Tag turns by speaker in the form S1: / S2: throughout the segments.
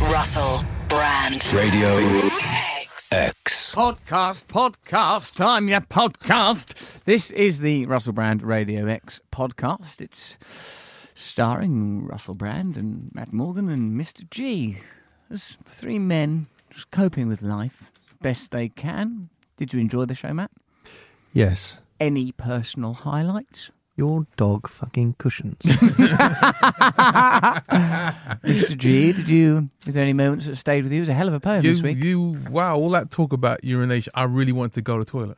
S1: Russell Brand.
S2: Radio
S1: X.
S2: X.
S3: Podcast, podcast, time your podcast. This is the Russell Brand Radio X podcast. It's starring Russell Brand and Matt Morgan and Mr. G. There's three men just coping with life best they can. Did you enjoy the show, Matt?
S4: Yes.
S3: Any personal highlights?
S4: Your dog fucking cushions.
S3: Mr. G, did you? Were there any moments that stayed with you? It was a hell of a poem
S5: You,
S3: this week.
S5: you, wow! All that talk about urination, I really want to go to the toilet.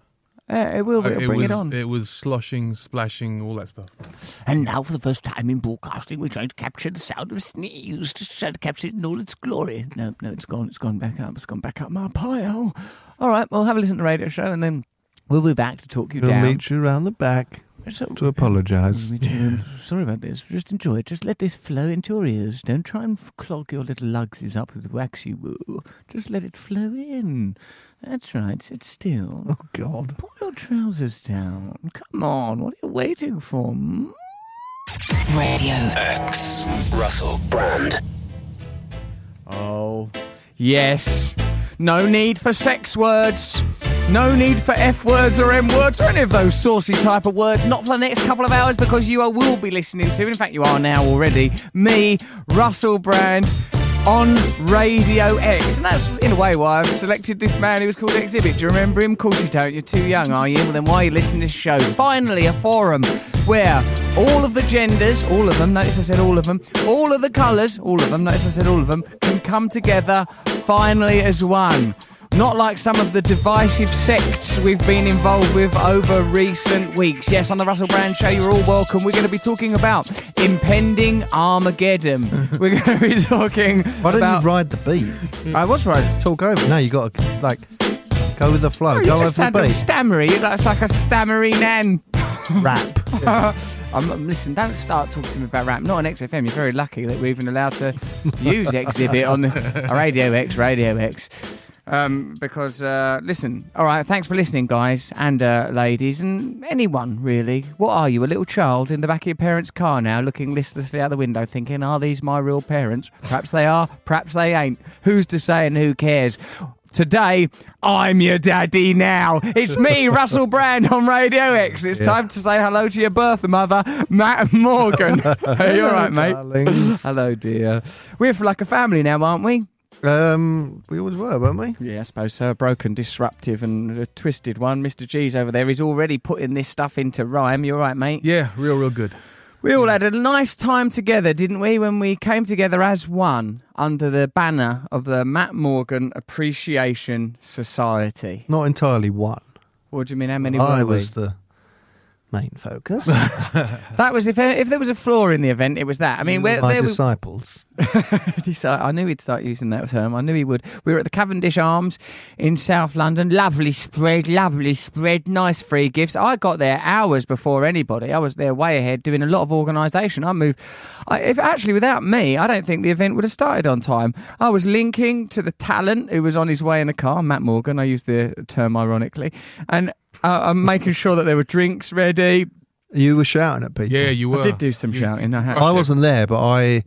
S3: uh, it will.
S5: I-
S3: It'll bring
S5: was,
S3: it on.
S5: It was sloshing, splashing, all that stuff.
S3: And now, for the first time in broadcasting, we're trying to capture the sound of sneeze, just trying to capture it in all its glory. No, no, it's gone. It's gone back up. It's gone back up my pile. All right, well, have a listen to the radio show, and then we'll be back to talk you
S4: We'll
S3: down.
S4: meet you round the back
S3: So-
S4: to apologise.
S3: Me too. Sorry about this. Just enjoy it. Just let this flow into your ears. Don't try and f- clog your little lugsies up with waxy woo. Just let it flow in. That's right. Sit still.
S4: Oh God.
S3: Pull your trousers down. Come on. What are you waiting for? mm?
S1: Radio
S2: X. Russell Brand.
S3: Oh, yes. No need for sex words. No need for F words or M words or any of those saucy type of words. Not for the next couple of hours because you are- will be listening to, in fact, you are now already, me, Russell Brand. On Radio X, and that's in a way why I've selected this man who was called Exhibit. Do you remember him? Of course you don't. You're too young, are you? Well, then why are you listening to this show? Finally, a forum where all of the genders, all of them, notice I said all of them, all of the colours, all of them, notice I said all of them, can come together finally as one. Not like some of the divisive sects we've been involved with over recent weeks. Yes, on the Russell Brand Show, you're all welcome. We're going to be talking about impending Armageddon. We're going to be talking
S4: Why don't
S3: about. Oh,
S4: you ride the beat?
S3: I was right.
S4: Talk over. No, you got to like go with the flow.
S3: You
S4: go
S3: just
S4: over
S3: had
S4: the
S3: a
S4: beat.
S3: stammery. That's like a stammery nan.
S4: Rap.
S3: I'm not, listen, don't start talking to me about rap. I'm not on XFM. You're very lucky that we're even allowed to use Exhibit on the Radio X, Radio X. Um, because, uh, listen, all right, thanks for listening, guys and uh, ladies, and anyone really. What are you, a little child in the back of your parents' car now, looking listlessly out the window, thinking, are these my real parents? Perhaps they are, perhaps they ain't. Who's to say and who cares? Today, I'm your daddy now. It's me, Russell Brand on Radio X. It's time to say hello to your birth mother, Matt Morgan. Are you all right, mate?
S4: darlings.
S3: Hello, dear. We're like a family now, aren't we?
S4: Um, we always were, weren't we?
S3: Yeah, I suppose so. A broken, disruptive, and a twisted one. Mr. G's over there. He's already putting this stuff into rhyme. You're right, mate.
S5: Yeah, real, real good.
S3: We all had a nice time together, didn't we? When we came together as one under the banner of the Matt Morgan Appreciation Society.
S4: Not entirely one.
S3: What do you mean? How many?
S4: I
S3: were we?
S4: was the main focus.
S3: That was if if there was a flaw in the event, it was that. I mean, where,
S4: my
S3: there we-
S4: disciples.
S3: He sa- I knew he'd start using that term. I knew he would. We were at the Cavendish Arms in South London. Lovely spread, lovely spread, nice free gifts. I got there hours before anybody. I was there way ahead doing a lot of organisation. I moved. I, if actually without me, I don't think the event would have started on time. I was linking to the talent who was on his way in a car, Matt Morgan. I used the term ironically, and uh, I'm making sure that there were drinks ready.
S4: You were shouting at people.
S5: Yeah, you were.
S3: I did do some
S5: You-
S3: shouting. I had.
S4: I wasn't there, but I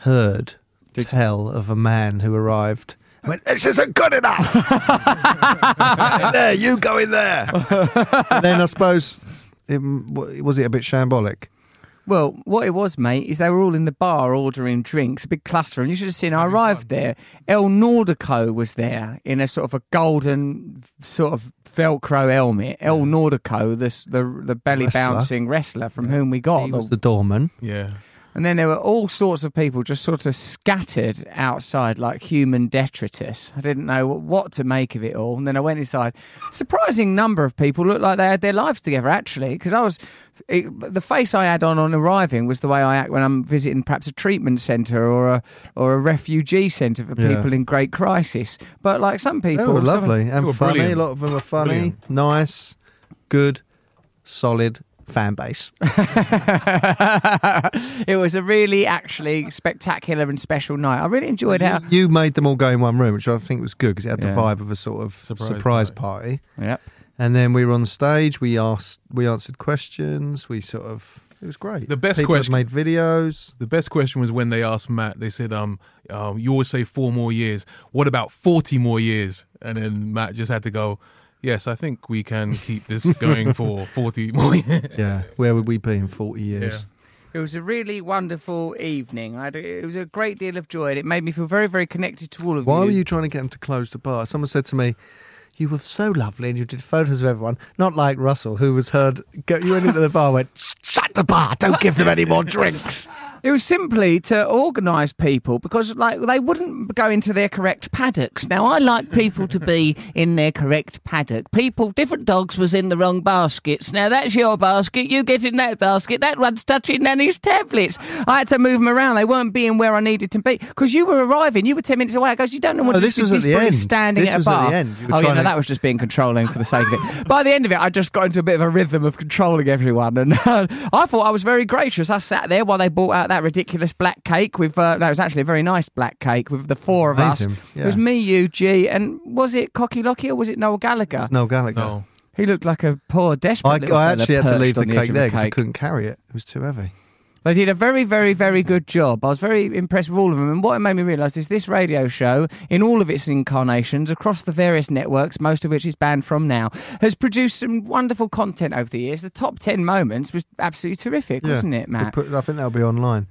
S4: heard
S3: Did-
S4: tell of a man who arrived. and Went, this isn't good enough. Get in there, you go in there. And then I suppose it, was it a bit shambolic?
S3: Well, what it was, mate, is they were all in the bar ordering drinks, a big cluster, and you should have seen. I arrived there. El Nordico was there in a sort of a golden sort of Velcro helmet. El Nordico, this the the belly
S4: Wrestler.
S3: bouncing wrestler from whom we got
S4: he
S3: Oh, the,
S4: was the doorman.
S5: Yeah,
S3: and then there were all sorts of people just sort of scattered outside like human detritus. I didn't know what to make of it all. And then I went inside. Surprising number of people looked like they had their lives together, actually, because I was. It, the face I had on on arriving was the way I act when I'm visiting perhaps a treatment centre or a, or a refugee centre for
S4: Yeah.
S3: people in great crisis. But like some
S4: They
S3: people.
S4: were
S3: some-
S4: lovely
S5: were
S4: and funny.
S5: brilliant.
S4: A lot of them are funny,
S5: Brilliant.
S4: nice, good, solid fan base.
S3: it was a really, actually spectacular and special night. I really enjoyed how.
S4: You made them all go in one room, which I think was good because it had
S3: Yeah.
S4: the vibe of a sort of surprise,
S5: Surprise
S4: party.
S3: Yep.
S4: And then we were on stage. We asked, we answered questions. We sort of It was great.
S5: The best
S4: People had
S5: question-
S4: made videos.
S5: The best question was when they asked Matt. They said, um, um, "You always say four more years. What about forty more years?" And then Matt just had to go, "Yes, I think we can keep this going for forty more years."
S4: Yeah, where would we be in forty years?
S3: It was a really wonderful evening. I had a- it was a great deal of joy, and it made me feel very, very connected to all of
S4: Why
S3: you.
S4: were you trying to get him to close the bar? Someone said to me, "You were so lovely, and you did photos of everyone." Not like Russell, who was heard. Go, you went into the bar, and went shut the bar. Don't give them any more drinks.
S3: It was simply to organise people because, like, they wouldn't go into their correct paddocks. Now, I like people to be in their correct paddock. People, different dogs was in the wrong baskets. Now, that's your basket. You get in that basket. That one's touching Nanny's tablets. I had to move them around. They weren't being where I needed to be because you were arriving. You were ten minutes away. I goes, you don't know what
S4: Oh, this was at the
S3: disbelief
S4: end.
S3: Standing
S4: This
S3: at a
S4: was at the
S3: bar.
S4: end. You were
S3: Oh yeah,
S4: trying
S3: no,
S4: to-
S3: that was just being controlling for the sake of it. By the end of it, I just got into a bit of a rhythm of controlling everyone, and uh, I thought I was very gracious. I sat there while they brought out that ridiculous black cake with. Uh, that was actually a very nice black cake with the four of us.
S4: Amazing,
S3: It was
S4: yeah.
S3: me, you, G, and was it Cocky Locky or was it Noel Gallagher?
S4: No, Gallagher.
S5: No.
S3: He looked like a poor desperate.
S4: I,
S3: little
S4: I
S3: fella
S4: actually had to
S3: perched
S4: leave the
S3: on edge
S4: cake
S3: of
S4: there because I
S3: cake.
S4: couldn't carry it. It was too heavy.
S3: They did a very, very, very good job. I was very impressed with all of them. And what it made me realise is this radio show, in all of its incarnations, across the various networks, most of which is banned from now, has produced some wonderful content over the years. The top 10 moments was absolutely terrific,
S4: Yeah.
S3: wasn't it,
S4: We'll
S3: Matt?
S4: put- I think that'll be online.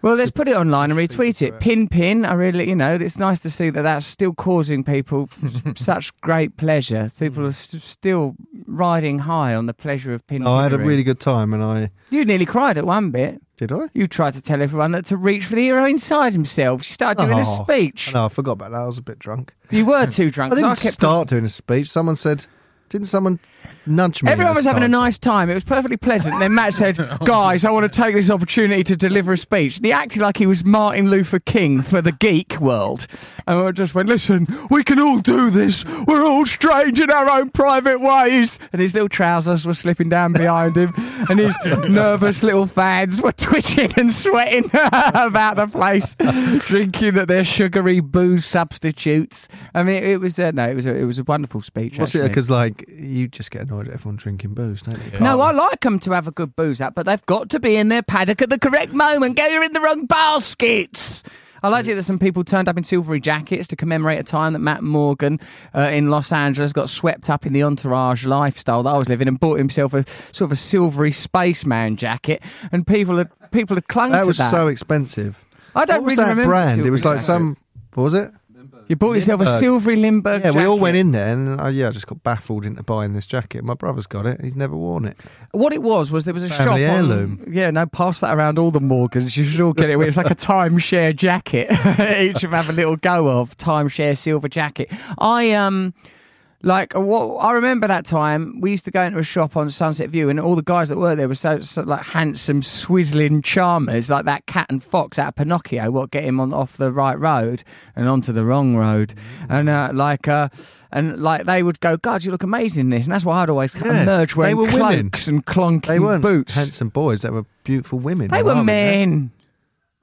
S3: well, let's put it online and retweet
S4: to
S3: it.
S4: it.
S3: Pin, pin. I really, you know, it's nice to see that that's still causing people s- such great pleasure.
S4: Hmm.
S3: People are s- still riding high on the pleasure of pin.
S4: No, I had a
S3: pinnering.
S4: really good time, and I
S3: You nearly cried at one bit.
S4: did I.
S3: You tried to tell everyone that to reach for the hero inside himself. She started doing a
S4: Oh,
S3: speech.
S4: No, I forgot about that. I was a bit drunk.
S3: You were too drunk.
S4: I didn't
S3: 'cause I kept-
S4: start doing a speech. Someone said, "Didn't someone nudge me?"
S3: Everyone
S4: when I
S3: was having a
S4: started?
S3: nice time. It was perfectly pleasant. Then Matt said, "Guys, I want to take this opportunity to deliver a speech." And he acted like he was Martin Luther King for the geek world, and I just went, "Listen, we can all do this. We're all strange in our own private ways." And his little trousers were slipping down behind him, and his nervous little fans were twitching and sweating about the place, drinking at their sugary booze substitutes. I mean, it was uh, no, it was a, it was a wonderful speech.
S4: What's it?
S3: actually.
S4: Because like you just get annoyed at everyone drinking booze, don't you?
S3: No, I like them to have a good booze at, but they've got to be in their paddock at the correct moment. Go, you're in the wrong baskets. I liked it that some people turned up in silvery jackets to commemorate a time that Matt Morgan uh, in Los Angeles got swept up in the entourage lifestyle that I was living and bought himself a sort of a silvery spaceman jacket. And people had people had clung
S4: That
S3: to
S4: was
S3: that.
S4: so expensive.
S3: I don't
S4: What was
S3: really
S4: that
S3: remember
S4: brand? It
S3: silvery
S4: was like
S3: jacket.
S4: some. What was it?
S3: You bought yourself a
S4: Lindbergh.
S3: silvery Limburg.
S4: Yeah, we all went
S3: jacket.
S4: in there, and uh, yeah, I just got baffled into buying this jacket. My brother's got it; and he's never worn it.
S3: What it was was there was a
S4: Family
S3: shop
S4: heirloom.
S3: on. Yeah, no, pass that around all the Morgans. You should all get it. It's like a timeshare jacket. Each of them have a little go of timeshare silver jacket. I um. Like what I remember that time, we used to go into a shop on Sunset View, and all the guys that worked there were so, so like handsome, swizzling charmers, like that cat and fox out of Pinocchio. What get him on off the right road and onto the wrong road,
S4: Mm.
S3: and uh, like uh, and like they would go, "God, you look amazing in this," and that's why I'd always
S4: Yeah,
S3: emerge
S4: they
S3: wearing
S4: were women.
S3: cloaks and clonky
S4: They weren't
S3: boots.
S4: handsome boys; they were beautiful women.
S3: They were
S4: Rather than that-
S3: men.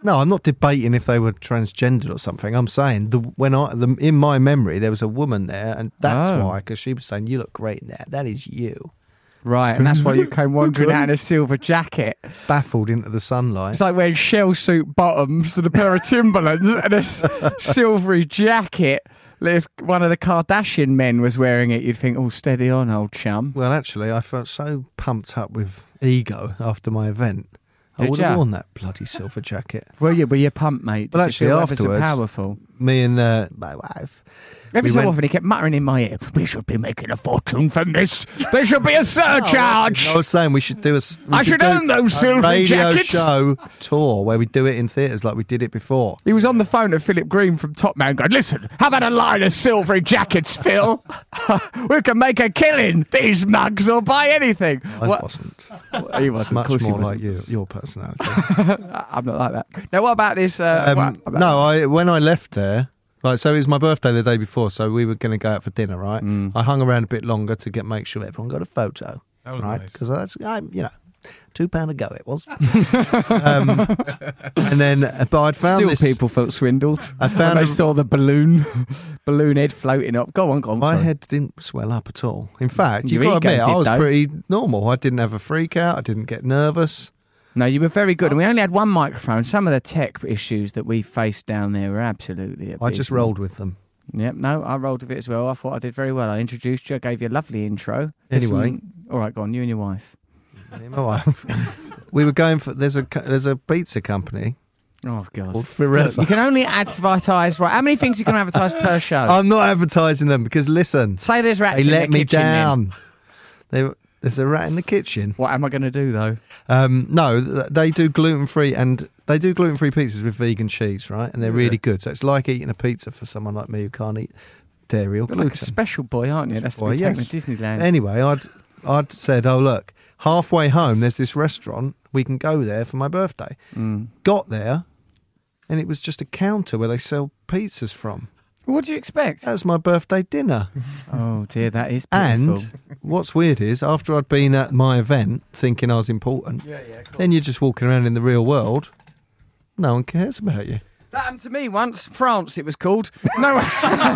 S4: No, I'm not debating if they were transgendered or something. I'm saying the when I the, in my memory there was a woman there, and that's why,
S3: Oh.
S4: 'cause why because she was saying, "You look great in that. That is you."
S3: Right, and that's why you came wandering out in a silver jacket.
S4: Baffled into the sunlight.
S3: It's like wearing shell suit bottoms and a pair of Timberlands and a s- silvery jacket. Like If one of the Kardashian men was wearing it, you'd think, oh, steady on, old chum.
S4: Well, actually, I felt so pumped up with ego after my event. I
S3: Did
S4: would have
S3: ya?
S4: worn that bloody silver jacket.
S3: Well, you were your pump, mate. Did
S4: Well,
S3: you
S4: actually,
S3: feel ever so
S4: afterwards-
S3: powerful.
S4: Me and uh, my wife.
S3: Every
S4: we
S3: so
S4: went-
S3: often, he kept muttering in my ear, "We should be making a fortune from this. There should
S4: Oh,
S3: be a surcharge."
S4: I was saying we should do a. s- we
S3: I should
S4: do
S3: own those
S4: a
S3: silver
S4: radio
S3: jackets.
S4: show tour where we do it in theatres like we did it before.
S3: He was on the phone to Philip Green from Top Man going, Listen, how about a line of silvery jackets, Phil? we can make a killing. These mugs will buy anything.
S4: I
S3: What-
S4: wasn't.
S3: He wasn't.
S4: Much
S3: of course
S4: more
S3: he
S4: like
S3: wasn't.
S4: you, your personality.
S3: I'm not like that. Now, what about this? Uh,
S4: Um,
S3: what about-
S4: no, I when I left there, like so, it was my birthday the day before, so we were going to go out for dinner, right?
S3: Mm.
S4: I hung around a bit longer to get make sure everyone got a photo,
S5: That was
S4: right?
S5: nice.
S4: Because that's I, you know. Two pound ago it was, um, and then uh, but I'd found
S3: Still,
S4: this.
S3: people felt swindled.
S4: I
S3: When
S4: found
S3: they
S4: a-
S3: saw the balloon, balloon head floating up. Go on, go on.
S4: my
S3: sorry.
S4: head didn't swell up at all. In fact,
S3: Your
S4: you got to
S3: ego
S4: admit, I
S3: did,
S4: was
S3: though.
S4: pretty normal. I didn't have a freak out. I didn't get nervous.
S3: No, you were very good. And we only had one microphone. Some of the tech issues that we faced down there were absolutely.
S4: I just
S3: abysmal.
S4: rolled with them.
S3: Yep, no, I rolled with it as well. I thought I did very well. I introduced you, I gave you a lovely intro.
S4: Anyway.
S3: Listen- all right, go on, you and your wife.
S4: Me and my wife. we were going for there's a co- there's a pizza company
S3: Oh, God.
S4: called Ferrezza.
S3: You can only advertise, right? How many things you can advertise per show?
S4: I'm not advertising them because listen,
S3: Say there's rats
S4: Oh, they
S3: in
S4: let
S3: the
S4: me
S3: kitchen then.
S4: down. They, there's a rat in the kitchen.
S3: What am I going to do, though?
S4: Um, no, th- they do gluten free and they do gluten free pizzas with vegan cheese, right? And they're really good. So it's like eating a pizza for someone like me who can't eat dairy or
S3: You're
S4: gluten.
S3: like a special boy, aren't you? That's to
S4: boy,
S3: be taken
S4: yes.
S3: to Disneyland.
S4: Anyway, I'd I'd said, oh look, halfway home there's this restaurant we can go there for my birthday.
S3: Mm.
S4: Got there, and it was just a counter where they sell pizzas from.
S3: What do you expect?
S4: That's my birthday dinner.
S3: Oh, dear, that is beautiful.
S4: And what's weird is after I'd been at my event thinking I was important, then you're just walking around in the real world. No one cares about you.
S3: That happened to me once. France, it was called. No,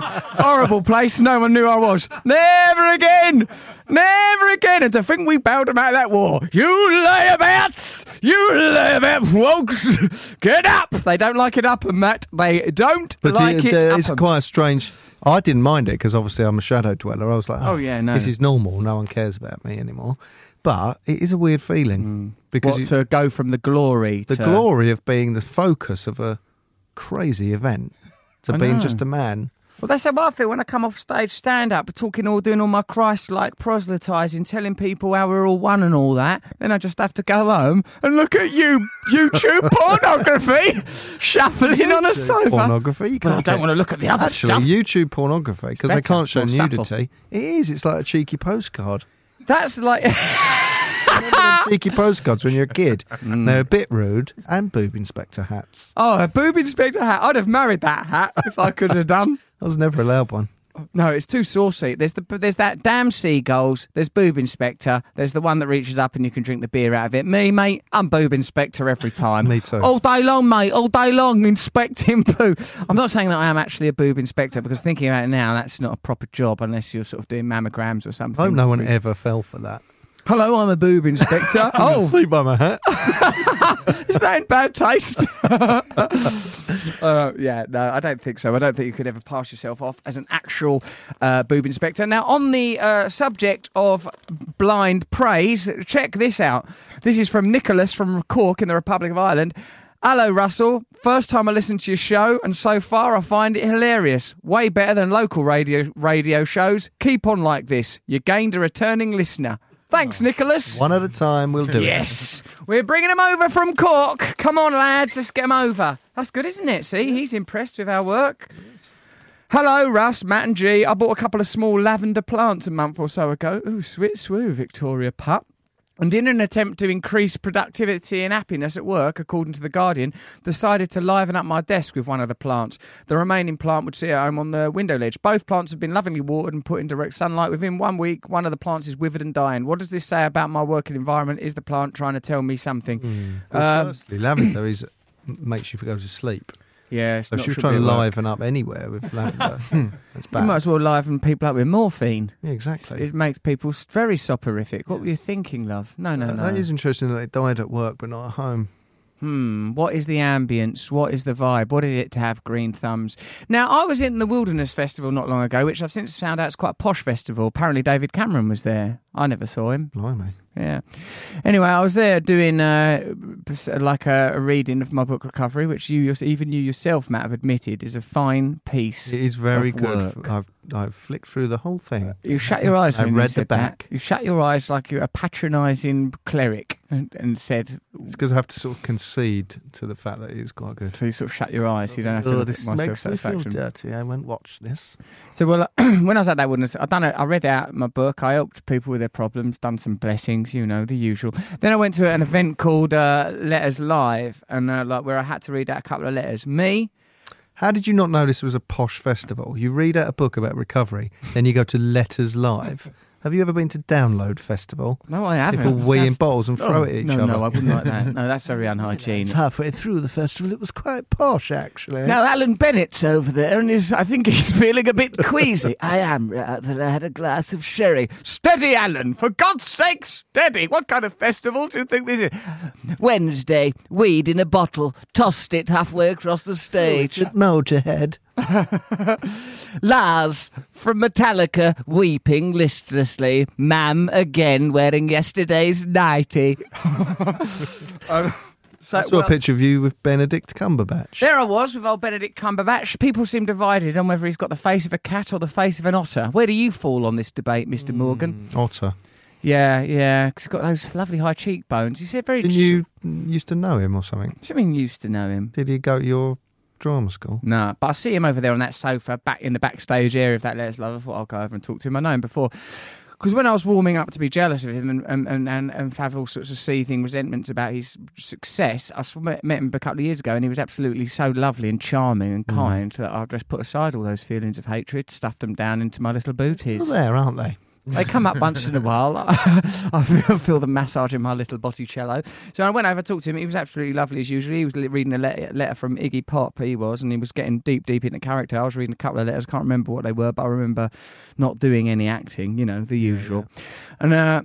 S3: horrible place. No one knew I was. Never again. Never again. And to think we bailed them out of that war. You layabouts. You layabouts, folks. Get up. They don't like it up, and Matt. They don't
S4: But
S3: like
S4: it-
S3: it,
S4: there
S3: up.
S4: is quite a strange. I didn't mind it because obviously I'm a shadow dweller. I was like, oh,
S3: Oh, yeah, no.
S4: this is normal. No one cares about me anymore. But it is a weird
S3: Mm.
S4: feeling because
S3: What
S4: you-
S3: to go from the glory
S4: the
S3: to
S4: glory of being the focus of a crazy event to
S3: I
S4: being
S3: know.
S4: just a man.
S3: Well, that's how I feel when I come off stage, stand up, talking all, doing all my Christ-like proselytising, telling people how we're all one and all that. Then I just have to go home and look at you YouTube pornography shuffling on a sofa.
S4: Pornography. you
S3: well, I
S4: can't
S3: don't
S4: get-
S3: want to look at the other
S4: Actually,
S3: stuff.
S4: YouTube pornography because they
S3: Better,
S4: can't show
S3: more subtle.
S4: nudity. It is. It's like a cheeky postcard.
S3: That's like
S4: Remember them cheeky postcards when you're a kid.
S3: Mm.
S4: They're a bit rude and boob inspector hats.
S3: oh a boob inspector hat. I'd have married that hat if I could have done.
S4: I was never allowed one.
S3: No, it's too saucy. There's the there's that damn seagulls. There's boob inspector. There's the one that reaches up and you can drink the beer out of it. Me, mate, I'm boob inspector every time.
S4: Me too.
S3: All day long, mate. All day long inspecting boob. I'm not saying that I am actually a boob inspector because thinking about it now, that's not a proper job unless you're sort of doing mammograms or something.
S4: I hope no one ever fell for that.
S3: Hello, I'm a boob inspector. oh,
S4: by my hat.
S3: is that in bad taste? Uh, yeah, no, I don't think so. I don't think you could ever pass yourself off as an actual uh, boob inspector. Now, on the uh, subject of blind praise, check this out. This is from Nicholas from Cork in the Republic of Ireland. Hello, Russell. First time I listened to your show, and so far I find it hilarious. Way better than local radio radio shows. Keep on like this. You gained a returning listener. Thanks, Nicholas.
S4: One at a time, we'll do it.
S3: Yes, we're bringing him over from Cork. Come on, lads, let's get him over. That's good, isn't it? See, he's impressed with our work. Hello, Russ, Matt, and G. I bought a couple of small lavender plants a month or so ago. Ooh, sweet swoo, Victoria Putt. And in an attempt to increase productivity and happiness at work, according to The Guardian, decided to liven up my desk with one of the plants. The remaining plant would sit at home on the window ledge. Both plants have been lovingly watered and put in direct sunlight. Within one week, one of the plants is withered and dying. What does this say about my working environment? Is the plant trying to tell me something?
S4: Well,
S3: Um,
S4: firstly, lavender is makes you go to sleep.
S3: yeah, it's
S4: So
S3: not-
S4: if she was
S3: should
S4: trying
S3: be Hmm.
S4: to
S3: a work.
S4: liven up anywhere with lavender. That's
S3: You might
S4: bad.
S3: as well liven people up with morphine.
S4: Yeah, exactly.
S3: It makes people s- very soporific. What were you thinking, love? No, no,
S4: Uh,
S3: no.
S4: That is interesting that they died at work but not at home.
S3: Hmm, what is the ambience? What is the vibe? What is it to have green thumbs? Now, I was in the Wilderness Festival not long ago, which I've since found out is quite a posh festival. Apparently, David Cameron was there. I never saw him.
S4: Blimey.
S3: Yeah. Anyway, I was there doing uh, pers- like a, a reading of my book Recovery, which you, yours- even you yourself, Matt, have admitted is a fine piece.
S4: It is very
S3: of
S4: good.
S3: work.
S4: I've I've flicked through the whole thing.
S3: You shut your eyes.
S4: I
S3: when you
S4: read the
S3: said that.
S4: back.
S3: You shut your eyes like you're a patronising cleric, and, and said,
S4: It's because I have to sort of concede to the fact that it is quite good.
S3: "So you sort of shut your eyes. You don't have to
S4: Oh,
S3: look at
S4: this
S3: my
S4: makes me feel
S3: self-satisfaction."
S4: dirty. I won't watch this.
S3: So well, when I was at that wilderness, I done it. I read out my book. I helped people with their problems, done some blessings, you know, the usual. Then I went to an event called uh, Letters Live, and uh, like where I had to read out a couple of letters. Me,
S4: How did you not know this was a posh festival? You read out a book about recovery, then you go to Letters Live, Have you ever been to Download Festival?
S3: No, I haven't.
S4: People wee in
S3: That's- oh,
S4: bottles and throw it at each
S3: no,
S4: other.
S3: No, I wouldn't like that. No, that's very unhygienic.
S4: halfway through the festival. It was quite posh, actually.
S3: Now Alan Bennett's over there, and he's, I think he's feeling a bit queasy. I am rather. I had a glass of sherry. Steady, Alan! For God's sake, steady! What kind of festival do you think this is? Wednesday, weed in a bottle, tossed it halfway across the stage.
S4: Motorhead.
S3: Lars from Metallica, weeping listlessly. Mam again wearing yesterday's nighty.
S4: I saw a picture of you with Benedict Cumberbatch.
S3: There I was with old Benedict Cumberbatch. People seem divided on whether he's got the face of a cat or the face of an otter. Where do you fall on this debate, Mr. Morgan?
S4: Otter.
S3: Yeah, yeah, 'cause he's got those lovely high cheekbones. He's a very.
S4: Didn't you used to know him or something?
S3: I mean, you used to know him.
S4: Did he go to your drama school?
S3: Nah, but I see him over there on that sofa, back in the backstage area of that Let's Love. I thought I'll go over and talk to him. I know him before. Because when I was warming up to be jealous of him and, and, and, and, and have all sorts of seething resentments about his success, I sw- met, met him a couple of years ago and he was absolutely so lovely and charming and kind that I just put aside all those feelings of hatred, stuffed them down into my little booties.
S4: They're there, aren't they?
S3: They come up once in a while. I feel, feel the massage in my little botticello. So I went over, talked to him. He was absolutely lovely as usual. He was li- reading a letter, letter from Iggy Pop. He was, and he was getting deep, deep into character. I was reading a couple of letters. Can't remember what they were, but I remember not doing any acting. You know, the usual. And uh,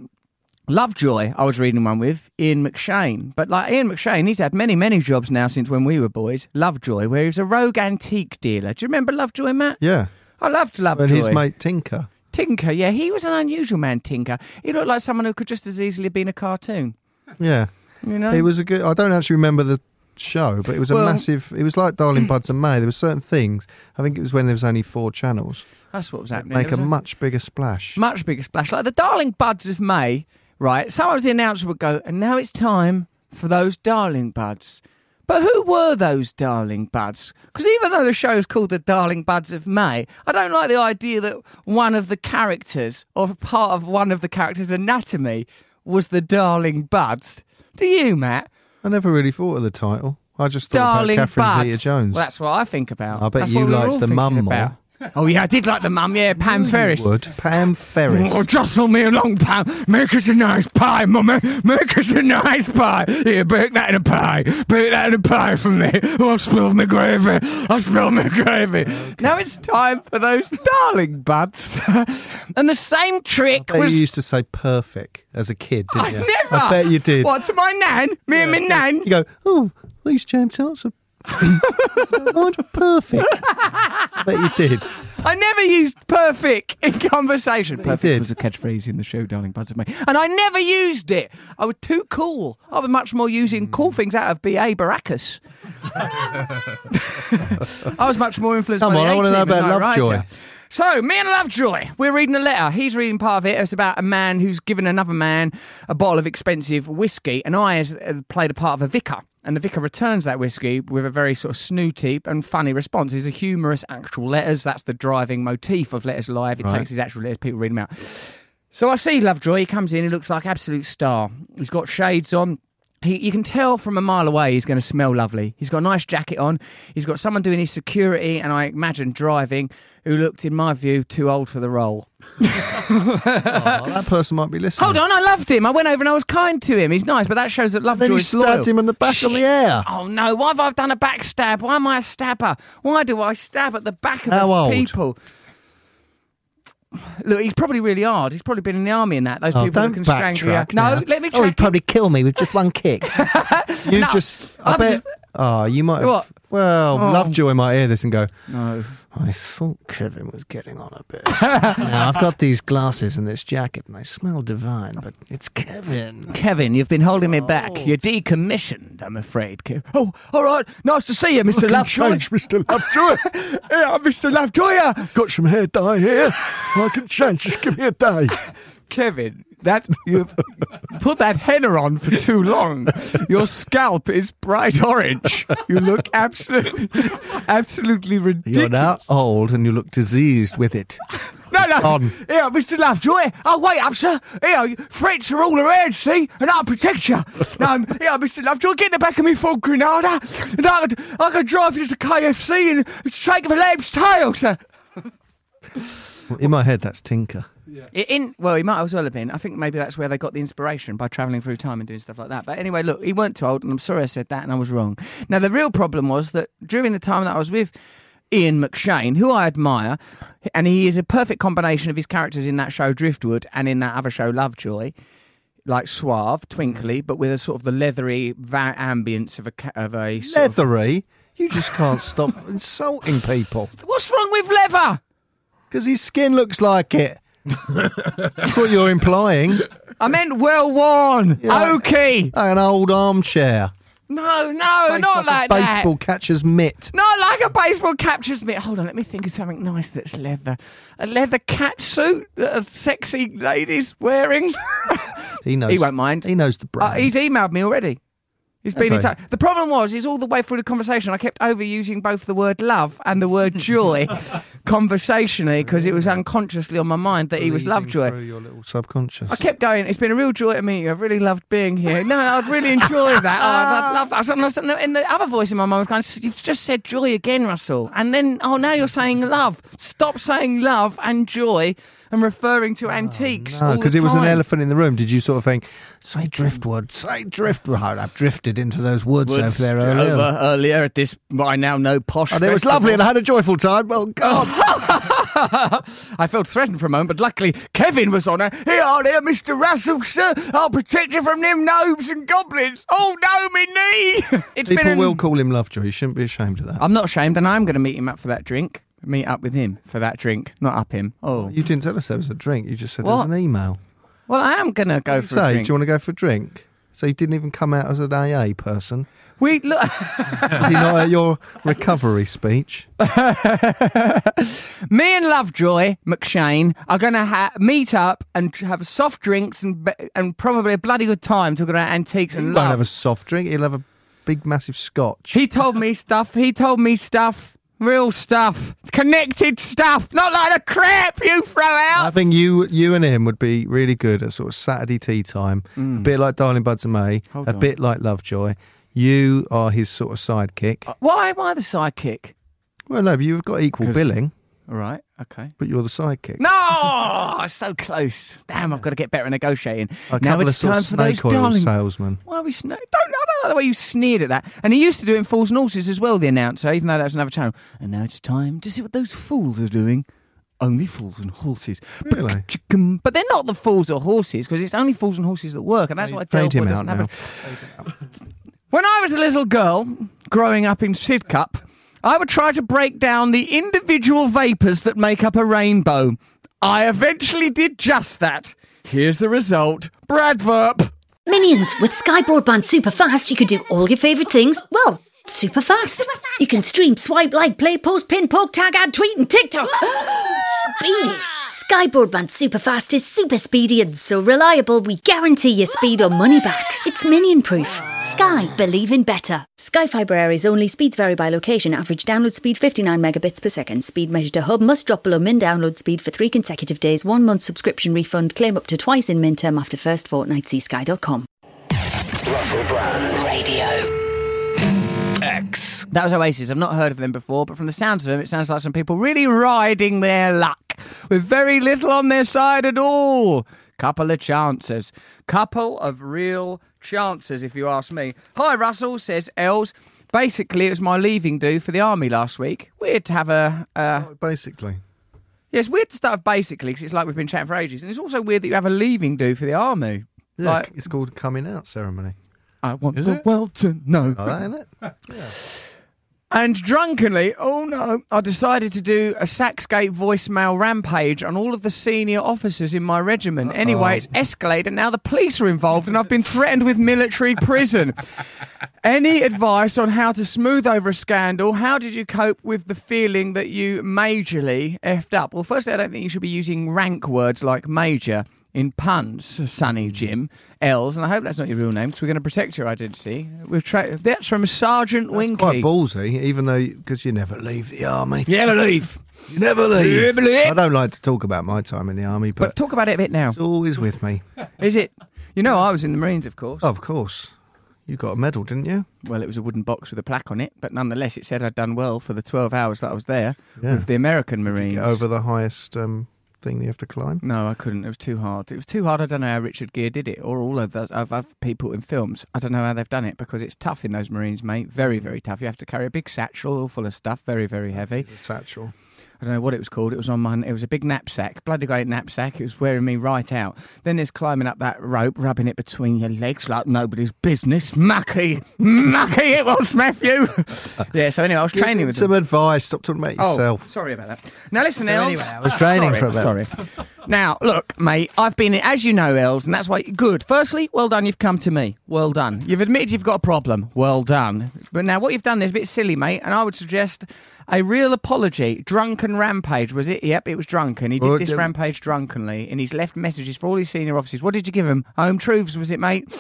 S3: Lovejoy, I was reading one with Ian McShane. But like Ian McShane, he's had many, many jobs now since when we were boys. Lovejoy, where he was a rogue antique dealer. Do you remember Lovejoy, Matt?
S4: Yeah.
S3: I loved Lovejoy.
S4: And his mate Tinker.
S3: Tinker, yeah, he was an unusual man, Tinker. He looked like someone who could just as easily have been a cartoon.
S4: Yeah.
S3: You know?
S4: He was a good. I don't actually remember the show, but it was a
S3: Well-
S4: massive. It was like Darling Buds and May. There were certain things. I think it was when there was only four channels.
S3: That's what was happening.
S4: Make
S3: There
S4: a
S3: was
S4: much bigger splash.
S3: much bigger splash. Like the Darling Buds of May, right? Sometimes the announcer would go, and now it's time for those Darling Buds. But who were those Darling Buds? Because even though the show's called the Darling Buds of May, I don't like the idea that one of the characters or part of one of the characters' anatomy was the Darling Buds. Do you, Matt?
S4: I never really thought of the title. I just thought
S3: Darling
S4: about Catherine
S3: Bud.
S4: Zeta-Jones.
S3: Well, that's what I think about.
S4: I bet
S3: That's
S4: you
S3: what we were
S4: liked
S3: all
S4: the
S3: thinking
S4: mum more. Mm.
S3: about. Oh yeah, I did like the mum. Yeah, Pam Ferris.
S4: Wood. Pam Ferris.
S3: Oh, jostle me along, Pam. Make us a nice pie, mummy. Make us a nice pie. Here, bake that in a pie. Bake that in a pie for me. Oh, I'll spill my gravy. I'll spill my gravy. Now it's time for those darling buds. and the same trick
S4: I bet
S3: was.
S4: you used to say perfect as a kid, didn't
S3: I
S4: you?
S3: never.
S4: I bet you did.
S3: What to my nan? Me and my nan.
S4: You go, oh, these jam tarts are aren't perfect. I bet you did.
S3: I never used perfect in conversation. Perfect
S4: did.
S3: was a catchphrase in the show, darling buds of me. And I never used it. I was too cool. I was much more using cool things out of B.A. Baracus. I was much more influenced
S4: Come
S3: by
S4: on,
S3: the
S4: I wanna
S3: A-Team
S4: know
S3: and
S4: about
S3: Knight Rider.
S4: Lovejoy.
S3: So, me and Lovejoy, we're reading a letter. He's reading part of it. It's about a man who's given another man a bottle of expensive whiskey, and I has uh, played a part of a vicar. And the vicar returns that whiskey with a very sort of snooty and funny response. These are humorous actual letters. That's the driving motif of Letters Live. It
S4: Right.
S3: takes his actual letters, people read them out. So I see Lovejoy. He comes in. He looks like absolute star. He's got shades on. He, you can tell from a mile away he's going to smell lovely. He's got a nice jacket on. He's got someone doing his security, and I imagine driving, who looked, in my view, too old for the role.
S4: Oh, that person might be listening.
S3: Hold on, I loved him. I went over and I was kind to him. He's nice, but that shows that
S4: Then you
S3: Lovejoy's loyal.
S4: stabbed him in the back of the air.
S3: Oh no! Why have I done a backstab? Why am I a stabber? Why do I stab at the back of
S4: How
S3: the
S4: old?
S3: people? Look, he's probably really hard. He's probably been in the army and that. Those
S4: Oh,
S3: people that
S4: don't
S3: can strangle you.
S4: backtrack.
S3: No,
S4: now.
S3: let me
S4: Oh, he'd
S3: check.
S4: probably kill me with just one kick. you
S3: No,
S4: just. I
S3: I'm
S4: bet.
S3: just-
S4: Oh, you might have.
S3: What?
S4: Well,
S3: Oh.
S4: Lovejoy might hear this and go,
S3: no.
S4: I thought Kevin was getting on a bit. now, I've got these glasses and this jacket, and they smell divine, but it's Kevin.
S3: Kevin, you've been holding me back. You're decommissioned, I'm afraid. Kev- Oh, all right. Nice to see you, Mr. Lovejoy.
S4: Mr. Lovejoy.
S3: Yeah, Mr. Lovejoy. yeah.
S4: got some hair dye here. I can change. Just give me a day.
S3: Kevin, that you've put that henna on for too long. Your scalp is bright orange. You look absolutely, absolutely
S4: You're
S3: ridiculous.
S4: now old and you look diseased with it.
S3: No, no.
S4: On.
S3: Here, Mr. Lovejoy. Oh, wait up, sir. Here, you- threats are all around, see? And I'll protect you. No, um, here, Mr. Lovejoy, get in the back of me Ford Granada. And I could, I could drive you to KFC and shake of a lamb's tail, sir.
S4: In my head, that's Tinker.
S3: It- In well, he might as well have been. I think maybe that's where they got the inspiration by traveling through time and doing stuff like that. But anyway, look, he weren't too old, and I'm sorry I said that, and I was wrong. Now the real problem was that during the time that I was with Ian McShane, who I admire, and he is a perfect combination of his characters in that show Driftwood and in that other show Lovejoy. Like suave, twinkly, but with a sort of the leathery va- ambience of a ca- of a sort of-
S4: Leathery? You just can't stop insulting people.
S3: What's wrong with leather?
S4: Because his skin looks like it. That's what you're implying.
S3: I meant well worn.
S4: Yeah.
S3: Okay.
S4: Like an old armchair.
S3: No, no,
S4: Face
S3: not
S4: like
S3: like,
S4: a
S3: that.
S4: baseball catcher's mitt.
S3: Not like a baseball captures mitt. Hold on, let me think of something nice that's leather. A leather cat suit that a sexy lady's wearing.
S4: He knows.
S3: He won't mind.
S4: He knows the
S3: Uh,
S4: brand.
S3: he's emailed me already. He's been in
S4: That's
S3: touch. The problem was, is all the way through the conversation, I kept overusing both the word love and the word joy conversationally because it was unconsciously on my mind that he was
S4: Bleeding
S3: Lovejoy.
S4: through your little subconscious.
S3: I kept going. It's been a real joy to meet you. I've really loved being here. No, I'd really enjoy that. Oh, I'd love that. I was- no, And the other voice in my mind was going, "You've just said joy again, Russell." And then, oh, now you're saying love. Stop saying love and joy and referring to antiques. all the
S4: because Oh, Ah, it was an
S3: time.
S4: elephant in the room. Did you sort of think, say driftwood, say driftwood? Oh, I've drifted into those woods,
S3: Woods
S4: over there earlier.
S3: over earlier at this, what I now know posh.
S4: And it was
S3: festival.
S4: lovely, and I had a joyful time. Oh God!
S3: I felt threatened for a moment, but luckily Kevin was on her. Here, are there, Mr. Russell, sir. I'll protect you from them gnomes and goblins. Oh no, me knee! It's
S4: People
S3: an-
S4: will call him Lovejoy. You shouldn't be ashamed of that.
S3: I'm not ashamed, and I'm going to meet him up for that drink. Meet up with him for that drink, not up him. Oh,
S4: you didn't tell us there was a drink. You just said
S3: What?
S4: there was an email.
S3: well, I am going to go for
S4: Say,
S3: a
S4: do
S3: drink.
S4: you want to go for a drink? So you didn't even come out as an AA person.
S3: we look,
S4: Was he not at your recovery speech?
S3: me and Lovejoy McShane are going to ha- meet up and tr- have soft drinks and be- and probably a bloody good time talking about antiques
S4: He
S3: and
S4: won't
S3: love.
S4: have a soft drink. He'll have a big, massive scotch.
S3: he told me stuff. He told me stuff. Real stuff, connected stuff, not like the crap you throw out.
S4: I think you, you and him would be really good at sort of Saturday tea time. A bit like Darling Buds and May.
S3: Mm. Hold
S4: a
S3: on.
S4: bit like Lovejoy. You are his sort of sidekick.
S3: Why am I the sidekick?
S4: well, no, but you've got equal
S3: 'Cause-
S4: billing,
S3: All right, okay.
S4: but you're the sidekick.
S3: No, so close. Damn, I've got to get better at negotiating.
S4: A
S3: now
S4: couple
S3: it's
S4: of sort
S3: time
S4: of
S3: for
S4: snake
S3: those
S4: oil
S3: darling.
S4: salesmen.
S3: Why are we sna- Don't I don't like the way you sneered at that. And he used to do it in Fools and Horses as well. The announcer, even though that was another channel. And now it's time to see what those fools are doing. Only fools and horses.
S4: Really?
S3: But they're not the fools or horses because it's only fools and horses that work, and that's what I tell
S4: Fade him
S3: what doesn't
S4: out now.
S3: happen. When I was a little girl growing up in Sidcup, I would try to break down the individual vapours that make up a rainbow. I eventually did just that. Here's the result Bradverp.
S6: Minions, with Sky Broadband super fast, you can do all your favourite things, well, super fast. You can stream, swipe, like, play, post, pin, poke, tag, add, tweet, and TikTok. speedy. Sky Broadband super fast is super speedy and so reliable, we guarantee your speed or money back. It's minion proof. Sky, believe in better. Sky Fibre Area's only speeds vary by location. Average download speed 59 megabits per second. Speed measured to hub must drop below min download speed for three consecutive days. One month subscription refund. Claim up to twice in min term after first fortnight. See sky.com.
S7: Russell Brand.
S1: Radio.
S7: X.
S3: That was Oasis. I've not heard of them before, but from the sounds of them, it sounds like some people really riding their luck with very little on their side at all. Couple of chances. Couple of real chances, if you ask me. Hi, Russell, says Els. Basically, it was my leaving do for the army last week. Weird to have a. Uh,
S4: Basically.
S3: yeah, it's weird to start with basically because it's like we've been chatting for ages. And it's also weird that you have a leaving do for the army.
S4: Yeah,
S3: Like,
S4: it's called coming out ceremony.
S3: I want
S8: Is
S3: the
S8: it? Oh,
S3: world to know.
S4: Like that, isn't it?
S3: And drunkenly, oh no, I decided to do a Saxgate voicemail rampage on all of the senior officers in my regiment. Anyway, it's escalated. and Now the police are involved, and I've been threatened with military prison. Any advice on how to smooth over a scandal? How did you cope with the feeling that you majorly effed up? Well, firstly, I don't think you should be using rank words like major in puns, Sonny Jim L's, and I hope that's not your real name because we're going to protect your identity. We're tra- that's from Sergeant Winky.
S4: It's quite ballsy, even though, because you never leave the army.
S3: Yeah, believe.
S4: You never leave.
S3: Never leave.
S4: I don't like to talk about my time in the army,
S3: But um,
S4: but,
S3: talk about it a bit now.
S4: it's always with me. Oh,
S3: Is it? You know, I was in the Marines, of course.
S4: Of course. You got a medal, didn't you?
S3: Well, it was a wooden box with a plaque on it, but nonetheless, it said I'd done well for the 12 hours that I was there
S4: Yeah.
S3: with the American Marines.
S4: Over the highest um, thing you have to climb?
S3: No, I couldn't. It was too hard. It was too hard. I don't know how Richard Gere did it, or all of those of other people in films. I don't know how they've done it because it's tough in those Marines, mate. Very, very tough. You have to carry a big satchel all full of stuff, very, very heavy.
S4: Satchel.
S3: I don't know what it was called. It was on my. It was a big knapsack, bloody great knapsack. It was wearing me right out. Then there's climbing up that rope, rubbing it between your legs like nobody's business. Mucky, mucky it was, Matthew. yeah. So anyway, I was training
S4: Give
S3: with them.
S4: some advice. Stop talking about
S3: Oh,
S4: yourself.
S3: sorry about that. Now listen, Els.
S4: I was training
S3: sorry,
S4: for about.
S3: Sorry. now look, mate. I've been, as you know, Els, and that's why. Good. Firstly, well done. You've come to me. Well done. You've admitted you've got a problem. Well done. But now what you've done is a bit silly, mate. And I would suggest a real apology. Drunken rampage was it? Yep, it was drunken. He did
S4: Well,
S3: this
S4: then-
S3: rampage drunkenly, and he's left messages for all his senior officers. What did you give him? Home truths was it, mate?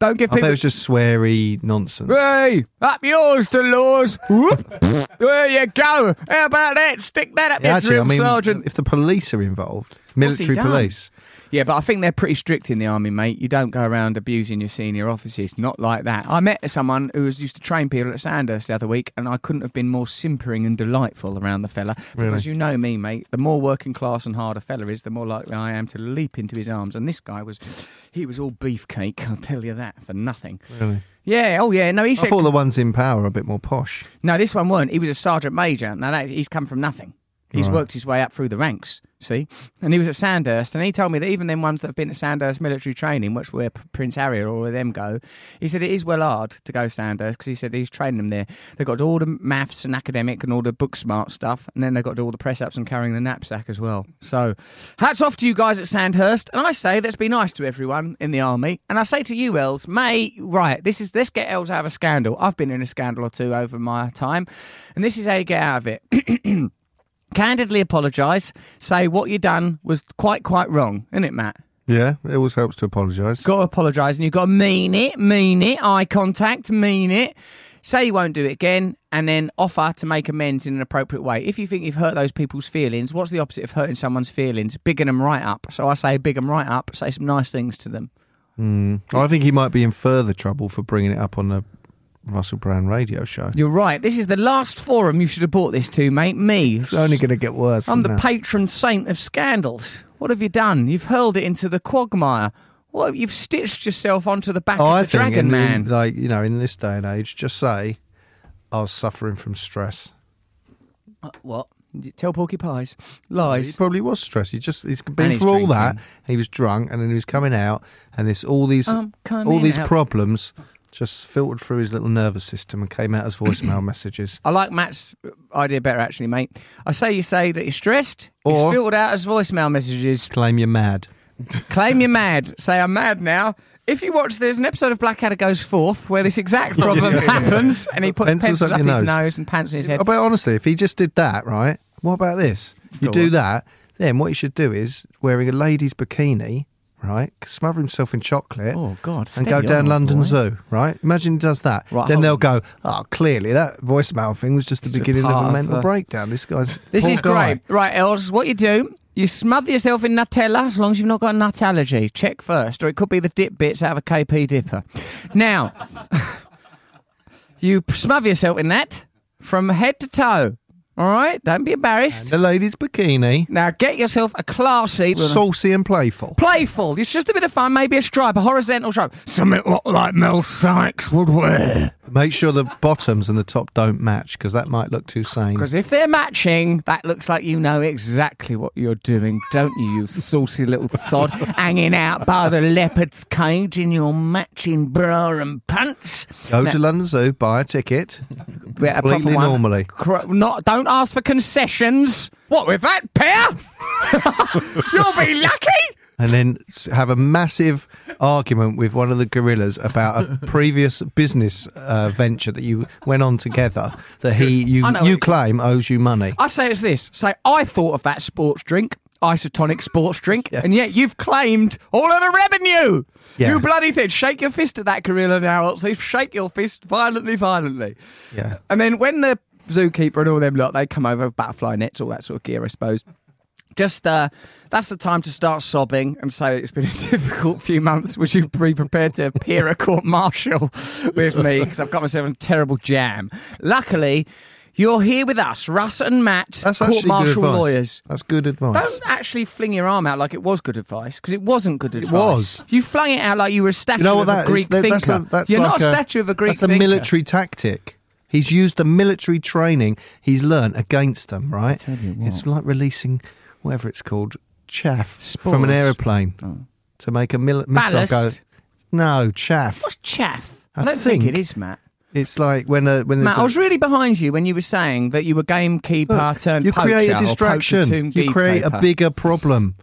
S3: Don't give
S4: I thought
S3: people
S4: it was just sweary nonsense.
S3: Hey, up yours, Dolores. Whoop. there you go. How about that? Stick that up
S4: Yeah,
S3: your
S4: actually, I
S3: drill
S4: mean,
S3: sergeant.
S4: if the police are involved, military
S3: done?
S4: police,
S3: Yeah, but I think they're pretty strict in the army, mate. You don't go around abusing your senior officers. Not like that. I met someone who was used to train people at Sandhurst the other week, and I couldn't have been more simpering and delightful around the fella. Because you know me, mate. The more working class and harder fella is, the more likely I am to leap into his arms. And this guy was, he was all beefcake. I'll tell you that for nothing. Really? Yeah. Oh, yeah. No, he
S4: I
S3: said.
S4: thought the ones in power are a bit more posh.
S3: No, this one weren't. He was a sergeant major. Now that he's come from nothing. He's worked his way up through the ranks. See, and he was at Sandhurst, and he told me that even them ones that have been at Sandhurst military training, which where P- Prince Harry or all of them go, he said it is well hard to go Sandhurst because he said he's training them there. They got to do all the maths and academic and all the book smart stuff, and then they got to do all the press ups and carrying the knapsack as well. So, hats off to you guys at Sandhurst, and I say let's be nice to everyone in the army, and I say to you, Els, mate, right, this is let's get Els out of a scandal. I've been in a scandal or two over my time, and this is how you get out of it candidly apologise, say what you done was quite, quite wrong, isn't it, Matt?
S4: Yeah, it always helps to apologise.
S3: Got to apologise and you've got to mean it, mean it, eye contact, mean it. Say you won't do it again and then offer to make amends in an appropriate way. If you think you've hurt those people's feelings, what's the opposite of hurting someone's feelings? Bigging them right up. So I say big them right up, say some nice things to them.
S4: I think he might be in further trouble for bringing it up on the Russell Brand radio show.
S3: You're right. This is the last forum you should have brought this to, mate. Me.
S4: It's only going to get worse.
S3: I'm
S4: from
S3: the
S4: now.
S3: patron saint of scandals. What have you done? You've hurled it into the quagmire. What you've stitched yourself onto the back
S4: Oh, I
S3: of the
S4: think,
S3: dragon
S4: in,
S3: man.
S4: in, like you know, in this day and age, just say I was suffering from stress.
S3: Uh, what? You Tell Porky Pies
S4: Oh, He
S3: lies.
S4: probably was stressed. He just he's
S3: And
S4: been
S3: he's
S4: through all that.
S3: drinking.
S4: He was drunk, and then he was coming out, and this all these
S3: I'm coming
S4: all these
S3: out.
S4: problems just filtered through his little nervous system and came out as voicemail messages.
S3: I like Matt's idea better, actually, mate. I say you say that he's stressed. he's
S4: Or-
S3: filtered out as voicemail messages.
S4: Claim you're mad.
S3: Claim you're mad. Say I'm mad now. If you watch, there's an episode of Blackadder goes forth where this exact problem happens, and he puts pencils,
S4: Pencils up
S3: up,
S4: your
S3: his
S4: nose.
S3: nose and pants on his head.
S4: Oh, But honestly, if he just did that, right? What about this? You
S3: Go
S4: do
S3: on.
S4: that, then what you should do is wearing a lady's bikini, right? Smother himself in chocolate.
S3: Oh, God,
S4: And
S3: steady
S4: go
S3: on,
S4: down
S3: old
S4: London
S3: boy.
S4: Zoo, right? Imagine he does that.
S3: Right,
S4: then
S3: hold
S4: they'll
S3: on.
S4: go, oh, clearly that voicemail thing was just the
S3: a
S4: beginning
S3: part
S4: of a
S3: of
S4: mental
S3: a-
S4: breakdown. This guy's
S3: This
S4: poor
S3: is
S4: guy.
S3: great. Right, Els, what you do, you smother yourself in Nutella as long as you've not got a nut allergy. Check first, or it could be the dip bits out of a KP dipper. Now, you smother yourself in that from head to toe. All right? Don't be embarrassed.
S4: The lady's bikini,
S3: now, get yourself a classy.
S4: saucy and playful.
S3: Playful. It's just a bit of fun, maybe a stripe, a horizontal stripe. Something what like Mel Sykes would wear.
S4: Make sure the bottoms and the top don't match because that might look too sane.
S3: Because if they're matching, that looks like you know exactly what you're doing, don't you, you saucy little sod hanging out by the leopard's cage in your matching bra and pants?
S4: Go to London Zoo, buy a ticket.
S3: Get a proper
S4: Completely
S3: one.
S4: normally.
S3: Cro- Not, don't ask for concessions. What with that pair? You'll be lucky.
S4: and then s- have a massive argument with one of the gorillas about a previous business uh, venture that you went on together that he you
S3: I know
S4: you
S3: it-
S4: claim owes you money.
S3: I say it's this. Say I thought of that sports drink, isotonic sports drink,
S4: Yes.
S3: and yet you've claimed all of the revenue.
S4: Yeah.
S3: You bloody thing! Shake your fist at that gorilla now, Elsie. Shake your fist violently, violently.
S4: Yeah.
S3: And then when the zookeeper and all them lot, they come over with butterfly nets, all that sort of gear, I suppose. Just uh, that's the time to start sobbing and say it's been a difficult few months. Would you be prepared to appear at court martial with me? Because I've got myself in a terrible jam. Luckily, You're here with us, Russ and Matt,
S4: That's
S3: court
S4: actually good
S3: martial
S4: advice.
S3: lawyers.
S4: That's good advice.
S3: Don't actually fling your arm out like it was good advice, because it wasn't good advice.
S4: was.
S3: You flung it out like you were a statue
S4: You know what
S3: of a
S4: that is?
S3: Greek
S4: That-
S3: thinker.
S4: That's, a, that's
S3: You're not
S4: like
S3: a statue of a Greek
S4: That's a
S3: thinker.
S4: military tactic. He's used the military training he's learnt against them, right? It's like releasing whatever it's called, chaff from
S3: Spores.
S4: an
S3: Oh.
S4: aeroplane to make a mil- missile go.
S3: Ballast?
S4: No, chaff.
S3: What's chaff?
S4: I
S3: I don't think,
S4: think-
S3: it is, Matt.
S4: It's like when a, when there's
S3: Matt,
S4: a,
S3: I was really behind you when you were saying that you were gamekeeper
S4: Look,
S3: turned
S4: you
S3: poacher
S4: create
S3: or
S4: a
S3: poacher
S4: distraction.
S3: turned
S4: You create a
S3: gatekeeper.
S4: bigger problem.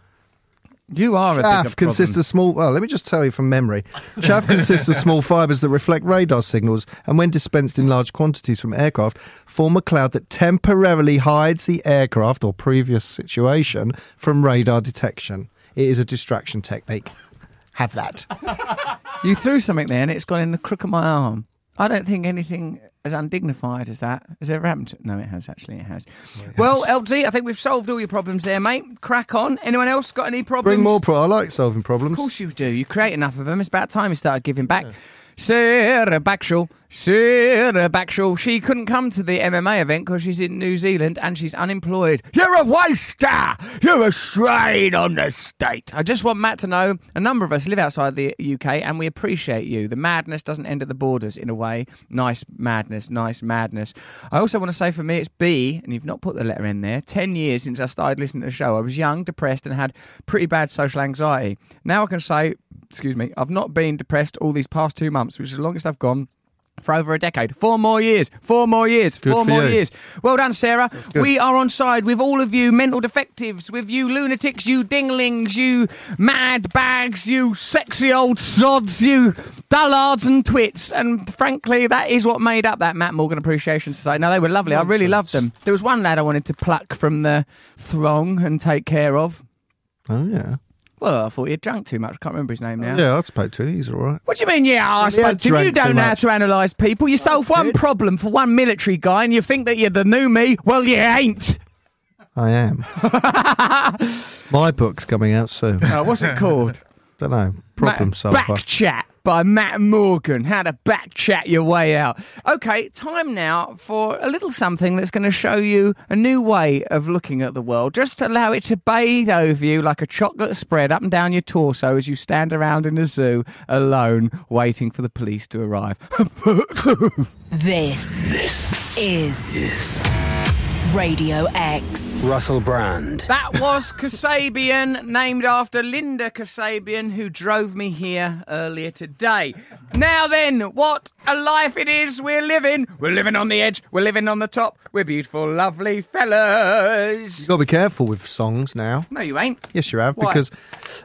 S3: You are a bigger
S4: Chaff consists of small. Well, let me just tell you from memory. Chaff consists of small fibers that reflect radar signals, and when dispensed in large quantities from aircraft, form a cloud that temporarily hides the aircraft or previous situation from radar detection. It is a distraction technique. Have that.
S3: problem. You threw something there, and it's gone in the crook of my arm. I don't think anything as undignified as that has ever happened. To... No, it has actually. It has. well, LT, I think we've solved all your problems there, mate. Crack on. Anyone else got any problems?
S4: Bring more. Pro- I like solving problems.
S3: Of course you do. You create enough of them. It's about time you started giving back. Sarah Backshall, Sarah Backshall, she couldn't come to the MMA event because she's in New Zealand and she's unemployed. You're a waster! You're a strain on the state! I just want Matt to know a number of us live outside the UK and we appreciate you. The madness doesn't end at the borders in a way. Nice madness, nice madness. I also want to say for me, it's B, and you've not put the letter in there, 10 years since I started listening to the show. I was young, depressed, and had pretty bad social anxiety. Now I can say, excuse me, I've not been depressed all these past two months, which is the longest I've gone. For over a decade, four more years, four more years,
S4: Good
S3: four
S4: for
S3: more
S4: you.
S3: years. Well done, Sarah. We are on side with all of you mental defectives, with you lunatics, you dinglings, you mad bags, you sexy old sods, you dullards and twits. And frankly, that is what made up that Matt Morgan Appreciation Society. Now, they were lovely. I really loved them. There was one lad I wanted to pluck from the throng and take care of.
S4: Oh yeah.
S3: Well, I thought he'd drunk too much. I can't remember his name now.
S4: Yeah, I spoke to him. He's all right.
S3: What do you mean, yeah, I spoke
S4: had
S3: to him? You
S4: drank
S3: don't
S4: too
S3: know how
S4: much.
S3: to analyse people. You solve one
S4: did.
S3: problem for one military guy and you think that you're the new me. Well, you ain't.
S4: I am. My book's coming out soon.
S3: Oh, what's it called?
S4: Don't know. Problem
S3: Ma-
S4: solver.
S3: Back chat by Matt Morgan. How to back chat your way out. Okay, time now for a little something that's going to show you a new way of looking at the world. Just allow it to bathe over you like a chocolate spread up and down your torso as you stand around in a zoo alone, waiting for the police to arrive.
S1: This, is, Radio X.
S9: Russell Brand.
S3: That was Kasabian, named after Linda Kasabian, who drove me here earlier today. Now then, what a life it is we're living. We're living on the edge, we're living on the top, we're beautiful, lovely fellas.
S4: You've got to be careful with songs now.
S3: No, you ain't.
S4: Yes, you have
S3: Why?
S4: because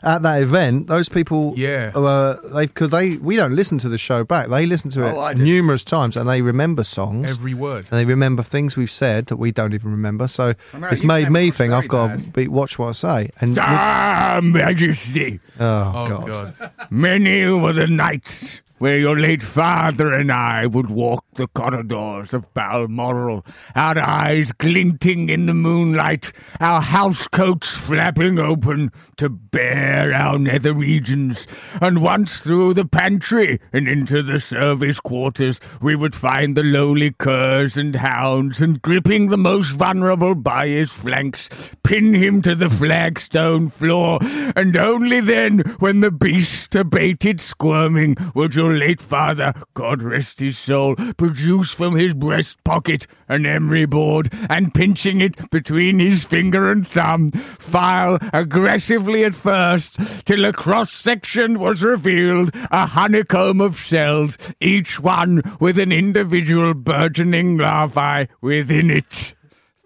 S4: at that event, those people,
S5: Yeah.
S4: uh, they because they we don't listen to the show back. They listen to
S3: Oh, I
S4: it
S3: do.
S4: numerous times and they remember songs
S5: Every word.
S4: and they remember things we've said that we don't even remember. So
S3: know,
S4: it's
S3: you
S4: made
S3: came
S4: me
S3: across
S4: think
S3: very
S4: I've got to
S3: bad.
S4: be, watch what I say. And
S10: Damn, Majesty,
S4: oh,
S5: Oh
S4: god.
S5: god.
S10: many were the nights where your late father and I would walk the corridors of Balmoral, our eyes glinting in the moonlight, our housecoats flapping open to bare our nether regions, and once through the pantry and into the service quarters, we would find the lowly curs and hounds, and gripping the most vulnerable by his flanks, pin him to the flagstone floor, and only then, when the beast abated squirming, would your late father, God rest his soul, produce from his breast pocket an emery board, and pinching it between his finger and thumb, file aggressively at first, till a cross section was revealed, a honeycomb of cells, each one with an individual burgeoning larvae within it.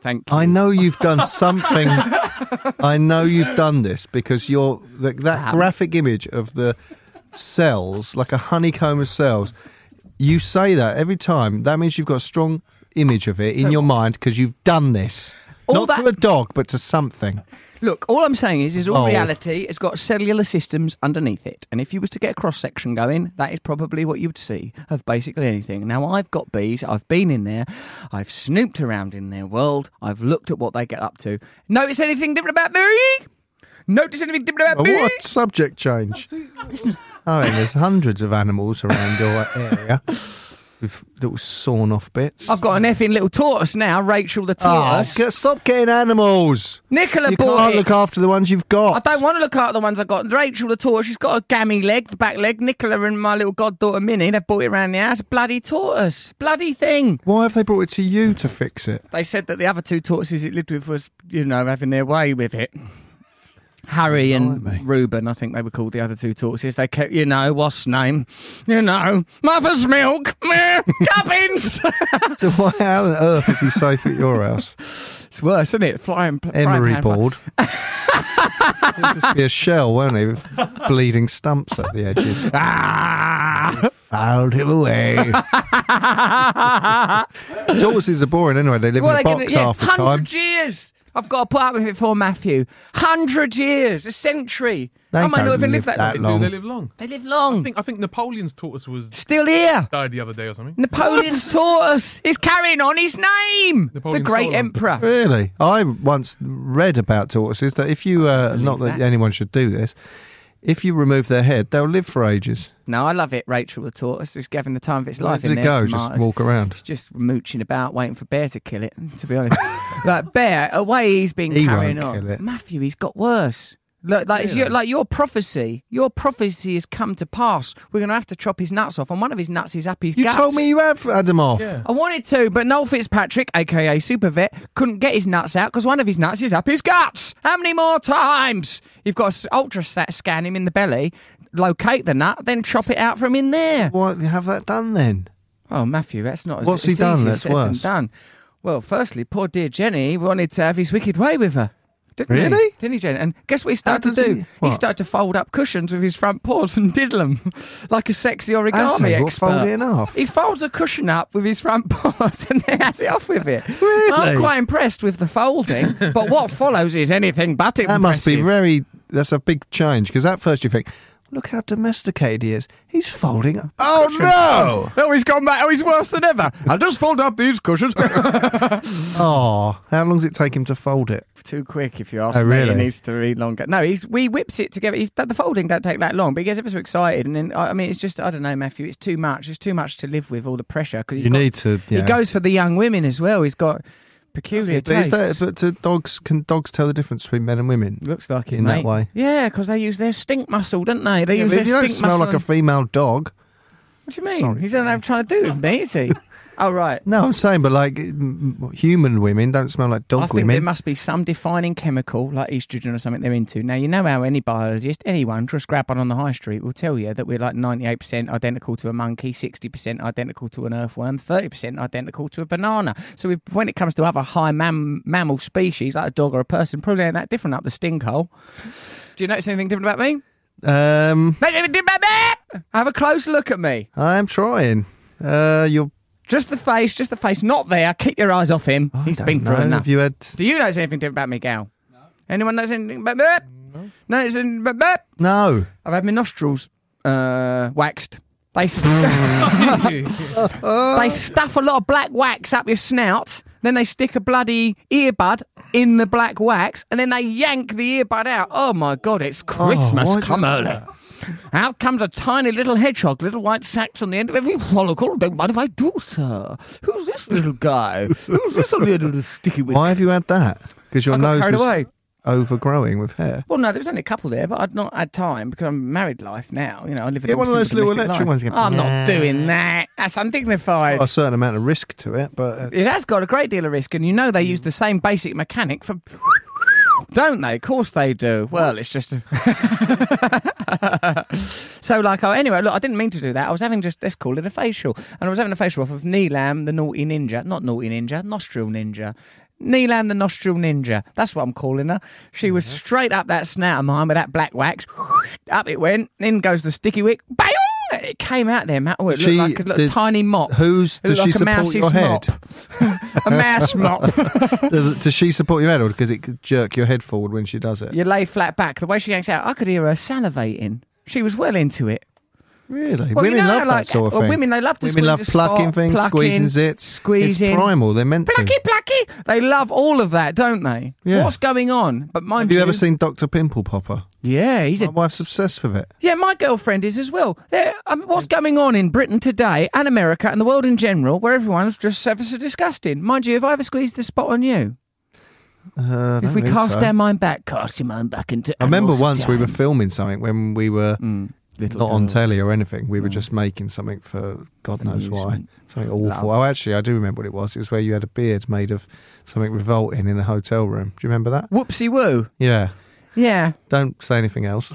S3: Thank you.
S4: I know you've done something. I know you've done this because you're that, that graphic image of the cells, like a honeycomb of cells. You say that every time. That means you've got a strong image of it in your mind because you've done this.
S3: All
S4: Not to
S3: that-
S4: a dog, but to something.
S3: Look, all I'm saying is, is all
S4: Oh.
S3: reality has got cellular systems underneath it, and if you was to get a cross section going, that is probably what you'd see of basically anything. Now, I've got bees. I've been in there. I've snooped around in their world. I've looked at what they get up to. Notice anything different about me? Notice anything different about
S4: But
S3: me?
S4: what a subject change! I mean, there's hundreds of animals around your area. with little sawn off bits.
S11: I've got an effing little tortoise now, Rachel the
S4: Oh,
S11: tortoise.
S4: get, stop getting animals.
S11: Nicola
S4: you
S11: bought
S4: can't
S11: it.
S4: look after the ones you've got.
S11: I don't want to look at the ones I got. Rachel the tortoise, she's got a gammy leg, the back leg. Nicola and my little goddaughter Minnie, they've bought it around the house. Bloody tortoise, bloody thing.
S4: Why have they brought it to you to fix it?
S11: They said that the other two tortoises it lived with was, you know, having their way with it. Harry and Reuben, I think they were called the other two tortoises. They kept, you know, what's name? You know, mother's milk, meh, gubbins.
S4: So why how on earth is he safe at your house?
S11: it's worse, isn't it? Flying, pl- frying
S4: Emery
S11: pan fly-
S4: board. It'll just be a shell, won't it? With bleeding stumps at the edges.
S3: Ah!
S4: Fouled him away. Tortoises are boring anyway. They live
S11: Well,
S4: in a
S11: they
S4: box
S11: get, yeah,
S4: half the time.
S11: hundred years. I've got to put up with it for Matthew. Hundred years, a century.
S4: They
S11: I might not
S4: don't
S11: even live
S4: live
S11: that,
S4: that
S11: long.
S5: Do
S4: Long.
S5: they live long?
S11: They live long.
S5: I think I think Napoleon's tortoise was
S11: Still here.
S5: died the other day or something.
S11: Napoleon's tortoise is carrying on his name.
S5: Napoleon
S11: the great
S5: Solon.
S11: emperor.
S4: Really? I once read about tortoises that if you, uh, not that,
S11: that.
S4: anyone should do this, if you remove their head, they'll live for ages.
S11: No, I love it. Rachel the tortoise is giving the time of its
S4: Where
S11: life.
S4: does
S11: in
S4: it
S11: there
S4: go? Just
S11: tomatoes.
S4: walk around.
S11: It's just mooching about, waiting for Bear to kill it. To be honest, like Bear, away he's been
S4: He
S11: carrying
S4: won't
S11: on.
S4: kill it.
S11: Matthew, he's got worse. Look, like, it's your, like your prophecy, your prophecy has come to pass. We're going to have to chop his nuts off, and one of his nuts is up his
S4: You
S11: guts.
S4: told me you had had them off.
S11: I wanted to, but Noel Fitzpatrick, aka Super Vet, couldn't get his nuts out because one of his nuts is up his guts. How many more times? You've got to ultra scan him in the belly, locate the nut, then chop it out from in there.
S4: Why have that done then?
S11: Oh, Matthew, that's not. As,
S4: What's
S11: it's
S4: he done
S11: easier
S4: that's
S11: said than
S4: worse?
S11: Done. Well, firstly, poor dear Jenny wanted to have his wicked way with her. Didn't
S4: Really?
S11: He? Didn't he, Jenny? And guess what he started
S4: does
S11: to do?
S4: he- what?
S11: started to fold up cushions with his front paws and diddle them like a sexy origami
S4: Has he? What,
S11: expert.
S4: fold it in half?
S11: He folds a cushion up with his front paws and then has it off with it.
S4: Really?
S11: I'm quite impressed with the folding, but what follows is anything but impressive.
S4: That must be very. That's a big change because at first you think, look how domesticated he is. He's folding up. Oh no!
S11: Oh, he's gone back. Oh, he's worse than ever. I'll just fold up these cushions.
S4: Oh, how long does it take him to fold it?
S11: too quick if you ask
S4: Oh,
S11: me.
S4: really?
S11: He needs to read longer. No, he's we whips it together. He, the folding don't take that long, but he gets ever so excited, and then I I mean, it's just I don't know, Matthew. It's too much. It's too much to live with all the pressure. Cause he's
S4: You
S11: got-
S4: need to, yeah.
S11: He goes for the young women as well. He's got peculiar
S4: But, is
S11: tastes.
S4: that, but do dogs can dogs tell the difference between men and women?
S11: Looks like it
S4: in that
S11: mate.
S4: way.
S11: Yeah, because they use their stink muscle, don't they? They
S4: Yeah,
S11: use
S4: but
S11: their
S4: if you
S11: stink
S4: don't smell
S11: muscle.
S4: like a
S11: and-
S4: female dog.
S11: what do you mean?
S4: Sorry.
S11: He doesn't have trying to do with me, is he? oh right.
S4: No, I'm saying, but like m- m- human women don't smell like dog
S11: I think there
S4: women.
S11: must be some defining chemical, like estrogen or something, they're into. Now, you know how any biologist, anyone, just grab one on the high street will tell you that we're like 98% identical to a monkey, 60% identical to an earthworm, 30% identical to a banana. So we've, when it comes to other high mam- mammal species, like a dog or a person, probably ain't that different up the stinkhole. Do you notice anything different about me?
S4: Um,
S11: Have a close look at me.
S4: I'm trying. Uh, you're.
S11: Just the face, just the face, not there. Keep your eyes off him.
S4: I
S11: He's
S4: don't
S11: been
S4: know.
S11: through enough.
S4: Have you had?
S11: Do you notice anything different about me, Gal? Anyone knows anything about me? No. Notice anything about me?
S4: No.
S11: I've had my nostrils uh, waxed. They, s- they stuff a lot of black wax up your snout. Then they stick a bloody earbud in the black wax, and then they yank the earbud out. Oh my God! It's Christmas.
S4: why do
S11: Come
S4: they
S11: early. Out comes a tiny little hedgehog, little white sacks on the end of every follicle. Don't mind if I do, sir. Who's this little guy? Who's this little sticky wig?
S4: Why have you had that? Because your
S11: I got
S4: nose
S11: carried
S4: was
S11: away.
S4: overgrowing with hair.
S11: Well, no, there was only a couple there, but I'd not had time because I'm married life now. You know, I live a
S4: Get one of those
S11: domestic-
S4: little electric
S11: domestic life.
S4: ones again.
S11: I'm not doing that. That's undignified.
S4: a certain amount of risk to it, but uh,
S11: It has got a great deal of risk, and you know they use the same basic mechanic for. Don't they? Of course they do. Well, it's just. a- so, like, oh, anyway, look, I didn't mean to do that. I was having just, let's call it a facial. And I was having a facial off of Neelam, the naughty ninja. Not naughty ninja, nostril ninja. Neelam, the nostril ninja. That's what I'm calling her. She was straight up that snout of mine with that black wax. up it went. In goes the sticky wick. Bang! It came out there, Matt. Oh, it
S4: She-
S11: looked like a little
S4: did-
S11: tiny mop.
S4: who's-
S11: It looked
S4: does she
S11: like a
S4: support
S11: mouse's
S4: your head?
S11: mop a mouse mop.
S4: does, does she support your head or because it could jerk your head forward when she does it?
S11: you lay flat back. The way she yanks out, I could hear her salivating. She was well into it.
S4: Really?
S11: Well, you
S4: women
S11: know,
S4: love
S11: like,
S4: that sort of
S11: well,
S4: thing.
S11: women, they love to
S4: Women
S11: squeeze
S4: love
S11: a spot,
S4: plucking things,
S11: plucking,
S4: squeezing zits.
S11: squeezing.
S4: It's primal. They're meant to.
S11: Plucky, plucky. They love all of that, don't they?
S4: Yeah.
S11: What's going on? But mind
S4: Have you ever seen Dr. Pimple Popper?
S11: Yeah, he's
S4: My
S11: a
S4: wife's obsessed with it.
S11: yeah. My girlfriend is as well. There, I mean, what's going on in Britain today and America and the world in general, where everyone's just ever so disgusting? Mind you, have I ever squeezed the spot on you?
S4: Uh, I
S11: If
S4: don't
S11: we
S4: think
S11: cast
S4: so.
S11: our mind back, cast your mind back into.
S4: I remember
S11: annals of
S4: once we were
S11: time.
S4: filming something when we were
S11: Mm, little
S4: not on
S11: girls.
S4: telly or anything. We were just making something for God knows why.
S11: Amusement.
S4: Something awful.
S11: Love.
S4: Oh, actually, I do remember what it was. It was where you had a beard made of something revolting in a hotel room. Do you remember that?
S11: Whoopsie woo.
S4: Yeah.
S11: Yeah.
S4: Don't say anything else.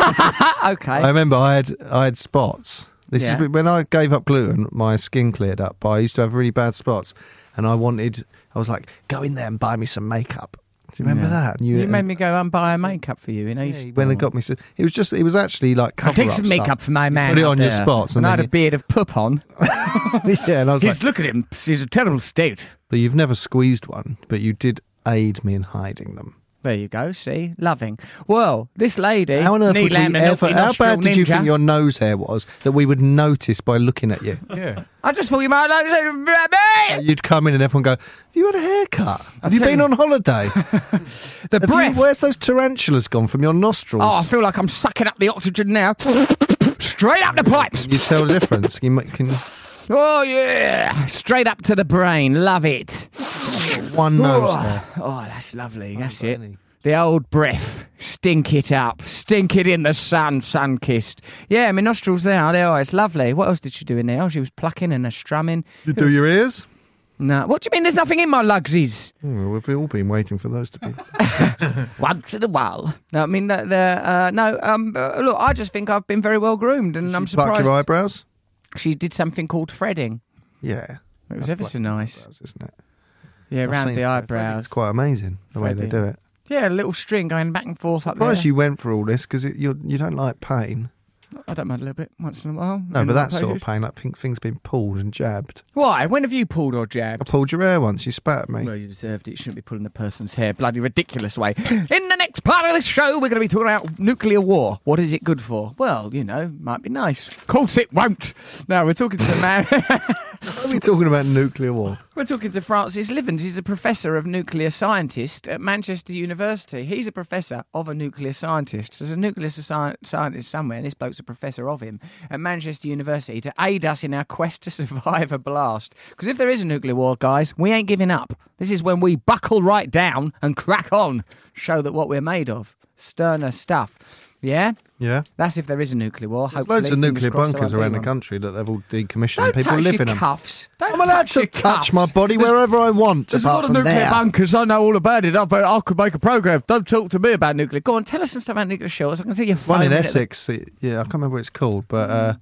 S11: Ah, okay.
S4: I remember I had I had spots. This
S11: Yeah.
S4: is when I gave up gluten, my skin cleared up. But I used to have really bad spots, and I wanted. I was like, go in there and buy me some makeup. Do you remember
S11: Yeah.
S4: that? And
S11: you made me go and buy a makeup for you. You know, you
S4: Yeah,
S11: s-
S4: he went and got me some. It was just. It was actually like
S11: I
S4: cover
S11: take some
S4: up
S11: makeup
S4: stuff.
S11: for my man.
S4: Put it
S11: out
S4: on your
S11: there.
S4: spots, and,
S11: And I had a
S4: then
S11: beard of poop on.
S4: you, yeah. And I was like,
S3: Just look at him. He's a terrible state.
S4: but you've never squeezed one, but you did aid me in hiding them.
S11: There you go. See, loving. Well, this lady.
S4: How on earth
S11: Eh? Neil
S4: would we
S11: Lamb, the
S4: ever?
S11: Milky
S4: How
S11: Nostril
S4: bad did you
S11: Ninja.
S4: think your nose hair was that we would notice by looking at you?
S5: Yeah.
S11: I just thought you might like to say, "Baby!"
S4: You'd come in and everyone go, "Have you had a haircut? Have
S11: I'll
S4: you
S11: tell
S4: been
S11: you-
S4: on holiday?
S11: the
S4: Have you-
S11: breath.
S4: where's those tarantulas gone from your nostrils?
S11: oh, I feel like I'm sucking up the oxygen now. Straight up the pipes.
S4: you tell the difference. You might, can
S11: Oh yeah. Straight up to the brain. Love it.
S4: one nose
S11: Oh,
S4: hair.
S11: oh, that's lovely. That's it.
S4: any.
S11: The old breath. Stink it up. Stink it in the sun, sun kissed. Yeah, my nostrils there. They are. It's lovely. What else did she do in there? Oh, she was plucking and a strumming.
S4: You do your ears.
S11: No. What do you mean there's nothing in my lugsies?
S4: Hmm, we've all been waiting for those to be.
S11: Once in a while. No, I mean, the, the, uh, no, um, uh, look, I just think I've been very well groomed and I'm
S4: You pluck
S11: surprised.
S4: your eyebrows.
S11: She did something called threading.
S4: Yeah,
S11: It was
S4: That's
S11: ever so nice.
S4: eyebrows, isn't it?
S11: Yeah,
S4: I've
S11: round
S4: seen
S11: the
S4: Freddy.
S11: eyebrows.
S4: It's quite amazing the way they
S11: Freddy.
S4: do it.
S11: Yeah, a little string going back and forth up there.
S4: Surprised you went for all this because you you don't like pain.
S11: I don't mind a little bit once in a while.
S4: No,
S11: in
S4: but
S11: other
S4: that sort of
S11: places.
S4: pain, like pink things being pulled and jabbed.
S11: Why? When have you pulled or
S4: I
S11: jabbed?
S4: pulled your hair once. You spat at me.
S11: Well, you deserved it. You shouldn't be pulling a person's hair bloody ridiculous way. In the next part of the show, we're going to be talking about nuclear war. What is it good for? Well, you know, might be nice. Of course it won't. No, we're talking to a man.
S4: What are we talking about nuclear war?
S11: We're talking to Francis Livens. He's a professor of nuclear scientist at Manchester University. He's a professor of a nuclear scientist. So there's a nuclear sci- scientist somewhere, and this bloke's a professor of him at Manchester University to aid us in our quest to survive a blast. Because if there is a nuclear war, guys, we ain't giving up. This is when we buckle right down and crack on, show that what we're made of. Sterner stuff. Yeah?
S4: Yeah.
S11: That's if there is a nuclear war.
S4: There's
S11: Hopefully,
S4: loads of
S11: fingers
S4: nuclear
S11: crossed there
S4: bunkers
S11: won't be
S4: around the
S11: one.
S4: country that they've all decommissioned.
S11: Don't
S4: People
S11: touch
S4: live
S11: your
S4: in them.
S11: cuffs. Don't
S4: I'm allowed
S11: touch your
S4: to touch my
S11: cuffs.
S4: body
S11: There's-
S4: wherever I want.
S11: There's
S4: apart
S11: a lot of
S4: from
S11: nuclear
S4: there.
S11: bunkers. I know all about it. I, I could make a program. Don't talk to me about nuclear. Go on, tell us some stuff about nuclear shells. I can see your phone. Mm.
S4: One in Essex. it- yeah, I can't remember what it's called, but uh,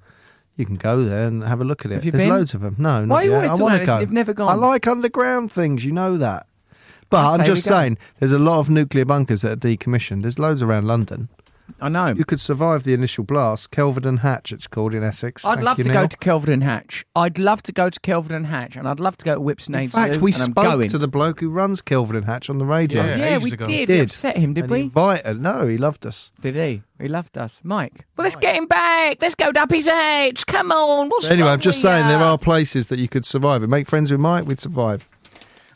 S4: you can go there and have a look at it.
S11: Have you
S4: There's
S11: been?
S4: loads of them. No, not
S11: are you
S4: yet.
S11: always
S4: I
S11: talking
S4: want
S11: about
S4: to
S11: this?
S4: go.
S11: You've never gone.
S4: I like underground things. You know that. But
S11: I
S4: I'm
S11: say
S4: just
S11: we go.
S4: saying, there's a lot of nuclear bunkers that are decommissioned. There's loads around London.
S11: I know.
S4: You could survive the initial blast. Kelvedon Hatch, it's called in Essex.
S11: I'd
S4: Thank
S11: love
S4: you,
S11: to
S4: Neil.
S11: go to Kelvedon Hatch. I'd love to go to Kelvedon Hatch, and I'd love to go to Whipsnade
S4: In fact,
S11: Zoo,
S4: we
S11: and I'm
S4: spoke
S11: going.
S4: to the bloke who runs Kelvedon Hatch on the radio.
S5: Yeah,
S11: yeah,
S5: ages
S11: we
S5: ago.
S11: did. We
S4: Did.
S11: upset him, did
S4: And
S11: we?
S4: He invited. No, he loved us.
S11: Did he? He loved us, Mike. Well, let's get him back. Let's go to his Hatch. Come on. What's
S4: anyway,
S11: wrong
S4: I'm just
S11: with
S4: saying
S11: ya?
S4: there are places that you could survive. And make friends with Mike, we'd survive.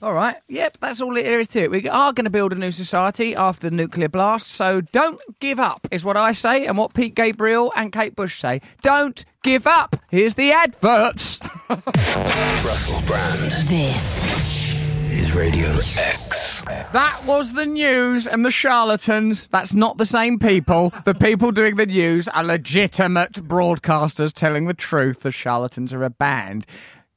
S11: All right. Yep, that's all there is to it. We are going to build a new society after the nuclear blast, so don't give up, is what I say, and what Pete Gabriel and Kate Bush say. Don't give up. Here's the adverts.
S2: Russell Brand
S1: This
S2: is Radio X.
S11: That was the news and the charlatans. That's not the same people. The people doing the news are legitimate broadcasters telling the truth. The charlatans are a band.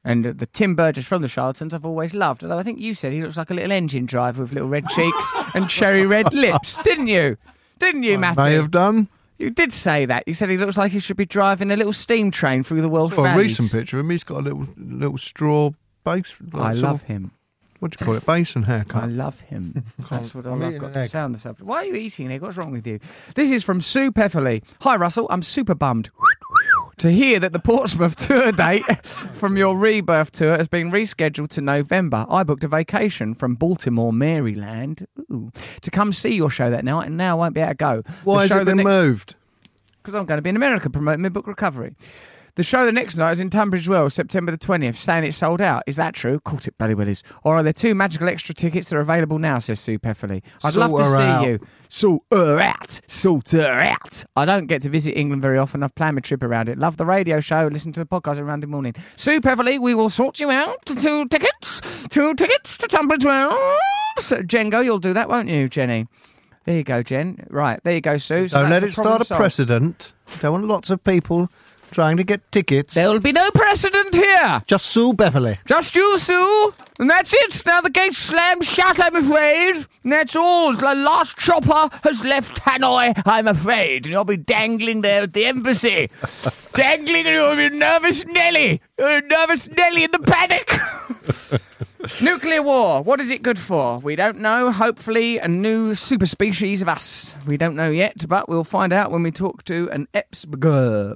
S11: And the Tim Burgess from the Charlatans I've always loved. Although I think you said he looks like a little engine driver with little red cheeks and cherry red lips, didn't you? Didn't you, Matthew?
S4: May have done.
S11: You did say that. You said he looks like he should be driving a little steam train through the Welsh
S4: Saw Oh, a
S11: valleys.
S4: recent picture of him. He's got a little little straw base. like
S11: I
S4: sort of-
S11: love him.
S4: What do you call it? Basin haircut.
S11: I love him. That's what I
S4: I'm
S11: love.
S4: eating
S11: Got
S4: an
S11: to
S4: egg.
S11: sound this up. Why are you eating an egg? What's wrong with you? This is from Sue Pefferly. Hi, Russell. I'm super bummed to hear that the Portsmouth tour date from your rebirth tour has been rescheduled to November. I booked a vacation from Baltimore, Maryland, ooh, to come see your show that night, and now I won't be able to go.
S4: Why has it been moved?
S11: because I'm going to be in America promoting my book Recovery. The show the next night is in Tunbridge Wells, September the 20th, saying it's sold out. Is that true? Of course it bloody well is. Or are there two magical extra tickets that are available now, says Sue Pefferly. I'd
S4: Sort
S11: love to
S4: her
S11: see
S4: out.
S11: you. Sort her out. Sort her out. I don't get to visit England very often. I've planned my trip around it. Love the radio show. Listen to the podcast around the morning. Sue Pefferly, we will sort you out. Two tickets. Two tickets to Tunbridge Wells. Jengo, you'll do that, won't you, Jenny? There you go, Jen. Right, there you go, Sue. So
S4: Don't let
S11: that's the
S4: it
S11: problem
S4: start a
S11: solved.
S4: precedent. Don't want lots of people trying to get tickets.
S11: There'll be no precedent here.
S4: Just sue Beverly.
S11: Just you, Sue. And that's it. Now the gates slam shut, I'm afraid. And that's all. The last chopper has left Hanoi, I'm afraid. And you'll be dangling there at the embassy. dangling, and you'll be nervous Nelly. You're a nervous Nelly in the paddock. Nuclear war. What is it good for? We don't know. Hopefully, a new super species of us. We don't know yet, but we'll find out when we talk to an Epsberg.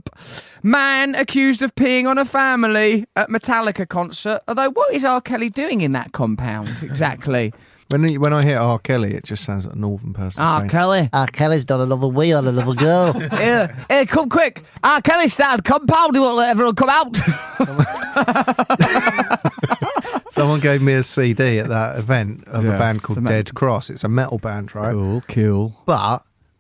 S11: Man accused of peeing on a family at Metallica concert. Although, what is R. Kelly doing in that compound exactly?
S4: When you- when I hear R. Kelly, it just sounds like a northern person.
S11: R.
S4: saying,
S11: Kelly.
S4: R. Kelly's done another wee on another girl.
S11: Yeah, yeah, come quick. R. Kelly started compound. He won't let everyone come out.
S4: Someone gave me a CD at that event of
S11: Yeah.
S4: a band called
S11: The ma-
S4: Dead Cross. It's a metal band, right?
S11: Cool, cool.
S4: But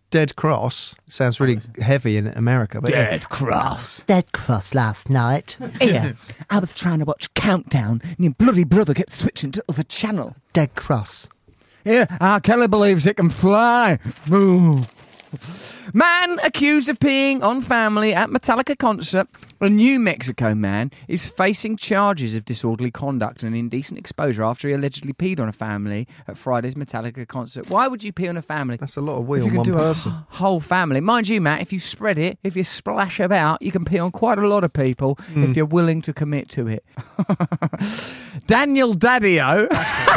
S4: Dead Cross sounds really heavy in America. But yeah.
S11: Dead cross.
S12: Dead Cross last night.
S11: Yeah, I was trying to watch Countdown, and your bloody brother kept switching to other channel.
S12: Dead Cross.
S11: Yeah, R. Kelly believes it can fly. Ooh. Man accused of peeing on family at Metallica concert. A New Mexico man is facing charges of disorderly conduct and indecent exposure after he allegedly peed on a family at Friday's Metallica concert. Why would you pee on a family?
S4: That's a lot of wee
S11: If
S4: on one
S11: do
S4: person.
S11: A whole family. Mind you, Matt, if you spread it, if you splash about, you can pee on quite a lot of people
S4: Hmm.
S11: if you're willing to commit to it. Daniel Daddio.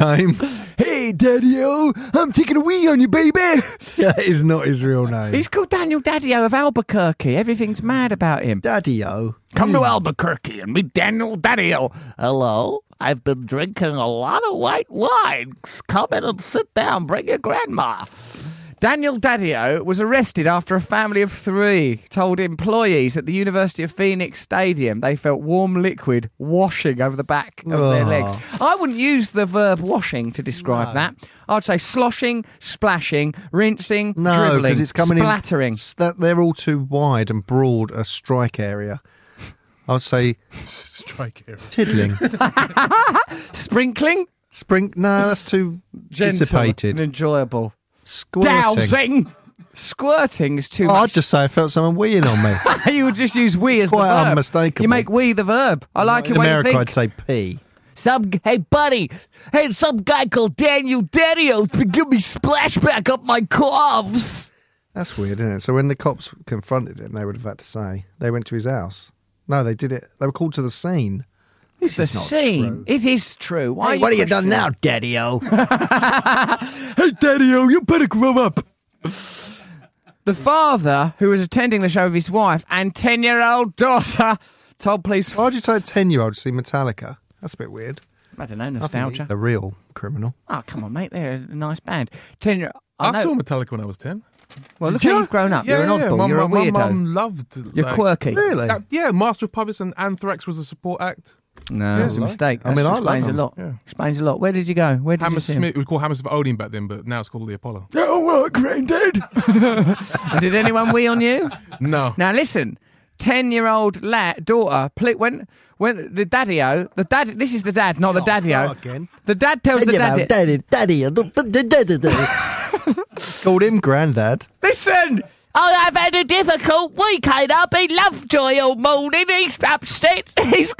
S4: name.
S11: hey, Daddio, I'm taking a wee on you, baby.
S4: that is not his real name.
S11: He's called Daniel Daddio of Albuquerque. Everything's mad about him.
S4: Daddy O.
S3: Come
S11: Hmm.
S3: to Albuquerque and meet Daniel Daddio. Hello. I've been drinking a lot of white wine. Come in and sit down. Bring your grandma.
S11: Daniel Daddio was arrested after a family of three told employees at the University of Phoenix Stadium they felt warm liquid washing over the back of their
S4: Oh.
S11: legs. I wouldn't use the verb washing to describe that. I'd say sloshing, splashing, rinsing,
S4: No,
S11: dribbling,
S4: because it's coming in.
S11: splattering.
S4: s- That they're all too wide and broad a strike area. I would say
S5: Strike area.
S4: tiddling.
S11: Sprinkling?
S4: Spring. No, that's too
S11: Gentle and
S4: dissipated.
S11: enjoyable.
S4: Squirting.
S11: Dousing! Squirting is too
S4: Oh, I'd
S11: much.
S4: just say I felt someone weeing on me.
S11: you would just use we as
S4: quite
S11: the verb.
S4: unmistakable.
S11: You make we the verb. I like
S4: in
S11: your way
S4: America,
S11: you think.
S4: I'd say pee.
S11: Some hey buddy, hey some guy called Daniel Daddio give me splashback up my calves.
S4: That's weird, isn't it? So when the cops confronted him, they would have had to say they went to his house. No, they did it. They were called to the scene. This
S11: The
S4: is not
S11: scene.
S4: true.
S11: It is true. Why
S12: Hey, what have you
S11: questioning-
S12: done now, Daddy O?
S11: Hey Daddio, you better grow up. The father, who was attending the show with his wife and ten-year-old daughter, told police.
S4: Why'd you take a ten-year-old to see Metallica? That's a bit weird.
S11: I don't know
S4: I think he's
S11: nostalgia.
S4: The real criminal.
S11: Oh come on, mate, they're a nice band. Ten-year.
S5: I,
S11: I know.
S5: saw Metallica when I was 10.
S11: well, look how you've grown up. You're an oddball.
S5: My,
S11: You're a
S5: my-
S11: weirdo.
S5: My mum loved.
S11: You're
S5: like-
S11: quirky.
S4: Really?
S5: that- yeah, Master of Puppets and Anthrax was a support act.
S11: No, it was a
S4: like-
S11: mistake.
S4: I mean, I
S11: That
S4: love
S11: explains a
S4: them.
S11: lot. Explains a lot. Where did you go? Where did you see him?
S5: Hammersmith, we call Hammersmith Odeon back then, but now it's called the Apollo.
S11: That'll work, Grandad. did anyone wee on you?
S5: No.
S11: Now listen, ten-year-old lad, daughter pl- when when the daddy-o, the dad. This is the dad, not the daddy-o.
S4: fuck, Ian.
S11: The dad tells the daddy.
S12: Daddy, Daddy O.
S4: Called him granddad.
S11: listen. Oh, I've had a difficult weekend. I've been Lovejoy all morning. He's upset. He's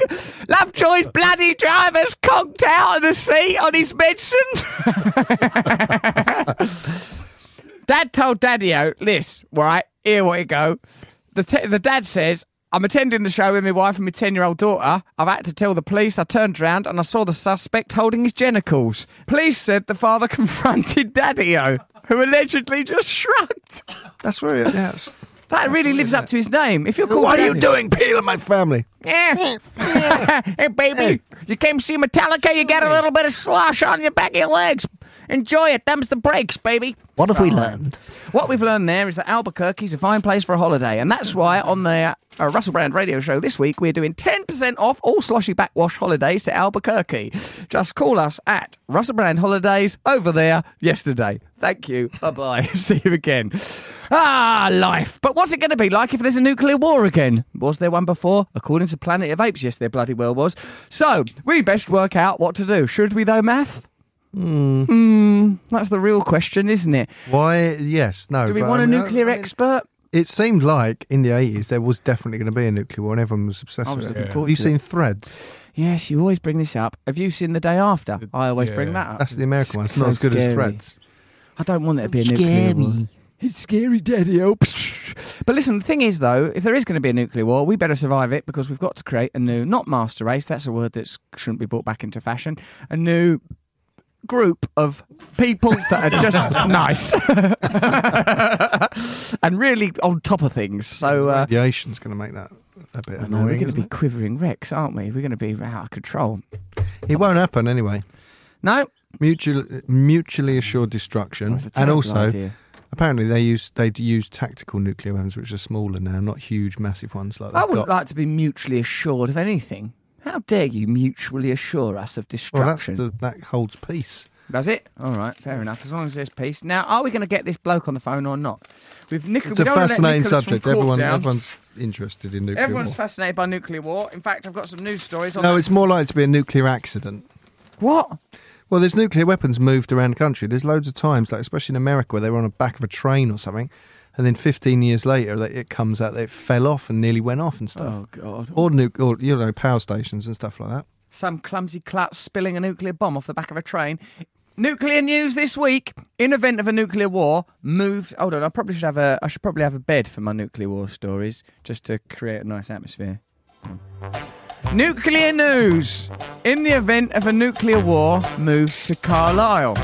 S11: Lovejoy's bloody driver's conked out of the seat on his medicine. Dad told Daddy-O this, right? Here we go. The, t- the dad says, I'm attending the show with my wife and my 10 year old daughter. I've had to tell the police. I turned around and I saw the suspect holding his genitals. Police said the father confronted Daddy-O, who allegedly just shrugged.
S4: That's where. It, yeah, it's-
S11: That really lives up to his name. If you're called
S4: what are you
S11: Daddy-
S4: doing, peeling my family?
S11: Yeah. hey, baby, you came to see Metallica, you got a little bit of slosh on your back of your legs. Enjoy it. Them's the breaks, baby.
S12: What have we learned?
S11: What we've learned there is that Albuquerque's a fine place for a holiday, and that's why on the uh, Russell Brand radio show this week, we're doing 10% off all sloshy backwash holidays to Albuquerque. Just call us at Russell Brand Holidays over there yesterday. Thank you. Bye bye. See you again. Ah, life. But what's it going to be like if there's a nuclear war again? Was there one before? According to Planet of Apes, yes, there bloody well was. So, we best work out what to do. Should we, though, math? Mm, that's the real question, isn't it?
S4: Why? Yes, no.
S11: Do we
S4: Oh, but,
S11: want
S4: I
S11: a
S4: mean, I-
S11: nuclear
S4: I mean,
S11: expert?
S4: It seemed like in the 80s there was definitely going to be a nuclear war and everyone was obsessed
S11: I was
S4: with
S11: looking
S4: it.
S11: forward
S4: Have you
S11: to
S4: seen
S11: it.
S4: Threads?
S11: Yes, you always bring this up. Have you seen The Day After? I always bring
S5: yeah.
S11: that up.
S4: That's the American one. It's
S11: so
S4: not as good as
S11: scary.
S4: Threads.
S11: I don't want there to be a nuclear war.
S12: Scary.
S11: It's scary, Daddy. Oh, but listen, the thing is, though, if there is going to be a nuclear war, we better survive it because we've got to create a new, not master race, that's a word that shouldn't be brought back into fashion, a new group of people that are just nice and really on top of things. So, uh,
S4: Radiation's going to make that a bit
S11: I know, we're
S4: annoying.
S11: going to
S4: isn't
S11: be quivering wrecks, aren't we? We're going to be out of control.
S4: it? it won't happen anyway.
S11: No,
S4: Mutual, mutually assured destruction,
S11: That's Oh, a
S4: and
S11: terrible
S4: also
S11: idea.
S4: apparently they use they do use tactical nuclear weapons, which are smaller now, not huge, massive ones like
S11: I
S4: they've
S11: wouldn't
S4: got.
S11: like to be mutually assured of anything. How dare you mutually assure us of
S4: Well, that's
S11: destruction?
S4: the, that holds peace.
S11: Does it? All right, fair enough. As long as there's peace. Now, are we going to get this bloke on the phone or not? We've Nic-
S4: It's
S11: we
S4: a
S11: don't wanna let
S4: fascinating
S11: Nicholas from
S4: subject.
S11: Cork
S4: Everyone,
S11: down.
S4: everyone's interested in nuclear
S11: Everyone's
S4: war.
S11: fascinated by nuclear war. In fact, I've got some news stories on.
S4: No,
S11: that.
S4: it's more likely to be a nuclear accident.
S11: what?
S4: Well, there's nuclear weapons moved around the country. There's loads of times, like especially in America, where they were on the back of a train or something, and then 15 years later, that it comes out that it fell off and nearly went off and stuff.
S11: Oh God!
S4: Or nu- or you know, power stations and stuff like that.
S11: Some clumsy clout spilling a nuclear bomb off the back of a train. Nuclear news this week. In event of a nuclear war, move. Hold on, I probably should have a. I should probably have a bed for my nuclear war stories, just to create a nice atmosphere. Nuclear news. In the event of a nuclear war, move to Carlisle.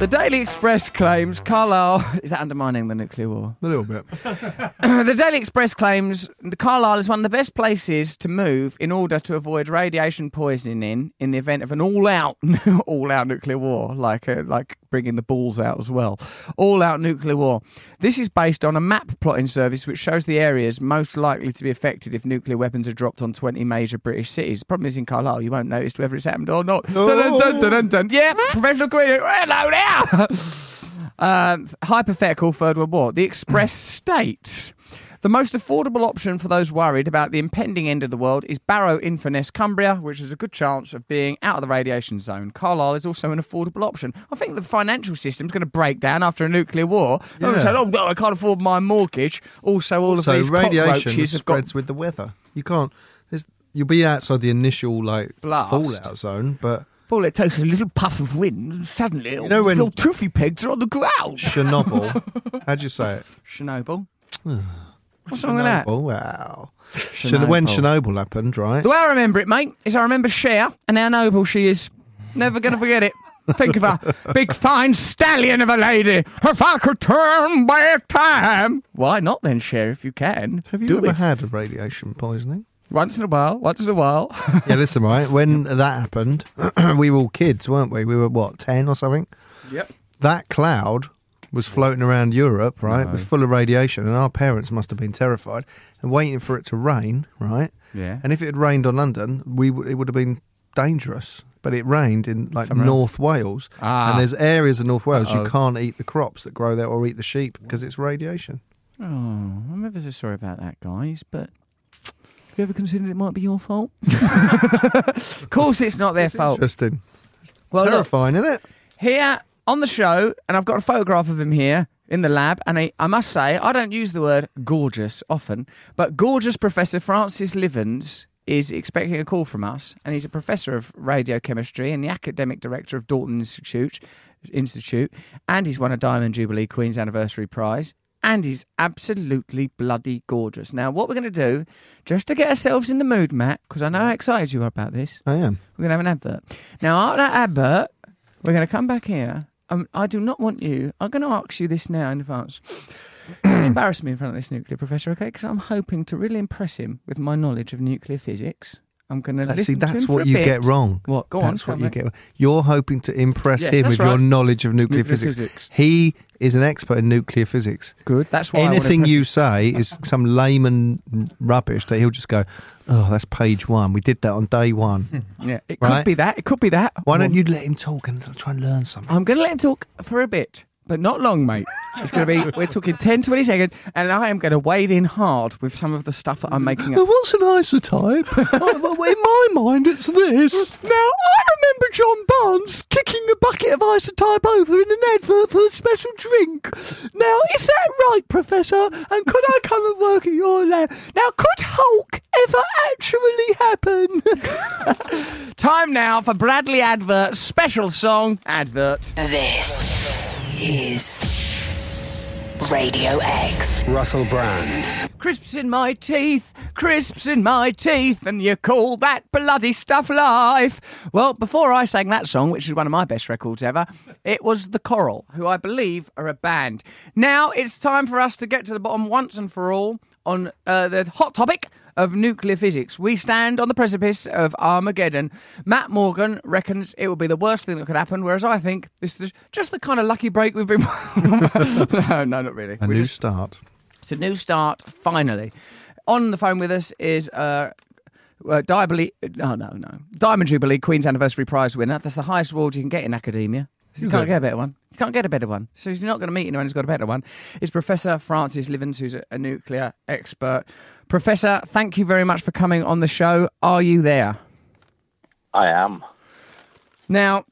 S11: The Daily Express claims Carlisle. Is that undermining the nuclear war?
S4: A little bit.
S11: the Daily Express claims the Carlisle is one of the best places to move in order to avoid radiation poisoning in the event of an all-out, all-out nuclear war, like uh, like bringing the balls out as well. All-out nuclear war. This is based on a map plotting service which shows the areas most likely to be affected if nuclear weapons are dropped on 20 major British cities. Problem is, in Carlisle, you won't notice whether it's happened or not. Dun, dun, dun, dun, dun. Yeah, professional comedian. Hello there. Um, hypothetical Third World War. The Express states the most affordable option for those worried about the impending end of the world is Barrow Inverness, Cumbria, which has a good chance of being out of the radiation zone. Carlisle is also an affordable option. I think the financial system's going to break down after a nuclear war. Yeah.
S4: Yeah.
S11: oh, well, I can't afford my mortgage. Also, all
S4: So
S11: of these
S4: radiation
S11: cockroaches have got
S4: spreads with the weather. You can't. There's, you'll be outside the initial like
S11: Blast.
S4: fallout zone, but
S11: All it takes is a little puff of wind, and suddenly all
S4: know when-
S11: your toothy pegs are on the ground.
S4: Chernobyl. how'd you say it?
S11: Chernobyl. What's wrong with Oh, that?
S4: Chernobyl. Wow. Chern- When Chernobyl happened, right?
S11: The way I remember it, mate, is I remember Cher and how noble she is. Never going to forget it. Think of her. Big fine stallion of a lady. If I could turn back time. Why not then, Cher, if you can?
S4: Have you
S11: Do
S4: ever
S11: it.
S4: had a radiation poisoning?
S11: Once in a while, once in a while.
S4: yeah, listen, right. When that happened, we were all kids, weren't we? We were what ten or something.
S11: yep.
S4: That cloud was floating around Europe, right? It was full of radiation, and our parents must have been terrified and waiting for it to rain, right?
S11: Yeah.
S4: And if it had rained on London, we w- it would have been dangerous. But it rained in like
S11: Somewhere
S4: North Wales,
S11: Ah.
S4: and there's areas in North Wales
S11: Uh-oh.
S4: you can't eat the crops that grow there or eat the sheep because it's radiation.
S11: Oh, I'm ever so sorry about that, guys, but. Have you ever considered it might be your fault? of course, it's not their fault.
S4: Interesting,
S11: Well, look,
S4: terrifying, isn't it?
S11: here on the show, and I've got a photograph of him here in the lab. And I, I must say, I don't use the word gorgeous often, but gorgeous Professor Francis Livens is expecting a call from us, and he's a professor of radiochemistry and the academic director of Dalton Institute, Institute, and he's won a Diamond Jubilee Queen's Anniversary Prize. And he's absolutely bloody gorgeous. Now, what we're going to do, just to get ourselves in the mood, Matt, because I know how excited you are about this,
S4: I am.
S11: we're going to have an advert. Now, after that advert, we're going to come back here. Um, I do not want you. I'm going to ask you this now in advance. Don't embarrass me in front of this nuclear professor, okay? Because I'm hoping to really impress him with my knowledge of nuclear physics I'm going to
S4: That- Uh, see,
S11: listen to
S4: that's
S11: him for
S4: what
S11: a
S4: you
S11: bit.
S4: get wrong.
S11: What? Go on,
S4: that's
S11: tell
S4: what you
S11: me.
S4: get. You're hoping to impress
S11: Yes,
S4: him
S11: that's
S4: with your
S11: right.
S4: knowledge of nuclear,
S11: Nuclear
S4: physics.
S11: physics.
S4: He is an expert in nuclear physics.
S11: Good. That's why I wanna
S4: Anything
S11: press
S4: you
S11: it.
S4: say is some layman rubbish that he'll just go, "Oh, that's page one. We did that on day one."
S11: Yeah, it could
S4: Right.
S11: be that. It could be that.
S4: Why don't you let him talk and try and learn something?
S11: I'm going to let him talk for a bit, but not long, mate. It's going to be, we're talking 10, 20 seconds, and I am going to wade in hard with some of the stuff that I'm making
S4: "Oh,
S11: up.
S4: what's an isotope? Oh, well, in my mind, it's this.
S11: Now, I remember John Barnes kicking a bucket of isotype over in an advert for a special drink. Now, is that right, Professor? And could I come and work at your lab? Now, could Hulk ever actually happen? Time now for Bradley Advert's special song, Advert.
S1: This is Radio X.
S2: Russell Brand.
S11: Crisps in my teeth, crisps in my teeth, and you call that bloody stuff life. Well, before I sang that song, which is one of my best records ever, it was The Coral, who I believe are a band. Now it's time for us to get to the bottom once and for all on uh, the hot topic of nuclear physics. We stand on the precipice of Armageddon. Matt Morgan reckons it will be the worst thing that could happen, whereas I think this is just the kind of lucky break we've been. no, no, not really.
S4: A
S11: We're
S4: new
S11: just-
S4: start.
S11: it's a new start, finally. On the phone with us is uh, uh, Diaboli- oh, no, no. Diamond Jubilee Queen's Anniversary Prize winner. That's the highest award you can get in academia. You can't get a better one. You can't get a better one. So you're not going to meet anyone who's got a better one. It's Professor Francis Livens, who's a, a nuclear expert. Professor, thank you very much for coming on the show. Are you there?
S13: I am.
S11: Now,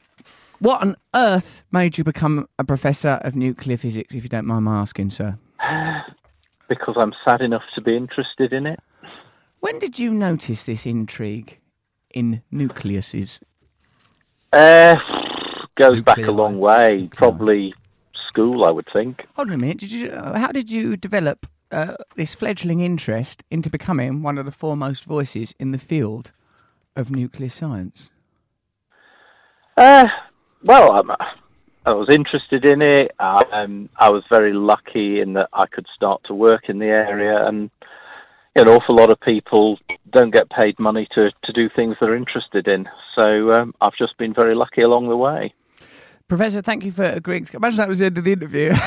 S11: what on earth made you become a professor of nuclear physics, if you don't mind my asking, sir?
S13: Because I'm sad enough to be interested in it.
S11: When did you notice this intrigue in nucleuses?
S13: Uh, goes back a long way. Probably school, I would think.
S11: Hold on a minute. Did you? uh, How did you develop uh, this fledgling interest into becoming one of the foremost voices in the field of nuclear science?
S13: Uh, well, I'm, I was interested in it. I, um, I was very lucky in that I could start to work in the area, and an awful lot of people don't get paid money to, to do things they're interested in. So um, I've just been very lucky along the way.
S11: Professor, thank you for agreeing. to- Imagine that was the end of the interview.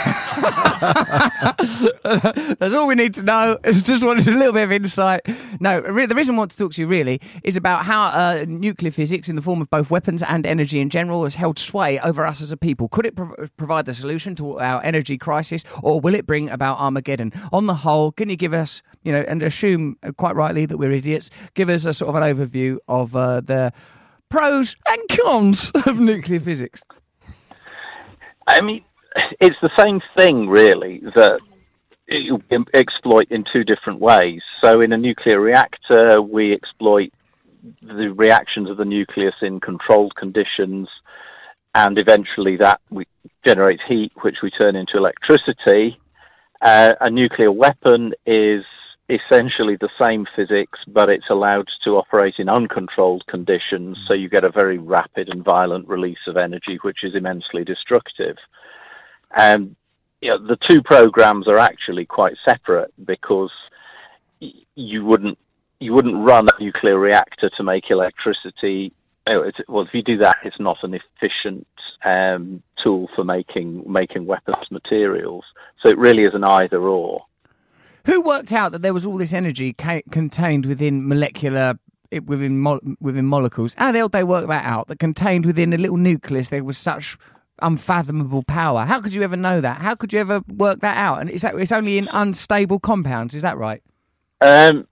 S11: That's all we need to know. It's just wanted a little bit of insight. No, re- the reason I want to talk to you really is about how uh, nuclear physics, in the form of both weapons and energy in general, has held sway over us as a people. Could it prov- provide the solution to our energy crisis, or will it bring about Armageddon? On the whole, can you give us, you know, and assume uh, quite rightly that we're idiots, give us a sort of an overview of uh, the pros and cons of nuclear physics?
S13: I mean, it's the same thing, really, that you em- exploit in two different ways. So, in a nuclear reactor, we exploit the reactions of the nucleus in controlled conditions, and eventually that we generates heat, which we turn into electricity. Uh, a nuclear weapon is essentially the same physics, but it's allowed to operate in uncontrolled conditions, so you get a very rapid and violent release of energy, which is immensely destructive. And you know, the two programs are actually quite separate because y- you wouldn't you wouldn't run a nuclear reactor to make electricity. Oh, it's, well, if you do that, it's not an efficient um, tool for making making weapons materials. So it really is an either or.
S11: Who worked out that there was all this energy ca- contained within molecular it, within mo- within molecules? How the hell did they work that out? That contained within a little nucleus there was such unfathomable power. How could you ever know that? How could you ever work that out? And it's it's only in unstable compounds. Is that right?
S13: Um,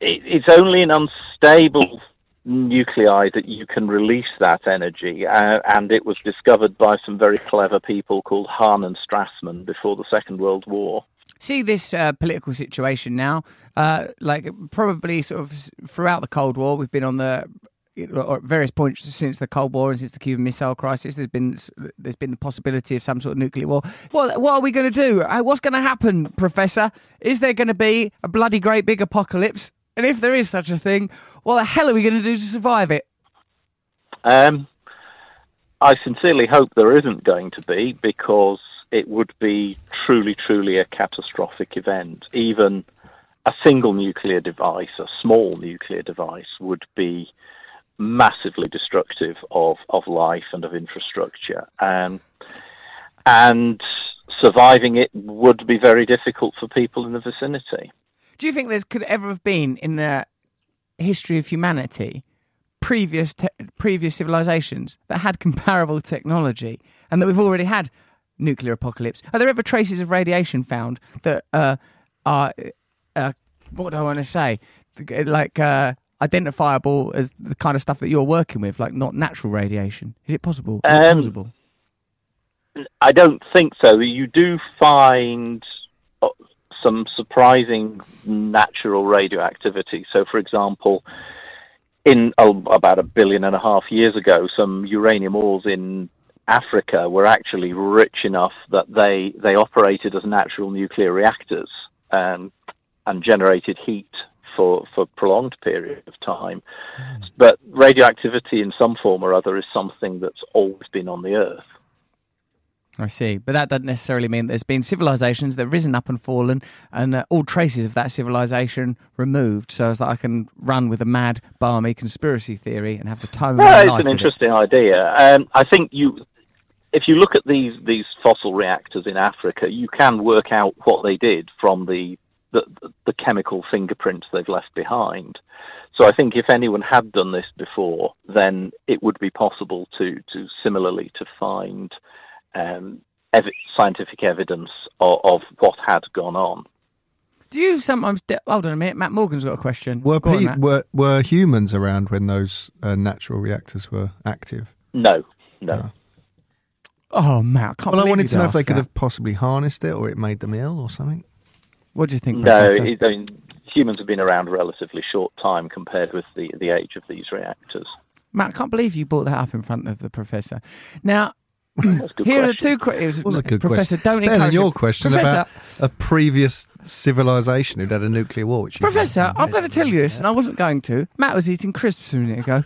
S13: it, it's only in unstable nuclei that you can release that energy, uh, and it was discovered by some very clever people called Hahn and Strassmann before the Second World War.
S11: see this uh, political situation now. Uh, like probably sort of s- throughout the Cold War, we've been on the or at various points since the Cold War and since the Cuban Missile Crisis. There's been s- there's been the possibility of some sort of nuclear war. What what are we going to do? Uh, What's going to happen, Professor? Is there going to be a bloody great big apocalypse? And if there is such a thing, what the hell are we going to do to survive it?
S13: Um, I sincerely hope there isn't going to be because it would be truly, truly a catastrophic event. Even a single nuclear device, a small nuclear device, would be massively destructive of, of life and of infrastructure. Um, and surviving it would be very difficult for people in the vicinity.
S11: Do you think there could ever have been in the history of humanity previous te- previous civilizations that had comparable technology and that we've already had nuclear apocalypse? Are there ever traces of radiation found that uh, are uh, what do I want to say like uh, identifiable as the kind of stuff that you're working with, like not natural radiation? Is it possible? Is it
S13: Um,
S11: plausible?
S13: I don't think so. You do find uh, some surprising natural radioactivity. So, for example, in uh, about a billion and a half years ago, some uranium ores in Africa were actually rich enough that they they operated as natural nuclear reactors um, and generated heat for for prolonged period of time. But radioactivity, in some form or other, is something that's always been on the Earth.
S11: I see, but that doesn't necessarily mean there's been civilizations that have risen up and fallen, and uh, all traces of that civilization removed, so as that I can run with a mad, balmy conspiracy theory and have the time of
S13: No,
S11: my
S13: it's
S11: life. with
S13: an
S11: it.
S13: interesting idea. Um, I think you, if you look at these these fossil reactors in Africa, you can work out what they did from the the, the chemical fingerprints they've left behind. So I think if anyone had done this before, then it would be possible to to similarly to find um, ev- scientific evidence of, of what had gone on.
S11: Do you sometimes? De- Hold on a minute, Matt Morgan's got a question.
S4: Were,
S11: Go on,
S4: pe-
S11: Matt.
S4: were were humans around when those uh, natural reactors were active?
S13: No, no.
S11: Oh, Matt, I can't
S4: well, I
S11: believe
S4: wanted
S11: you'd
S4: to know if they
S11: asked
S4: could
S11: that.
S4: have possibly harnessed it, or it made them ill, or something.
S11: What do you think?
S13: No,
S11: Professor?
S13: it, I mean, humans have been around a relatively short time compared with the, the age of these reactors.
S11: Matt, I can't believe you brought that up in front of the professor. Now,
S13: That's a good
S11: here are the
S13: question.
S11: two questions.
S4: It was a good
S11: professor,
S4: question.
S11: don't
S4: Ben,
S11: encourage
S4: and your
S11: it.
S4: question
S11: professor,
S4: about a previous civilization who'd had a nuclear war. Which you-
S11: Professor, I'm going to tell you this, and I wasn't going to. Matt was eating crisps a minute ago.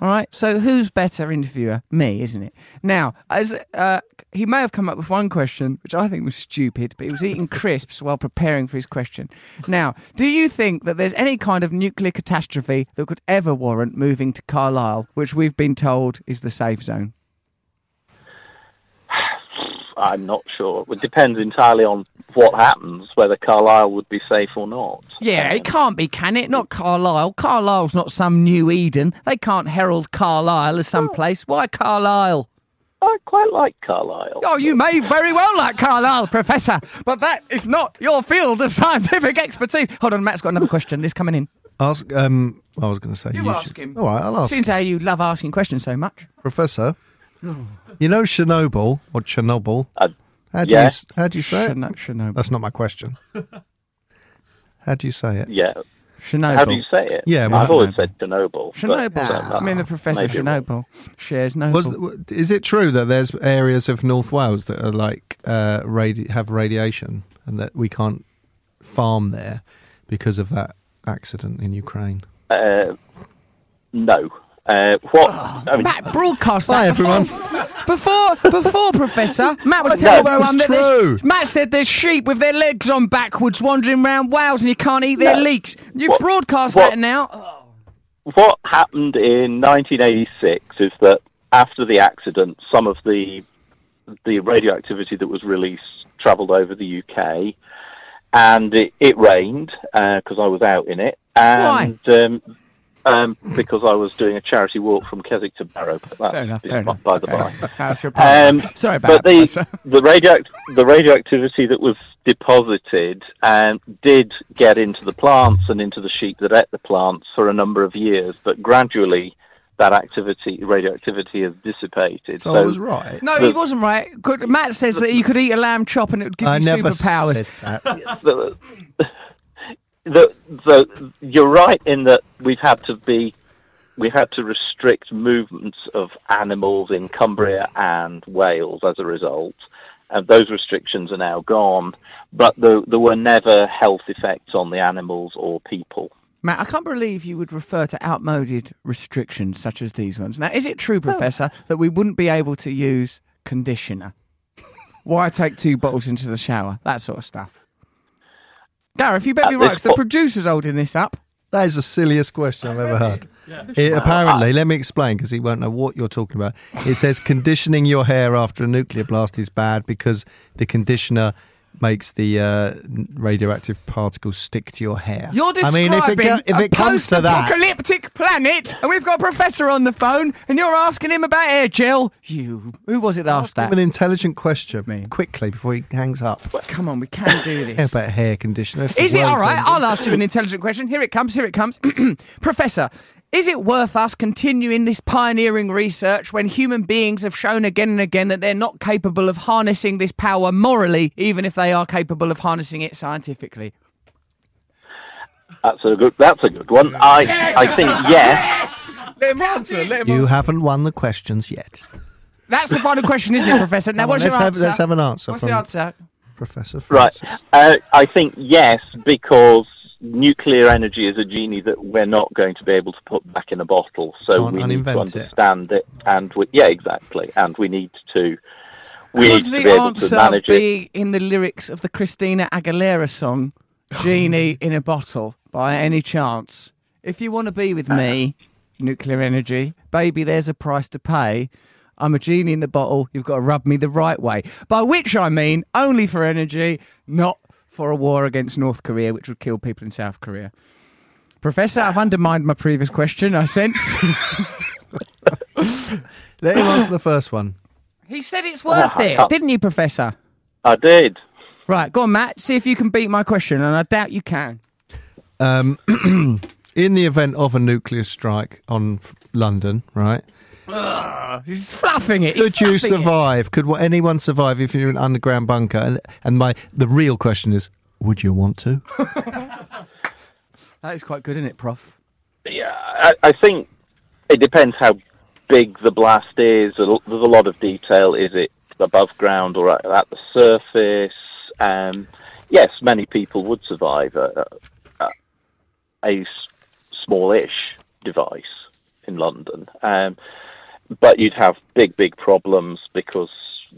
S11: All right, so who's better interviewer? Me, isn't it? Now, as uh, he may have come up with one question, which I think was stupid, but he was eating crisps while preparing for his question. Now, do you think that there's any kind of nuclear catastrophe that could ever warrant moving to Carlisle, which we've been told is the safe zone?
S13: I'm not sure. It depends entirely on what happens, whether Carlisle would be safe or not.
S11: Yeah, it can't be, can it? Not Carlisle. Carlisle's not some new Eden. They can't herald Carlisle as some place. Why Carlisle?
S13: I quite like Carlisle.
S11: Oh, you may very well like Carlisle, Professor, but that is not your field of scientific expertise. Hold on, Matt's got another question. This coming in.
S4: ask. Um, I was going to say
S11: You ask
S4: should-
S11: him.
S4: All right, I'll ask
S11: Seems how you love asking questions so much.
S4: Professor. You know Chernobyl or Chernobyl?
S13: Uh,
S4: How do you
S13: yeah.
S4: s- how do you
S13: Uh,
S4: say it?
S11: Cherno- Chernobyl.
S4: That's not my question. How do you say it?
S13: yeah.
S11: Chernobyl.
S13: How do you say it?
S4: Yeah,
S13: I've
S4: well-
S13: always said Chernobyl. but-
S11: Chernobyl.
S13: but uh,
S11: I mean, the Professor
S13: maybe wrong.
S11: Chernobyl shares no.
S4: Was w- is it true that there's areas of North Wales that are like uh, radi- have radiation and that we can't farm there because of that accident in Ukraine?
S13: Uh, no. Uh, what? I mean,
S11: Matt broadcast Oh, that
S4: Hi everyone.
S11: before- Before, before, Professor, Matt was telling
S13: thought that
S11: everyone
S4: was
S11: there's-
S4: true.
S11: Matt said there's sheep with their legs on backwards wandering round Wales and you can't eat their
S13: No.
S11: leeks. You've
S13: What-
S11: broadcast
S13: what-
S11: that now.
S13: what happened in 1986 is that after the accident, some of the the radioactivity that was released travelled over the UK, and it, it rained because I was out in it, and um, um, because I was doing a charity walk from Keswick to Barrow. But that,
S11: Fair enough,
S13: is
S11: fair
S13: by-
S11: enough.
S13: By the by.
S11: That's your
S13: Um,
S11: Sorry about
S13: but
S11: that.
S13: the the radioact- the radioactivity that was deposited um, did get into the plants and into the sheep that ate the plants for a number of years, but gradually that activity radioactivity has dissipated.
S4: So I was right.
S11: No, he wasn't right. Could, Matt says that you could eat a lamb chop and it would give
S4: I
S11: you
S4: never
S11: superpowers.
S4: said that.
S13: the, the, the, you're right in that we've had to be we've had to restrict movements of animals in Cumbria and Wales as a result. And those restrictions are now gone, but there, there were never health effects on the animals or people.
S11: Matt, I can't believe you would refer to outmoded restrictions such as these ones. Now, is it true, Professor, that we wouldn't be able to use conditioner? Why take two bottles into the shower? That sort of stuff. Gareth, you better be
S13: Uh,
S11: right, 'cause
S13: it's
S11: the
S13: what-
S11: producer's holding this up.
S4: That is the silliest question I've ever heard. It, apparently, let me explain because he won't know what you're talking about. It says conditioning your hair after a nuclear blast is bad because the conditioner makes the uh, radioactive particles stick to your hair.
S11: You're
S4: I
S11: describing
S4: mean, if it, go- if it
S11: a
S4: comes to that,
S11: post-apocalyptic planet, and we've got a professor on the phone, and you're asking him about air gel. You, who was it that asked
S4: give him an
S11: that?
S4: intelligent question quickly before he hangs up.
S11: Come on, we can do
S4: Yeah,
S11: this.
S4: about hair conditioner. if the
S11: Is it
S4: world's
S11: all right?
S4: ending.
S11: I'll ask you an intelligent question. Here it comes. Here it comes, Professor. Is it worth us continuing this pioneering research when human beings have shown again and again that they're not capable of harnessing this power morally, even if they are capable of harnessing it scientifically?
S13: That's a good. That's a good one. I I think yes.
S5: Let him answer. Let him
S4: You haven't won the questions yet.
S11: That's the final question, isn't it, Professor?
S4: Come
S11: Now,
S4: on,
S11: what's
S4: let's,
S11: your
S4: have,
S11: answer?
S4: let's have an answer
S11: What's
S4: from
S11: the answer?
S4: Professor
S13: Right.
S4: Francis.
S13: Uh, I think yes, because nuclear energy is a genie that we're not going to be able to put back in a bottle. So
S4: Can't
S13: we need to
S4: un-invent it.
S13: understand it, and we, yeah, exactly. And we need to we
S11: Could
S13: need to
S11: the
S13: be able to
S11: answer
S13: manage it.
S11: be in the lyrics of the Christina Aguilera song "Genie in a Bottle" by any chance? If you want to be with me, nuclear energy, baby, there's a price to pay. I'm a genie in the bottle. You've got to rub me the right way. By which I mean only for energy, not for a war against North Korea, which would kill people in South Korea. Professor, I've undermined my previous question. I sense.
S4: Let him answer the first one.
S11: he said it's worth it, didn't you, Professor?
S13: I did.
S11: Right, go on, Matt. See if you can beat my question, and I doubt you can.
S4: In the event of a nuclear strike on f- London, right?
S11: He's fluffing it. He's
S4: Could you
S11: fluffing it.
S4: survive? Could wha- anyone survive if you're in an underground bunker? And, and my the real question is, would you want to?
S11: That is quite good, isn't it, Prof?
S13: Yeah, I, I think it depends how big the blast is. There's a lot of detail. Is it above ground or at at the surface? Um, yes, many people would survive a, a, a s- smallish device in London, um, but you'd have big, big problems because.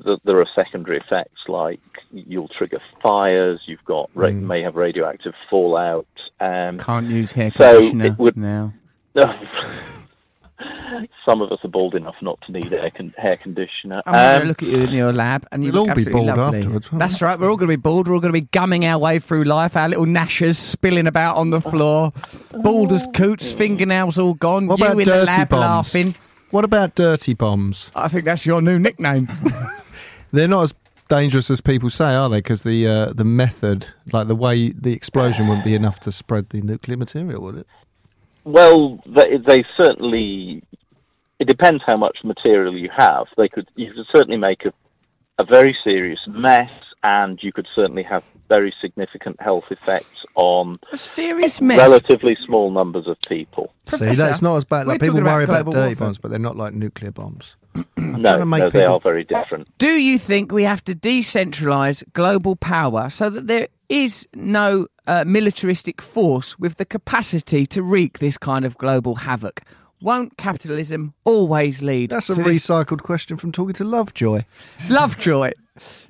S13: th- There are secondary effects like you'll trigger fires. You've got ra- may have radioactive fallout. Um,
S11: Can't use hair
S13: So,
S11: conditioner
S13: it would-
S11: now.
S13: Some of us are bald enough not to need air, con- hair conditioner.
S11: I'm going to
S13: Um,
S11: look at you in your lab, and you'll
S4: We'll all be bald afterwards, won't
S11: That's right. We're all going to be bald. We're all going to be gumming our way through life. Our little gnashers spilling about on the floor, bald as coots, fingernails all gone.
S4: What
S11: you
S4: about
S11: in the
S4: dirty
S11: lab
S4: bombs?
S11: laughing.
S4: What about dirty bombs?
S11: I think that's your new nickname.
S4: They're not as dangerous as people say, are they? Because the uh, the method, like the way the explosion, wouldn't be enough to spread the nuclear material, would it?
S13: well, they, they certainly. It depends how much material you have. They could you could certainly make a, a very serious mess, and you could certainly have very significant health effects on
S11: A serious mess.
S13: relatively small numbers of people.
S4: See,
S11: Professor,
S4: that's not as bad. Like people
S11: we're talking
S4: worry about
S11: global
S4: dirty
S11: warfare.
S4: bombs, but they're not like nuclear bombs.
S13: no,
S4: to make
S13: no, they
S4: people-
S13: are very different.
S11: Do you think we have to decentralise global power so that there is no uh, militaristic force with the capacity to wreak this kind of global havoc? Won't capitalism always lead
S4: That's a
S11: to this?
S4: recycled question from talking to Lovejoy.
S11: Lovejoy,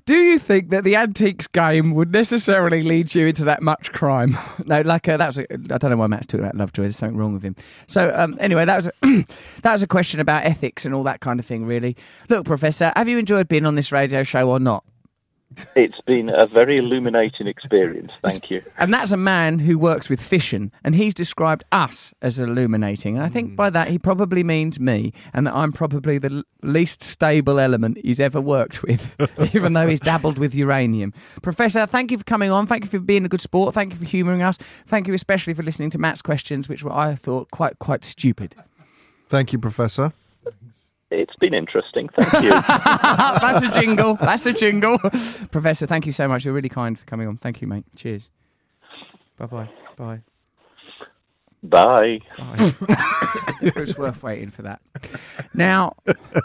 S11: do you think that the antiques game would necessarily lead you into that much crime? no, like uh, that was. A, I don't know why Matt's talking about Lovejoy. There's something wrong with him. So um, anyway, that was a, that was a question about ethics and all that kind of thing. Really, look, Professor, have you enjoyed being on this radio show or not?
S13: It's been a very illuminating experience. Thank you.
S11: And that's a man who works with fission, and he's described us as illuminating. And I think by that he probably means me, and that I'm probably the l- least stable element he's ever worked with, even though he's dabbled with uranium. Professor, thank you for coming on. Thank you for being a good sport. Thank you for humouring us. Thank you especially for listening to Matt's questions, which were, I thought, quite quite stupid.
S4: Thank you, Professor.
S13: It's been interesting. Thank you.
S11: Ah, that's a jingle. That's a jingle. Professor, thank you so much. You're really kind for coming on. Thank you, mate. Cheers. Bye-bye. Bye.
S13: Bye.
S4: Oh,
S11: it was worth waiting for that. Now,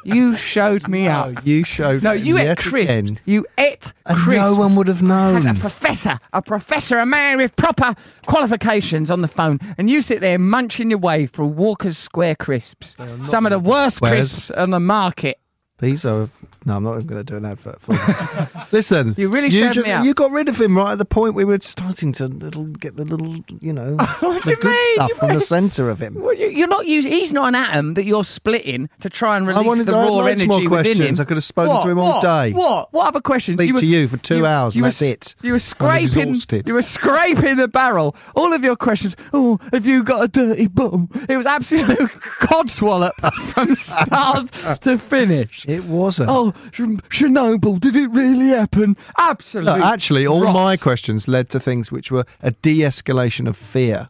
S11: you showed me
S4: Oh,
S11: up.
S4: you showed
S11: No, you ate
S4: yet
S11: crisp.
S4: again.
S11: You ate
S4: And
S11: crisp.
S4: no one would have
S11: had a
S4: known.
S11: professor, a professor, a man with proper qualifications on the phone, and you sit there munching your way through Walker's Square crisps, some of the worst
S4: Whereas-
S11: crisps on the market.
S4: These are no, I'm not going to do an advert for. Them. Listen,
S11: You really
S4: you
S11: shamed me up.
S4: you got rid of him right at the point we were starting to little get the little you know
S11: What
S4: the
S11: do you
S4: good
S11: mean?
S4: stuff
S11: You
S4: from the
S11: mean-
S4: centre of him.
S11: Well, you- you're not using. He's not an atom that you're splitting to try and release
S4: I wanted-
S11: the
S4: I had
S11: raw
S4: loads
S11: energy
S4: more
S11: within
S4: questions.
S11: him.
S4: I could have spoken
S11: What?
S4: to him all
S11: What?
S4: day.
S11: What? What other questions?
S4: Speak to you for two hours and that's
S11: were,
S4: it.
S11: You were
S4: I'm
S11: scraping.
S4: exhausted.
S11: You were scraping the barrel. All of your questions. Oh, have you got a dirty bum? It was absolute codswallop from start to finish.
S4: It wasn't.
S11: Oh, Ch- Chernobyl! Did it really happen? Absolutely.
S4: No, actually, all
S11: rot.
S4: my questions led to things which were a de-escalation of fear.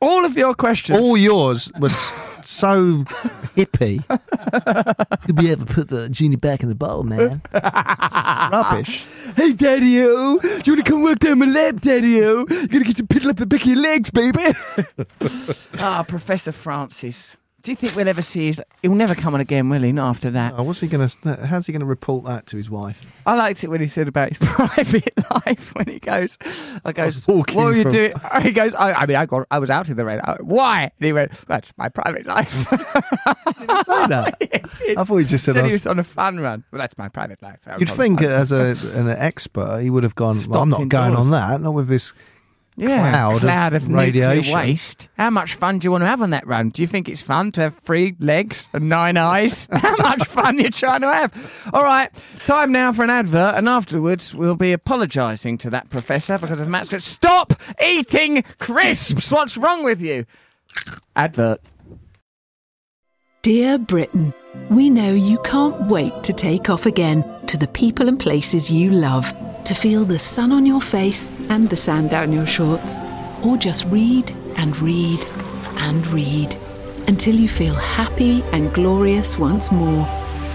S11: all of your questions.
S4: All yours was so hippie,
S12: Could we ever put the genie back in the bottle, man?
S4: rubbish.
S11: Hey, Daddy O, do you want to come work down my lab, Daddy O? You're going to get to piddle up the back of your legs, baby. Ah, Professor Francis. Do you think we'll ever see his. He'll never come on again, will he? Not after that.
S4: Oh, what's he going to? How's he going to report that to his wife?
S11: I liked it when he said about his private life when he goes, I goes,
S4: walking
S11: what were you
S4: from-
S11: doing? He goes, I, I mean, I got, I was out in the rain. I- Why? And he went, that's my private life.
S4: Say that. I thought he just said.
S11: said
S4: I
S11: he
S4: was-
S11: was on a fun run. Well, that's my private life. I was
S4: You'd
S11: on a
S4: think,
S11: fun-
S4: as a, an expert, he would have gone. Well, I'm not
S11: Stopped
S4: going
S11: indoors.
S4: on that. Not with this.
S11: yeah,
S4: cloud of
S11: cloud of, nuclear
S4: radiation.
S11: waste. How much fun do you want to have on that run? Do you think it's fun to have three legs and nine eyes? How much fun you're trying to have? All right, time now for an advert, and afterwards we'll be apologising to that professor because of Matt's. Stop eating crisps. What's wrong with you? Advert.
S1: Dear Britain, we know you can't wait to take off again to the people and places you love, to feel the sun on your face and the sand down your shorts, or just read and read and read until you feel happy and glorious once more.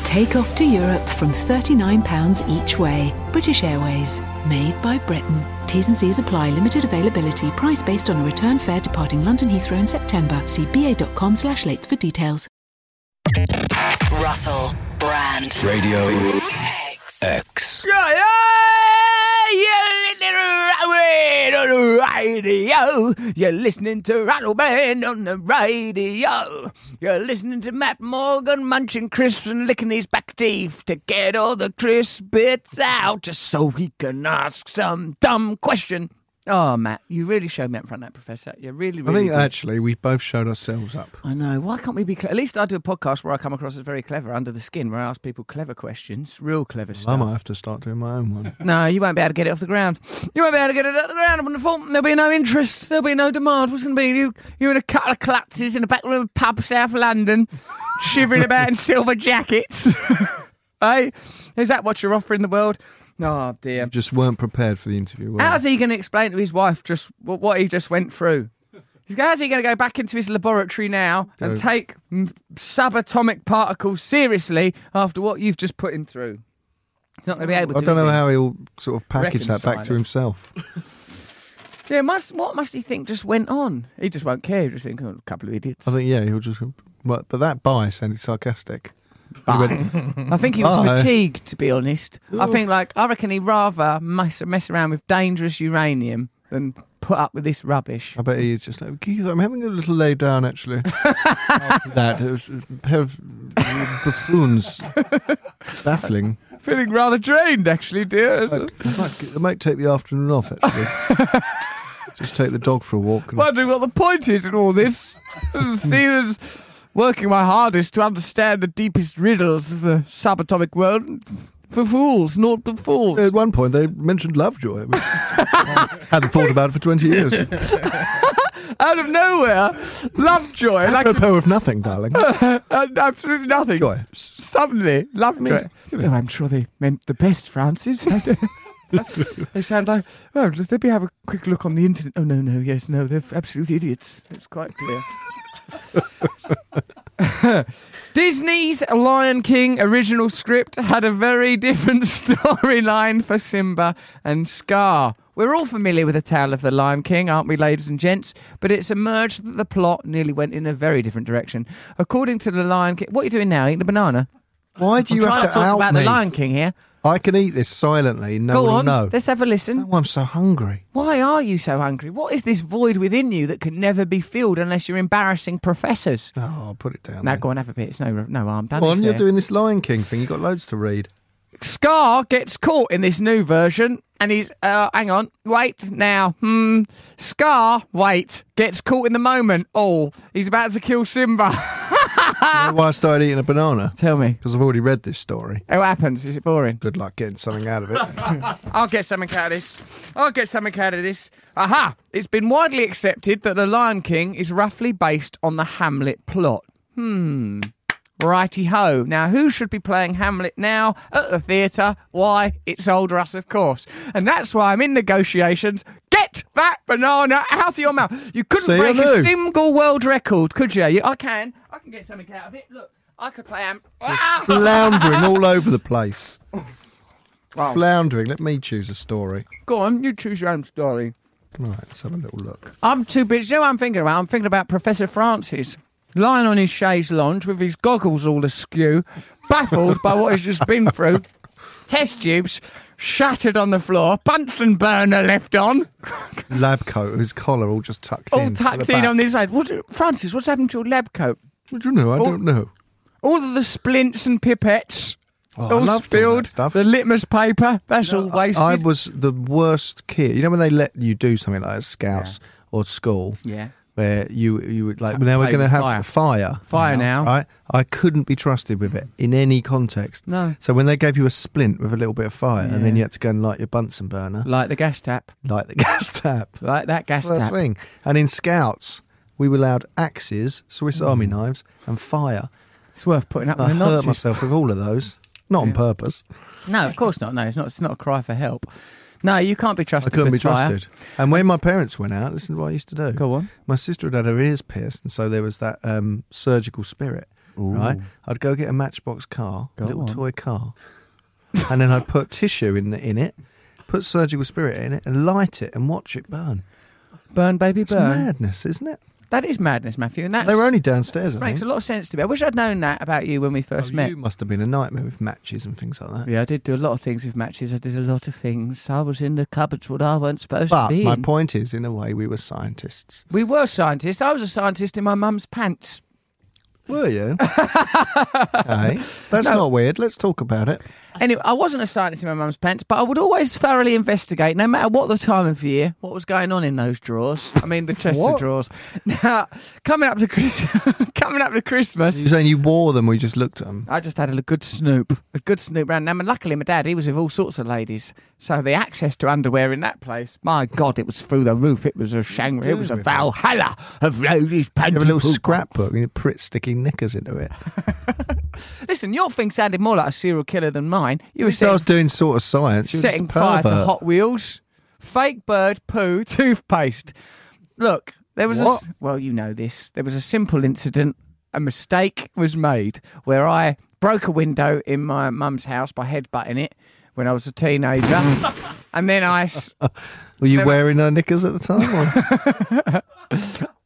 S1: Take off to Europe from £39 each way. British Airways, made by Britain. T's and C's apply. Limited availability. Price based on a return fare departing London Heathrow in September. See ba.com slash late for details.
S14: Russell Brand.
S2: Radio X.
S11: radio. You're listening to Rattle Band on the radio. You're listening to Matt Morgan munching crisps and licking his back teeth to get all the crisp bits out just so he can ask some dumb question. Oh, Matt, you really showed me up front, that professor. You
S4: I
S11: really, really.
S4: think
S11: did.
S4: actually we both showed ourselves up.
S11: I know. Why can't we be? Cle- At least I do a podcast where I come across as very clever under the skin, where I ask people clever questions, real clever
S4: I
S11: stuff.
S4: might have to start doing my own one.
S11: No, you won't be able to get it off the ground. You won't be able to get it off the ground. Wonderful. There'll be no interest. There'll be no demand. What's going to be? You, you in a couple of clutches in a back room of pub, South London, shivering about in silver jackets. hey, is that what you're offering the world? Oh, dear.
S4: Just weren't prepared for the interview. were
S11: How's
S4: you?
S11: he going to explain to his wife just wh- what he just went through? He's go- How's he going to go back into his laboratory now and
S4: Go.
S11: take mm, subatomic particles seriously after what you've just put him through? He's not going to be able to.
S4: Mm. I don't
S11: is
S4: know
S11: he?
S4: how he'll sort of package that back
S11: Reconcile
S4: to
S11: it.
S4: himself.
S11: Yeah, must what must he think just went on? He just won't care. He just think, oh, a couple of idiots.
S4: I think yeah, he'll just. But, but that bias sounded sarcastic.
S11: Bye. I think he was
S4: Bye.
S11: fatigued, to be honest. I think, like, I reckon he'd rather mess, mess around with dangerous uranium than put up with this rubbish.
S4: I bet he's just like, "Keith, I'm having a little lay down actually. After that, it was a pair of buffoons. Baffling.
S11: Feeling rather drained, actually, dear.
S4: I might, I might take the afternoon off actually. just take the dog for a walk. And
S11: Wondering what the point is in all this. See, there's working my hardest to understand the deepest riddles of the subatomic world for fools, naught but fools.
S4: at one point, they mentioned Lovejoy. which I hadn't thought about it for 20 years.
S11: Out of nowhere, Lovejoy, like
S4: No power of nothing, darling.
S11: and absolutely nothing.
S4: Joy.
S11: Suddenly, love
S4: mean,
S11: joy. No, I'm sure they meant the best, Francis. they sound like, well, let me have a quick look on the internet. Oh, no, no, yes, no, they're absolute idiots. It's quite clear. Disney's Lion King original script had a very different storyline for Simba and Scar. We're all familiar with the tale of the Lion King, aren't we, ladies and gents? But it's emerged that the plot nearly went in a very different direction. According to the Lion King, what are you doing now? Eating a banana?
S4: Why do
S11: I'm
S4: you
S11: trying
S4: have to
S11: not to talk
S4: out
S11: about
S4: me?
S11: the Lion King here.
S4: I can eat this silently. No
S11: Go
S4: one will
S11: on,
S4: know.
S11: let's have a listen.
S4: Oh, I'm so hungry.
S11: Why are you so hungry? What is this void within you that can never be filled unless you're embarrassing professors?
S4: Oh, I'll put it down.
S11: Now
S4: then.
S11: go on, have a bit. It's no, no harm done.
S4: Come on,
S11: is
S4: you're
S11: there?
S4: doing this Lion King thing. You've got loads to read.
S11: Scar gets caught in this new version, and he's uh, hang on, wait now. Hmm. Scar, wait, gets caught in the moment. Oh, he's about to kill Simba. Ah.
S4: You know why I started eating a banana?
S11: Tell me,
S4: Because I've already read this story.
S11: what happens? Is it boring?
S4: Good luck getting something out of it.
S11: I'll get something out of this. I'll get something out of this. Aha! It's been widely accepted that The Lion King is roughly based on the Hamlet plot. Hmm. Righty ho. Now, who should be playing Hamlet now at the theatre? Why, it's old Russ, of course. And that's why I'm in negotiations. Get that banana out of your mouth. You couldn't
S4: See, I
S11: break a
S4: knew.
S11: single world record, could you? you? I can. I can get something out of it. Look, I could play Ham. Ah!
S4: Floundering all over the place.
S11: Wow.
S4: Floundering. Let me choose a story.
S11: Go on, you choose your own story.
S4: All right, let's have a little look.
S11: I'm too busy. You know what I'm thinking about? I'm thinking about Professor Francis lying on his chaise lounge with his goggles all askew, baffled by what he's just been through. Test tubes shattered on the floor, Bunsen burner left on,
S4: Lab coat, his collar all just tucked in.
S11: all
S4: at the
S11: tucked in
S4: back.
S11: on this side. What, Francis, what's happened to your lab coat?
S4: What do you know? I
S11: all-
S4: don't know.
S11: All of the splints and pipettes,
S4: Oh, I
S11: all
S4: loved all that
S11: spilled,
S4: stuff.
S11: the litmus paper, that's all wasted.
S4: I was the worst kid. You know when they let you do something like at scouts or school?
S11: yeah.
S4: Where you you would like now we're
S11: play
S4: going to
S11: with
S4: have
S11: fire.
S4: fire, fire,
S11: Fire now.
S4: Right, I couldn't be trusted with it in any context.
S11: No.
S4: So when they gave you a splint with a little bit of fire, and then you had to go and light your Bunsen burner,
S11: Like the gas tap,
S4: light the gas tap.
S11: like that gas
S4: Well, that's
S11: tap.
S4: the thing. And in Scouts, we were allowed axes, Swiss Army knives, and fire.
S11: It's worth putting up Mm. with
S4: I
S11: the
S4: hurt
S11: Nazis.
S4: myself with all of those, not on purpose.
S11: No, of course not. No, it's not. It's not a cry for help. No, you can't be
S4: I
S11: trusted.
S4: couldn't be
S11: with fire.
S4: trusted. And when my parents went out, listen to what I used to do.
S11: Go on.
S4: My sister had had her ears pierced, and so there was that um, surgical spirit. Right, I'd go get a matchbox car, a
S11: Go
S4: little
S11: on.
S4: toy car, and then I'd put tissue in in it, put surgical spirit in it, and light it and watch it burn.
S11: Burn, baby,
S4: It's
S11: burn.
S4: madness, isn't it?
S11: That is madness, Matthew. And that's,
S4: They were only downstairs. I
S11: makes a
S4: think.
S11: lot of sense to me. I wish I'd known that about you when we first
S4: Oh,
S11: met.
S4: you must have been a nightmare with matches and things like that.
S11: Yeah, I did do a lot of things with matches. I did a lot of things. I was in the cupboards what I weren't supposed
S4: But
S11: to be
S4: my
S11: in.
S4: point is, in a way, we were scientists.
S11: we were scientists. I was a scientist in my mum's pants.
S4: Were you? hey, that's not weird. Let's talk about it.
S11: Anyway, I wasn't a scientist in my mum's pants, but I would always thoroughly investigate, no matter what the time of year, what was going on in those drawers. I mean, the chest of
S4: What?
S11: drawers. Now, coming up to Christ- coming up to Christmas,
S4: You're saying you wore them, we just looked at them.
S11: I just had a good snoop, a good snoop round. them. And luckily, my dad, he was with all sorts of ladies. So the access to underwear in that place, my God, it was through the roof. It was a Shangri, it was a
S4: with that?
S11: Valhalla of ladies'
S4: You
S11: panty
S4: have a little
S11: poop.
S4: scrapbook and you print sticking knickers into it.
S11: Listen, your thing sounded more like a serial killer than mine. You were
S4: So I
S11: setting,
S4: was doing sort of science. You were just a
S11: setting fire to
S4: pervert.
S11: Hot Wheels, fake bird poo, toothpaste. Look, there was a
S4: What?
S11: s- well, you know this. There was a simple incident. A mistake was made where I broke a window in my mum's house by headbutting it when I was a teenager, and then I s-
S4: Were you wearing her knickers at the time? Or?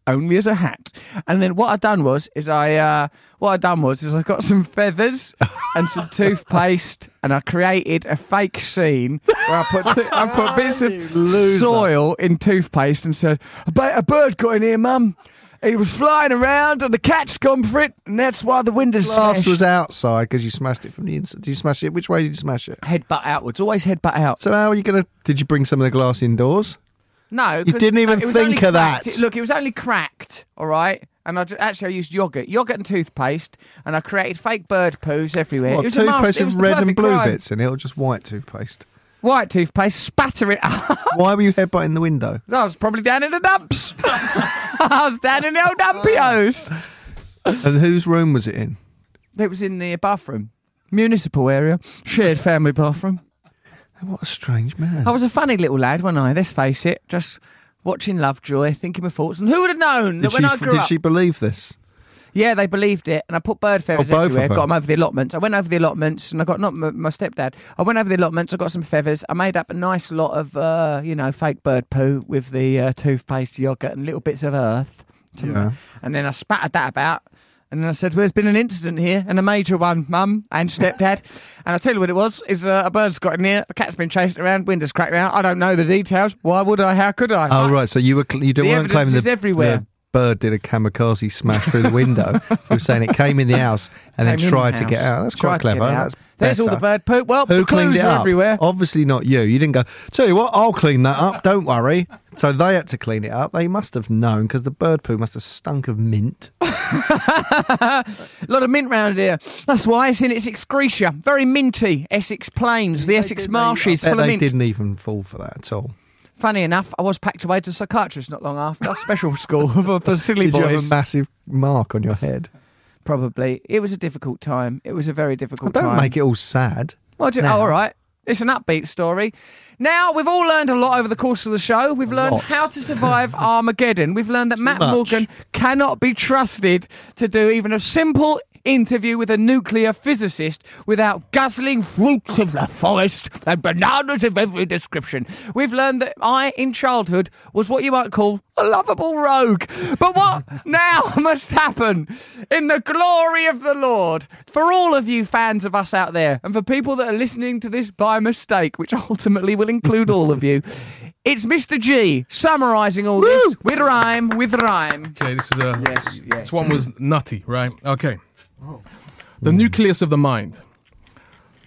S11: only as a hat. And then what I done was is I uh, what I done was is I got some feathers and some toothpaste and I created a fake scene where I put two- I put bits of soil in toothpaste and said, "I bet a bird got in here, mum." He was flying around and the cat's gone for it, and that's why the windows
S4: Glass
S11: smashed.
S4: was outside because you smashed it from the inside. Did you smash it? Which way did you smash it?
S11: Headbutt outwards, always headbutt out.
S4: So how are you going to... Did you bring some of the glass indoors?
S11: No,
S4: You
S11: 'cause-
S4: didn't even
S11: it was
S4: think
S11: only
S4: of that.
S11: cracked. It- look, it was only cracked, all right. And I ju- actually I used yogurt, yogurt and toothpaste, and I created fake bird poos everywhere. it
S4: What,
S11: was a master-
S4: toothpaste
S11: it was
S4: with
S11: the
S4: red and
S11: perfect
S4: blue
S11: crime.
S4: bits in it or just white toothpaste?
S11: White toothpaste, spatter it. I
S4: Why were you headbutting the window?
S11: was probably down in the dumps. I was down in the old dumpios.
S4: And whose room was it in?
S11: It was in the bathroom, municipal area, shared family bathroom.
S4: What a strange man.
S11: I was a funny little lad, wasn't I? Let's face it, just. Watching Lovejoy, thinking my thoughts, and who would have known that
S4: did
S11: when
S4: she,
S11: I grew
S4: did
S11: up,
S4: she believe this?
S11: Yeah, they believed it, and I put bird feathers
S4: Oh, both of
S11: everywhere. Got
S4: them.
S11: them over the allotments. I went over the allotments, and I got not my, my stepdad. I went over the allotments. I got some feathers. I made up a nice lot of uh, you know fake bird poo with the uh, toothpaste, yogurt, and little bits of earth. to-
S4: Yeah.
S11: And then I spattered that about. And then I said, well, there's been an incident here, and a major one, Mum and stepdad. and I tell you what it was, is uh, a bird's got in here, the cat's been chased around, windows cracked out. I don't know the details. Why would I? How could I?
S4: Oh, right. So you were cl- you didn't
S11: The
S4: weren't claiming
S11: evidence
S4: the,
S11: is everywhere.
S4: the bird did a kamikaze smash through the window. you were saying it came in the house and then
S11: Came in
S4: tried
S11: the
S4: to get
S11: house.
S4: out. That's quite
S11: Tried to get
S4: clever.
S11: out.
S4: That's
S11: There's all
S4: better.
S11: the bird poop. Well,
S4: Who
S11: the
S4: cleaned
S11: clues
S4: it
S11: are
S4: up?
S11: everywhere.
S4: Obviously not you. You didn't go. Tell you what, I'll clean that up. Don't worry. So they had to clean it up. They must have known because the bird poo must have stunk of mint.
S11: A lot of mint round here. That's why it's in its excretia. Very minty. Essex Plains, the Essex Marshes,
S4: Bet
S11: full of
S4: they
S11: mint.
S4: didn't even fall for that at all.
S11: Funny enough, I was packed away to a psychiatrist not long after. Special school for, for silly
S4: Did you have
S11: boys.
S4: a massive mark on your head?
S11: Probably. It was a difficult time. It was a very difficult
S4: Don't
S11: time.
S4: make it all sad.
S11: Well, do- oh, all right. It's an upbeat story. Now, we've all learned a lot over the course of the show. We've learned
S4: lot.
S11: how to survive Armageddon. We've learned that Matt
S4: much.
S11: Morgan cannot be trusted to do even a simple interview with a nuclear physicist without guzzling fruits of the forest and bananas of every description. We've learned that I, in childhood, was what you might call a lovable rogue. But what now must happen in the glory of the Lord for all of you fans of us out there and for people that are listening to this by mistake, which ultimately will include all of you? It's Mr. G summarising all this with rhyme, with rhyme.
S5: Okay, this is a.
S11: Yes, Oh. yes.
S5: This one was nutty, right? Okay. The nucleus of the mind.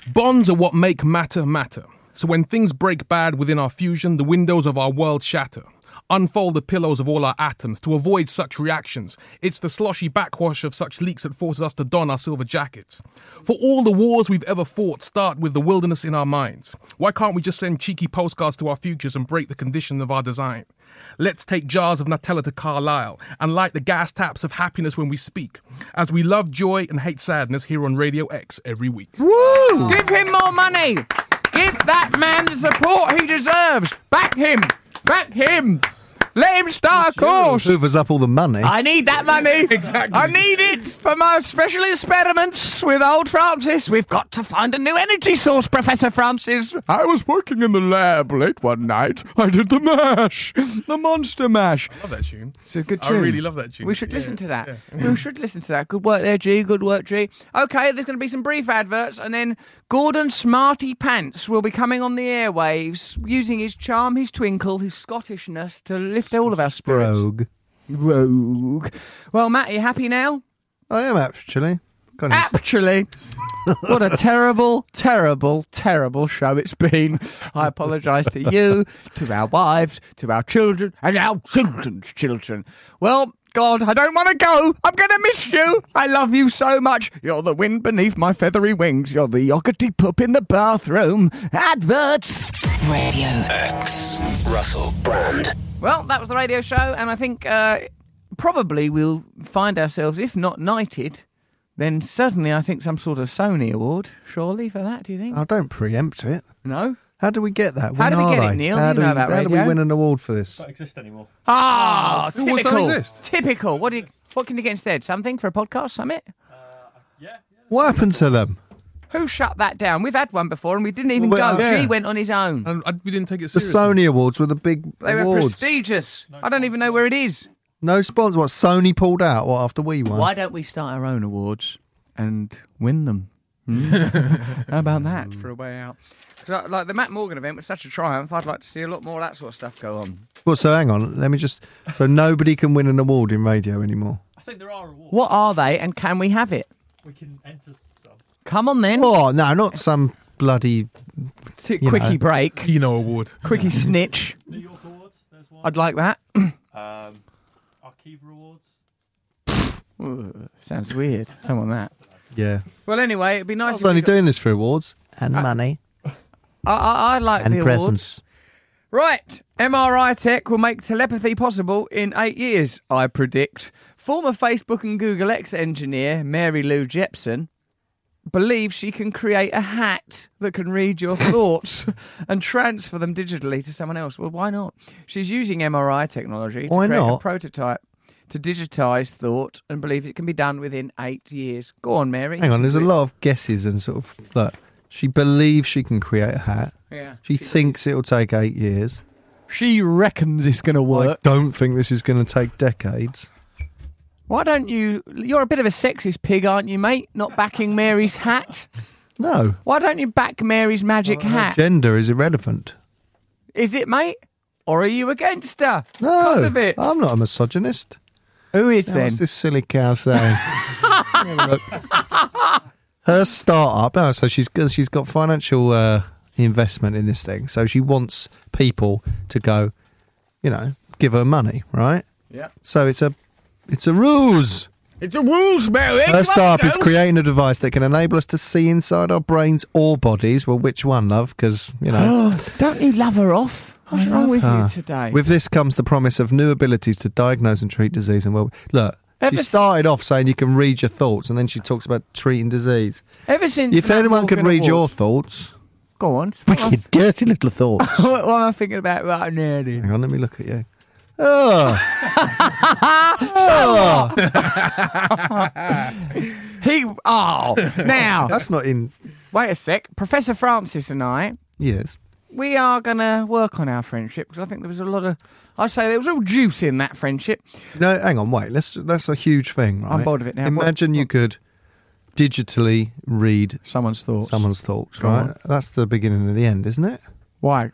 S5: Bonds are what make matter matter. So when things break bad within our fusion, the windows of our world shatter. Unfold the pillows of all our atoms to avoid such reactions. It's the sloshy backwash of such leaks that forces us to don our silver jackets. For all the wars we've ever fought start with the wilderness in our minds. Why can't we just send cheeky postcards to our futures and break the condition of our design? Let's take jars of Nutella to Carlisle and light the gas taps of happiness when we speak, as we love joy and hate sadness here on Radio X every week.
S11: Woo! Give him more money. Give that man the support he deserves. Back him. Back him. Let him start a course.
S4: Hoovers up all the money.
S11: I need that money. exactly. I need it for my special experiments with old Francis. We've got to find a new energy source, Professor Francis.
S3: I was working in the lab late one night. I did the mash, the monster mash.
S5: I love that tune.
S11: It's a good
S5: I
S11: tune.
S5: really love that tune.
S11: We should listen
S5: Yeah,
S11: to that. We should listen to that. Good work there, G. Good work, G. Okay, there's going to be some brief adverts, and then Gordon Smarty Pants will be coming on the airwaves using his charm, his twinkle, his Scottishness to lift all of our spirits.
S4: Rogue.
S11: Rogue. Well, Matt, are you happy now?
S4: I am actually. Got
S11: Ah,
S4: any-
S11: Actually, what a terrible, terrible, terrible show it's been. I apologise to you, to our wives, to our children, and our children's children. Well, God, I don't want to go. I'm going to miss you. I love you so much. You're the wind beneath my feathery wings. You're the yoggurty pup in the bathroom. Adverts.
S2: Radio X. Russell Brand.
S11: Well, that was the radio show, and I think uh, probably we'll find ourselves, if not knighted, then certainly I think some sort of Sony award, surely for that. Do you think?
S4: I don't preempt it.
S11: no.
S4: How do we get that? When
S11: How do we
S4: are
S11: get it,
S4: they?
S11: Neil?
S4: How
S11: You
S4: do
S11: know
S4: we,
S11: about
S4: how do we
S11: radio.
S4: win an award for this? Oh,
S11: Ah,
S5: what's that
S11: typical.
S5: exist?
S11: Typical. What do you, what can you get instead? Something for a podcast summit?
S4: What happened to them?
S11: Who shut that down? We've had one before, and we didn't even
S4: Well,
S11: go.
S5: yeah.
S11: G went on his own.
S5: And I, we didn't take it
S4: The
S5: seriously.
S4: Sony Awards were the big
S11: They were
S4: awards.
S11: prestigious. I don't even know where it is.
S4: No sponsor. What Sony pulled out? What after we won?
S11: Why don't we start our own awards and win them? Hmm? How about that for a way out? 'Cause, uh, Like the Matt Morgan event was such a triumph. I'd like to see a lot more of that sort of stuff go on.
S4: Well, so hang on. Let me just. So nobody can win an award in radio anymore.
S11: What are they, and can we have it? We can enter some. Come on then.
S4: Oh no, not some bloody.
S11: T-
S4: you
S11: quickie
S4: know.
S11: break.
S5: Keno Award.
S11: Quickie snitch. New York Awards. There's one. I'd like that.
S14: Archive Rewards.
S11: Sounds weird. Don't want that.
S4: Yeah.
S11: Well, anyway, it'd be
S4: I
S11: nice.
S4: was
S11: If we
S4: only
S11: got,
S4: doing this for awards and money
S11: I, I, I Uh, like
S4: and
S11: the awards.
S4: presents.
S11: Right, MRI tech will make telepathy possible in eight years, I predict. Former Facebook and Google X engineer Mary Lou Jepson believes she can create a hat that can read your thoughts and transfer them digitally to someone else. Well, why not? She's using MRI technology to
S4: Why
S11: create a
S4: not?
S11: prototype to digitize thought and believes it can be done within eight years. Go on, Mary.
S4: Hang on, there's a lot of guesses and sort of like she believes she can create a hat.
S11: Yeah.
S4: She thinks it'll take eight years.
S11: She reckons it's going to
S4: I don't think this is going to take decades.
S11: Why don't you? You're a bit of a sexist pig, aren't you, mate? Not backing Mary's hat.
S4: No.
S11: Why don't you back Mary's magic
S4: Oh,
S11: hat?
S4: Gender is irrelevant.
S11: Is it, mate? Or are you against her? No. Because of it.
S4: I'm not a misogynist.
S11: Who is
S4: Now,
S11: then?
S4: What's this silly cow saying? Look. Her startup. Oh, so she's got- she's got financial uh, investment in this thing. So she wants people to go, you know, give her money, right?
S3: Yeah.
S4: So it's a it's a ruse.
S3: It's a rules, Mary.
S4: Her startup is creating a device that can enable us to see inside our brains or bodies. Well, which one, love? Because you know.
S11: Don't you love her off? What's wrong with
S4: her.
S11: you today?
S4: With this comes the promise of new abilities to diagnose and treat disease. And well, look, she
S11: Ever-
S4: started off saying you can read your thoughts, and then she talks about treating disease.
S11: Ever since
S4: If
S11: Matt
S4: anyone could
S11: Morgan
S4: read your
S11: Awards-
S4: thoughts,
S11: go on.
S4: wicked, dirty little thoughts.
S11: What am I thinking about right now, then?
S4: Hang on, let me look at you. Oh,
S11: He. Oh, now
S4: that's not in.
S11: wait a sec. Professor Francis and I,
S4: Yes,
S11: we are gonna work on our friendship because I think there was a lot of. I say there was all juice in that friendship.
S4: no. Hang on, wait. Let's. That's a huge thing, right?
S11: I'm bored of it now. What-
S4: Imagine you could digitally read
S11: Someone's thoughts.
S4: someone's thoughts,
S11: Go
S4: right?
S11: on.
S4: That's the beginning of the end, isn't it?
S11: Why?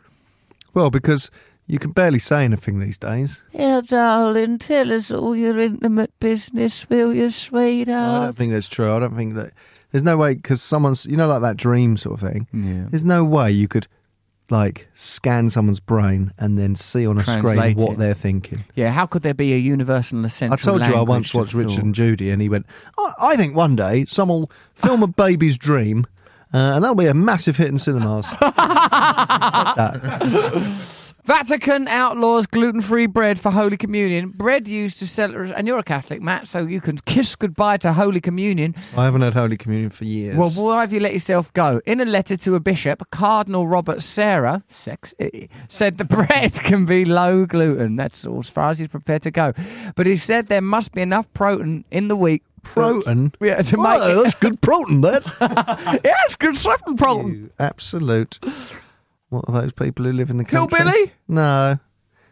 S4: Well, because you can barely say anything these days.
S11: Yeah, darling, tell us all your intimate business, will you,
S4: I
S11: sweetheart?
S4: don't think that's true. I don't think that there's no way because someone's you know like that dream sort of thing. Yeah. There's no way you could like scan someone's brain and then see on a
S11: Translate
S4: screen what
S11: it.
S4: they're thinking.
S11: Yeah, how could there be a universal and essential?
S4: I told you I
S11: language
S4: once
S11: to
S4: watched Richard
S11: thought?
S4: and Judy, and he went, I, "I think one day someone will film a baby's dream." Uh, and that'll be a massive hit in cinemas.
S11: Vatican outlaws gluten-free bread for Holy Communion. Bread used to celebrate, and you're a Catholic, Matt, so you can kiss goodbye to Holy Communion
S4: I haven't had Holy Communion for years.
S11: Well, why have you let yourself go? In a letter to a bishop, Cardinal Robert Serra, sex, eh, said the bread can be low gluten. That's all as far as he's prepared to go. But he said there must be enough protein in the week.
S4: protein.
S11: Yeah, to make
S4: Whoa,
S11: it.
S4: that's good protein, that.
S11: Yeah, it's good stuff from protein.
S4: You absolute. What are those people who live in the country?
S11: Hillbilly?
S4: No.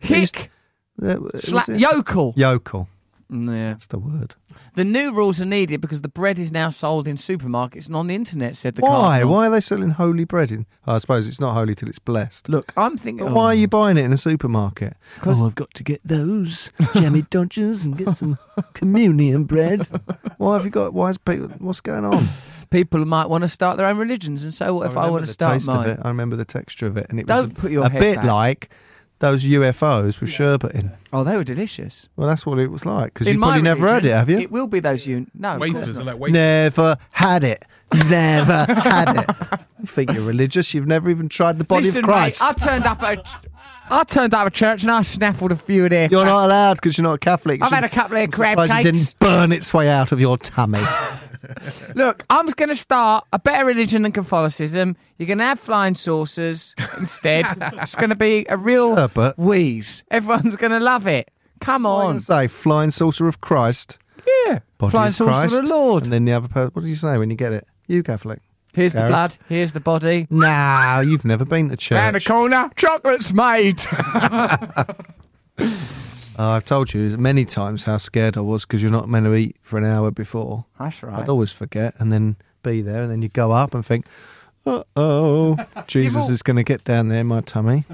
S11: Hick,
S4: That- was
S11: slap,
S4: it?
S11: yokel.
S4: Yokel.
S11: Mm, Yeah.
S4: That's the word.
S11: The new rules are needed because the bread is now sold in supermarkets and on the internet, said the
S4: why?
S11: cardinal.
S4: Why are they selling holy bread in? I suppose it's not holy till it's blessed.
S11: Look, um, I'm thinking. oh,
S4: But why are you buying it in a supermarket?
S12: Oh, I've got to get those jammy dodgers and get some communion bread.
S4: Why have you got? Why is people? What's going on?
S11: People might want to start their own religions, and so what if
S4: Oh,
S11: I,
S4: remember
S11: want to
S4: the
S11: start
S4: taste
S11: mine?
S4: of it. I remember the texture of it, and it was
S11: Don't
S4: a,
S11: put your
S4: a
S11: head
S4: bit
S11: back.
S4: like those UFOs with sherbet in.
S11: Oh, they were delicious.
S4: Well, that's what it was like because
S11: In
S4: you've
S11: my
S4: probably never had it,
S11: religion,
S4: have you?
S11: It will be those you no. of course
S5: Wafers are
S11: not.
S5: like wafers.
S4: never had it. Never had it. You think you're religious? You've never even tried the body of
S11: Listen,
S4: Christ.
S11: mate, I turned up at a, I turned up at church and I snaffled a few of their.
S4: you're not allowed because you're not a Catholic. You
S11: I've had
S4: shouldn't-
S11: a couple of
S4: I'm
S11: crab
S4: surprised It
S11: cakes.
S4: didn't burn its way out of your tummy.
S11: Look, I'm going to start a better religion than Catholicism. You're going to have flying saucers instead. it's going to be a real
S4: Sure, but-
S11: wheeze. Everyone's going to love it. Come
S4: What
S11: on,
S4: did I say flying saucer of Christ,
S11: yeah,
S4: body
S11: flying
S4: of
S11: saucer
S4: Christ,
S11: of the Lord.
S4: and then the other person. What do you say when you get it? You Catholic?
S11: here's the
S4: Gareth.
S11: blood. Here's the body.
S4: Nah, you've never been to
S11: Round the
S4: church.
S11: corner, chocolate's made.
S4: Uh, I've told you many times how scared I was because you're not meant to eat for an hour before.
S11: That's right.
S4: I'd always forget and then be there, and then you go up and think, "Uh oh, Jesus
S11: all-
S4: is going to get down there, in my tummy."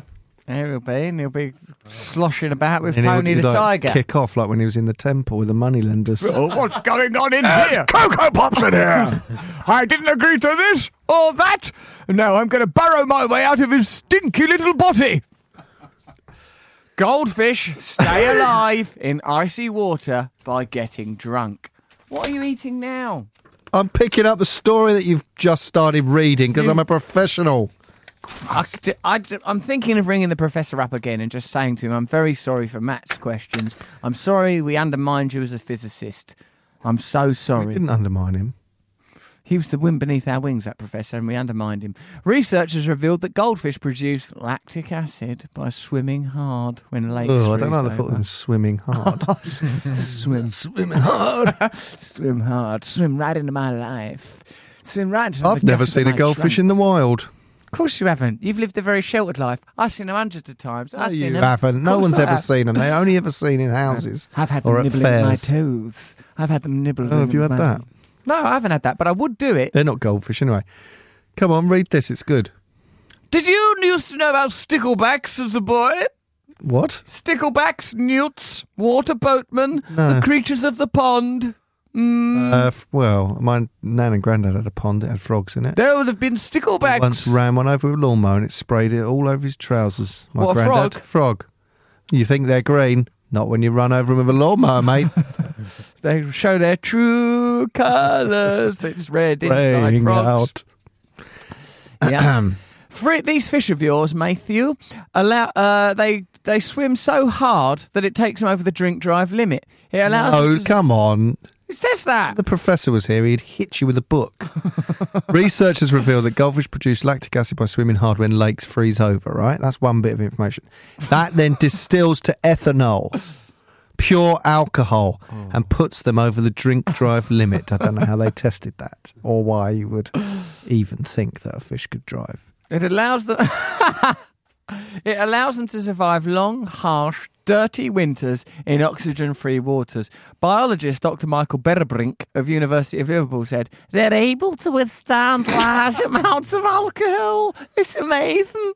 S11: There he'll be, and he'll be sloshing about with
S4: And he would,
S11: Tony the
S4: like,
S11: Tiger.
S4: Kick off like when he was in the temple with the moneylenders.
S3: Oh, what's going on in here? Cocoa Pops in here. I didn't agree to this or that. Now I'm going to burrow my way out of his stinky little body.
S11: Goldfish stay alive in icy water by getting drunk. What are you eating now?
S4: I'm picking up the story that you've just started reading because I'm a professional.
S11: I, st- I, am thinking of ringing the professor up again and just saying to him, I'm very sorry for Matt's questions. I'm sorry we undermined you as a physicist. I'm so
S4: I
S11: sorry.
S4: didn't undermine him.
S11: He was the wind beneath our wings, that professor, and we undermined him. Researchers revealed that goldfish produce lactic acid by swimming hard when lakes.
S4: Oh, I don't like
S11: freeze
S4: the thought of
S11: over.
S4: him swimming hard.
S11: swim, swim hard, swim hard, swim right into my life, swim right into.
S4: I've
S11: the
S4: never
S11: guts of
S4: seen a
S11: my
S4: goldfish in the
S11: trunks.
S4: wild.
S11: course you haven't. You've lived a very sheltered life. I've seen them hundreds of times. I've seen
S4: Oh, You
S11: them.
S4: haven't. No
S11: Of course
S4: one's
S11: I
S4: ever
S11: have.
S4: seen them. They're only ever seen in houses.
S11: I've had
S4: or
S11: them
S4: at
S11: nibbling at my
S4: fairs.
S11: toes. I've had them nibbling.
S4: Oh, have you
S11: at
S4: had
S11: my-
S4: that?
S11: No, I haven't had that, but I would do it.
S4: They're not goldfish anyway. Come on, read this. It's good.
S11: Did you used to know about sticklebacks as a boy?
S4: What?
S11: Sticklebacks, newts, water boatmen,
S4: No.
S11: the creatures of the pond. Mm.
S4: Uh, f- well, my nan and granddad had a pond that had frogs in it.
S11: There would have been
S4: He
S11: sticklebacks.
S4: Once ran one over with a lawnmower and it sprayed it all over his trousers. My
S11: What, a
S4: granddad.
S11: frog?
S4: frog? You think they're green? Not when you run over them with a lawnmower, mate.
S11: They show their true colours. It's red inside
S4: Spraying
S11: frogs.
S4: out.
S11: Yeah. Fri- these fish of yours, Matthew, allow uh, they they swim so hard that it takes them over the drink drive limit. It allows. them
S4: Oh,
S11: to-
S4: come on.
S11: It says that.
S4: The professor was here, he'd hit you with a book. Researchers reveal that goldfish produce lactic acid by swimming hard when lakes freeze over, right? That's one bit of information. That then distills to ethanol, pure alcohol,
S11: Oh.
S4: and puts them over the drink drive limit. I don't know how they tested that or why you would even think that a fish could drive.
S11: It allows them. it allows them to survive long, harsh, dirty winters in oxygen-free waters. Biologist Dr. Michael Berbrink of University of Liverpool said they're able to withstand large amounts of alcohol. It's amazing.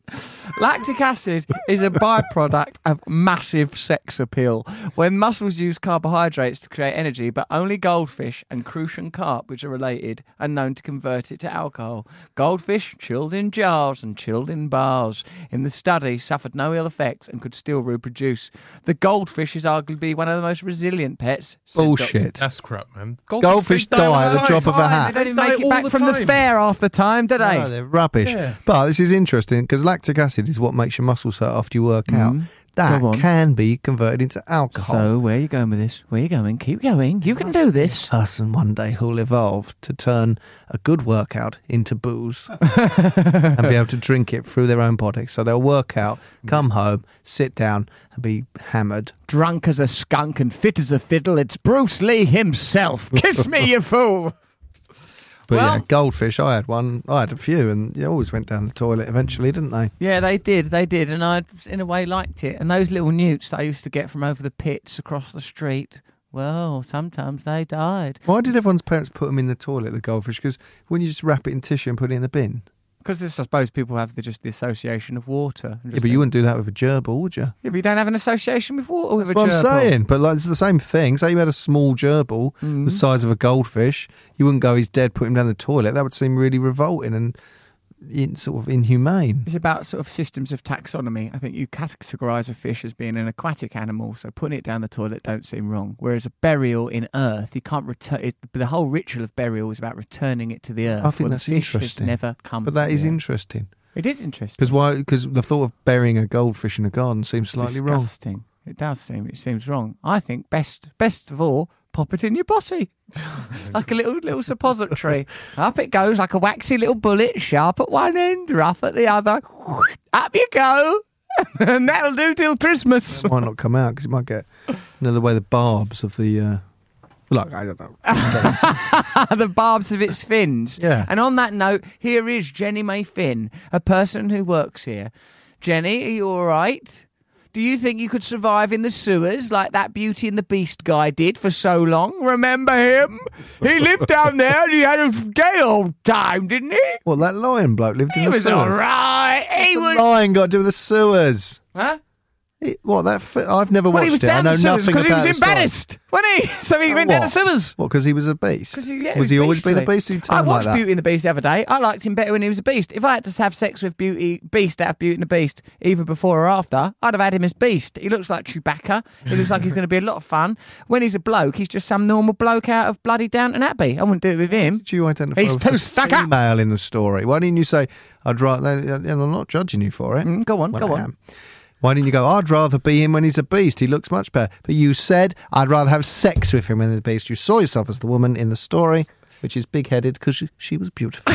S11: Lactic acid is a byproduct of massive sex appeal. When muscles use carbohydrates to create energy, but only goldfish and crucian carp, which are related, are known to convert it to alcohol. Goldfish chilled in jars and chilled in bars. In the study, suffered no ill effects and could still reproduce. The goldfish is arguably one of the most resilient pets. said
S4: Bullshit.
S5: That's crap, man.
S4: Goldfish
S5: they all
S4: die at the
S5: time.
S4: drop of a
S11: They
S4: hat.
S11: don't even
S5: They
S11: make
S5: all
S11: it back
S5: the
S11: from the
S5: time.
S11: fair half the time, do they?
S4: No, they're rubbish.
S5: Yeah.
S4: But this is interesting because lactic acid is what makes your muscles hurt after you work out. That
S11: Mm-hmm. Go on.
S4: can be converted into alcohol.
S11: so where are you going with this? Where are you going? Keep going. You can do this.
S4: us and one day who'll evolve to turn a good workout into booze and be able to drink it through their own body. So they'll work out, come home, sit down, and be hammered.
S11: drunk as a skunk and fit as a fiddle. It's Bruce Lee himself. Kiss me, you fool.
S4: But yeah,
S11: Well-
S4: goldfish. I had one. I had a few, and they always went down the toilet eventually, didn't they?
S11: Yeah, they did. They did. And I, in a way, liked it. And those little newts that I used to get from over the pits across the street, well, sometimes they died.
S4: Why did everyone's parents put them in the toilet? The goldfish, because when you just wrap it in tissue and put it in the bin.
S11: Because I suppose people have the, just the association of water. and
S4: Yeah,
S11: just
S4: but you
S11: think-
S4: wouldn't do that with a gerbil, would you?
S11: Yeah, but you don't have an association with water. With
S4: That's
S11: a
S4: what
S11: gerbil.
S4: I'm saying. But like, it's the same thing. Say you had a small gerbil
S11: Mm-hmm.
S4: the size of a goldfish, you wouldn't go, he's dead, put him down the toilet. That would seem really revolting and in, sort of inhumane.
S11: It's about sort of systems of taxonomy. I think you categorise a fish as being an aquatic animal, so putting it down the toilet don't seem wrong. Whereas a burial in earth, you can't return. It, the whole ritual of burial is about returning it to the earth.
S4: I think
S11: where the
S4: that's
S11: fish has
S4: interesting.
S11: never come.
S4: But that
S11: to
S4: is
S11: the earth.
S4: interesting.
S11: It is interesting.
S4: Because why? Because the thought of burying a goldfish in a garden seems slightly wrong.
S11: Disgusting. It does seem. It seems wrong. I think best, best of all, pop it in your body, like a little little suppository. Up it goes like a waxy little bullet, sharp at one end, rough at the other. Up you go. and that'll do till Christmas.
S4: It might not come out because it might get, you know, the way the barbs of the, uh, like, I don't know.
S11: Ah. the barbs of its fins.
S4: Yeah.
S11: And on that note, here is Jenny May Finn, a person who works here. Jenny, are you all right? Do you think you could survive in the sewers like that Beauty and the Beast guy did for so long? Remember him? He lived down there and he had a gay old time, didn't he?
S4: Well, that lion bloke lived in
S11: He
S4: the
S11: was
S4: sewers.
S11: all right. He
S4: What's
S11: was.
S4: the lion got to do with the sewers?
S11: Huh?
S4: It- what, that, fi- I've never
S11: Well,
S4: watched
S11: he was
S4: it. I
S11: down
S4: know
S11: the sewers
S4: nothing
S11: because he
S4: about
S11: was
S4: the story.
S11: embarrassed, wasn't he? So he went down the
S4: What?
S11: sewers.
S4: What? Because he was a beast.
S11: 'Cause he- yeah,
S4: was he always
S11: beastly.
S4: been a beast? Who
S11: I
S4: turned like
S11: watched
S4: that?
S11: Beauty and the Beast the other day. I liked him better when he was a beast. If I had to have sex with Beauty Beast out of Beauty and the Beast, either before or after, I'd have had him as Beast. He looks like Chewbacca. He looks like he's going to be a lot of fun. When he's a bloke, he's just some normal bloke out of bloody Downton Abbey. I wouldn't do it with him.
S4: Do you identify
S11: He's
S4: with
S11: too
S4: a
S11: stuck up.
S4: female in the story? Why didn't you say I'd rather? And I'm not judging you for it.
S11: Mm, go on,
S4: Well,
S11: go
S4: I
S11: on.
S4: am. Why didn't you go? I'd rather be him when he's a beast. He looks much better. But you said I'd rather have sex with him when he's a beast. You saw yourself as the woman in the story, which is big-headed because she, she was beautiful.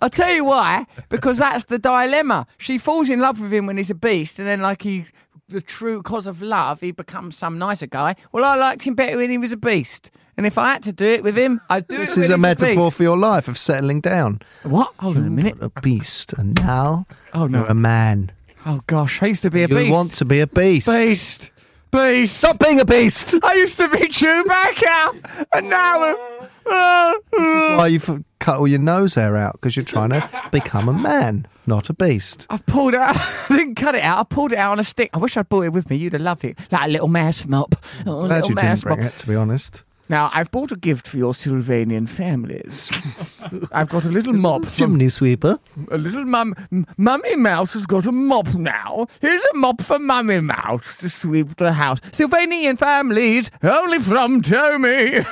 S11: I'll tell you why, because that's the dilemma. She falls in love with him when he's a beast, and then like he the true cause of love, he'd become some nicer guy. Well, I liked him better when he was a beast. And if I had to do it with him, I'd do
S4: This
S11: it.
S4: is
S11: when
S4: a
S11: he's
S4: metaphor
S11: beast.
S4: for your life of settling down.
S11: What? Hold on a minute.
S4: A beast, and now
S11: Oh, no.
S4: you're a man.
S11: Oh gosh, I used to be a
S4: you
S11: beast.
S4: want to be a beast.
S11: beast. Beast.
S4: Stop being a beast.
S11: I used to be Chewbacca, and now. I'm-
S3: uh,
S4: Why Ah, you've cut all your nose hair out because you're trying to become a man, not a beast.
S11: I pulled it out. I didn't cut it out. I pulled it out on a stick. I wish I'd brought it with me. You'd have loved it. Like a little mouse mop. Oh,
S4: Glad
S11: little
S4: you didn't
S11: mouse
S4: bring
S11: mop.
S4: it, to be honest.
S11: Now, I've bought a gift for your Sylvanian families. I've got a little mop. From,
S4: Chimney sweeper.
S11: a little mum. m- Mummy Mouse has got a mop now. Here's a mop for Mummy Mouse to sweep the house. Sylvanian families, only from Tommy.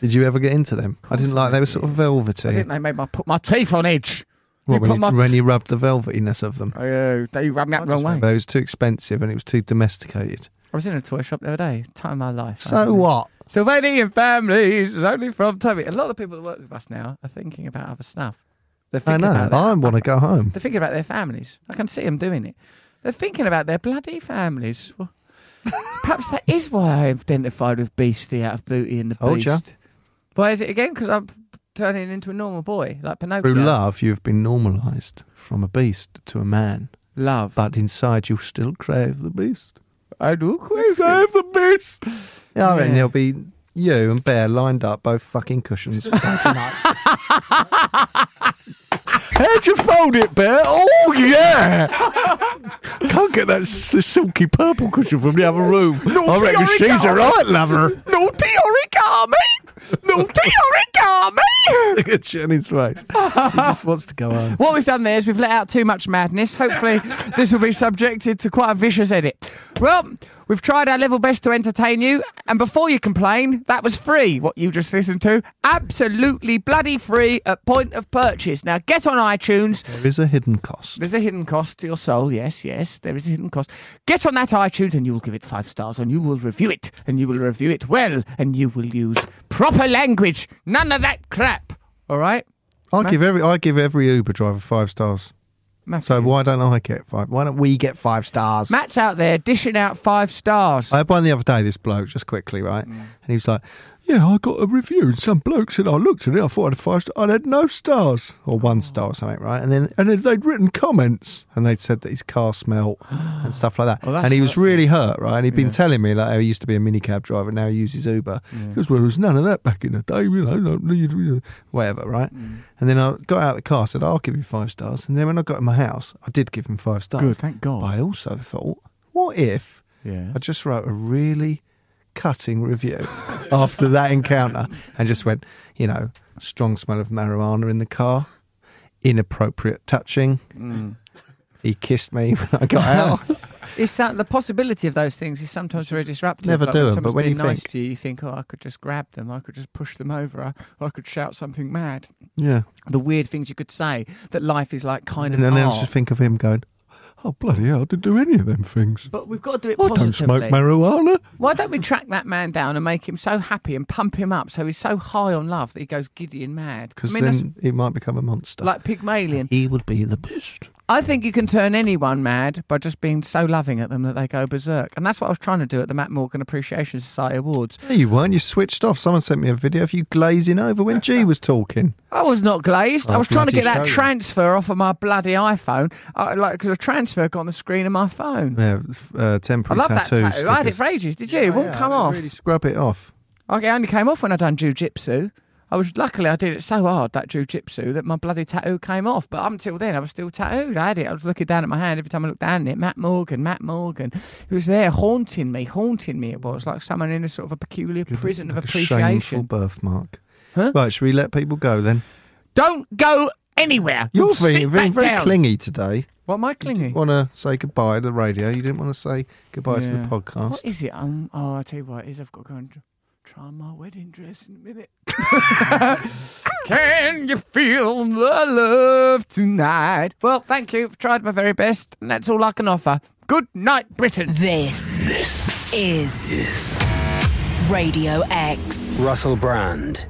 S4: Did you ever get into them? I didn't like. They were sort of velvety.
S11: I think they made my put my teeth on edge.
S4: What,
S11: put
S4: when,
S11: my-
S4: you, when you rubbed the velvetiness of them.
S11: Oh, yeah, they rubbed me
S4: I
S11: up the
S4: just
S11: wrong way.
S4: remember It was too expensive and it was too domesticated.
S11: I was in a toy shop the other day. Time of my life. I
S4: So
S11: don't know.
S4: what?
S11: Sylvanian families is only from Tommy. A lot of people that work with us now are thinking about other stuff. They're
S4: I
S11: thinking
S4: know.
S11: About
S4: I
S11: their,
S4: want to go home.
S11: they're thinking about their families. I can see them doing it. They're thinking about their bloody families. Well, Perhaps that is why I identified with Beastie out of Booty and the
S4: Told
S11: Beast.
S4: ya.
S11: Why is it again? Because I'm turning into a normal boy, like Pinocchio.
S4: Through love, you have been normalised from a beast to a man,
S11: Love.
S4: but inside you still crave the beast.
S11: I do crave the beast.
S4: Yeah, I reckon
S11: Yeah.
S4: there'll be you and Bear lined up, both fucking cushions.
S3: How'd you fold it, Bear? Oh, yeah! Can't get that s- the silky purple cushion from the other room. I reckon she's all right, lover.
S11: Naughty origami! Naughty origami!
S4: Look at Jenny's face. She just wants to go home.
S11: What we've done there is we've let out too much madness. Hopefully, this will be subjected to quite a vicious edit. Well, we've tried our level best to entertain you, and before you complain, that was free, what you just listened to. Absolutely bloody free at point of purchase. Now get on iTunes.
S4: There is a hidden cost.
S11: There's a hidden cost to your soul. Yes, yes, there is a hidden cost. Get on that iTunes and you'll give it five stars and you will review it and you will review it well and you will use proper language. None of that crap. All right?
S4: I give every I give every Uber driver five stars.
S11: Matthew.
S4: So why don't I get five? Why don't we get five stars?
S11: Matt's out there dishing out five stars.
S4: I had one the other day, this bloke, just quickly, right?
S11: Mm.
S4: And he was like,
S3: Yeah, I got a review and some bloke said I looked at it, I thought I had five stars, I had no stars.
S4: or
S11: Oh.
S4: one star or something, right? And then and then they'd written comments and they'd said that his car smelt and stuff like that.
S11: Oh, that's-
S4: and he was
S11: that's
S4: really hurt, right? And he'd been telling me like how he used to be a minicab driver, now he uses Uber because there was none of that back in the day, you know, no, no, you- you know, whatever, right?
S11: Mm.
S4: And then I got out of the car, said I'll give you five stars, and then when I got in my house, I did give him five stars.
S11: Good, thank God.
S4: But I also thought, what if
S11: Yeah.
S4: I just wrote a really cutting review after that encounter and just went, you know, strong smell of marijuana in the car, inappropriate touching.
S11: Mm.
S4: He kissed me when I got out.
S11: It's some- the possibility of those things is sometimes very disruptive.
S4: Never
S11: like
S4: do 'em, but
S11: someone's
S4: when
S11: being
S4: you
S11: nice
S4: think-
S11: to you, you think, oh, I could just grab them, I could just push them over, I, I could shout something mad.
S4: yeah.
S11: The weird things you could say that life is like kind of
S4: And then I
S11: art.
S4: just think of him going,
S3: Oh, bloody hell, I didn't do any of them things.
S11: But we've got to do
S4: "Oh,
S11: it
S3: I
S11: positively.
S3: don't smoke marijuana.
S11: Why don't we track that man down and make him so happy and pump him up so he's so high on love that he goes giddy and mad?
S4: because
S11: I mean,
S4: then he might become a monster.
S11: that's like Pygmalion.
S4: he would be the best.
S11: I think you can turn anyone mad by just being so loving at them that they go berserk. And that's what I was trying to do at the Matt Morgan Appreciation Society Awards.
S4: No, you weren't. You switched off. Someone sent me a video of you glazing over when G was talking.
S11: I was not glazed. I
S4: Oh,
S11: was trying to
S4: bloody
S11: get that
S4: show you.
S11: transfer off of my bloody iPhone. I, like, because a transfer got on the screen of my phone.
S4: Yeah, uh,
S11: I
S4: temporary
S11: love that tattoo. I had it
S4: stickers.
S11: for ages. Did you? it
S4: Yeah,
S11: wouldn't
S4: I
S11: come
S4: had to
S11: off.
S4: Really scrub it off.
S11: Okay, it only came off when I done jujitsu. I was luckily I did it so hard that jujitsu that my bloody tattoo came off. But up until then, I was still tattooed. I had it. I was looking down at my hand every time I looked down at it. Matt Morgan, Matt Morgan. It was there, haunting me, haunting me. It was like someone in a sort of a peculiar prison of
S4: Like a Shameful
S11: appreciation.
S4: birthmark.
S11: Huh?
S4: Right, should we let people go then?
S11: Don't go anywhere.
S4: You're
S11: Sit
S4: being very,
S11: back
S4: very
S11: down.
S4: clingy today.
S11: What am I clingy?
S4: Want to say goodbye to the radio? You didn't want to say goodbye to the
S11: Yeah.
S4: podcast.
S11: What is it? Um, oh, I tell you what it is. I've got to go and tr- try on my wedding dress in a minute. Can you feel the love tonight? Well, thank you. I've tried my very best, and that's all I can offer. Good night, Britain.
S15: This, is, Radio X.
S2: Russell Brand.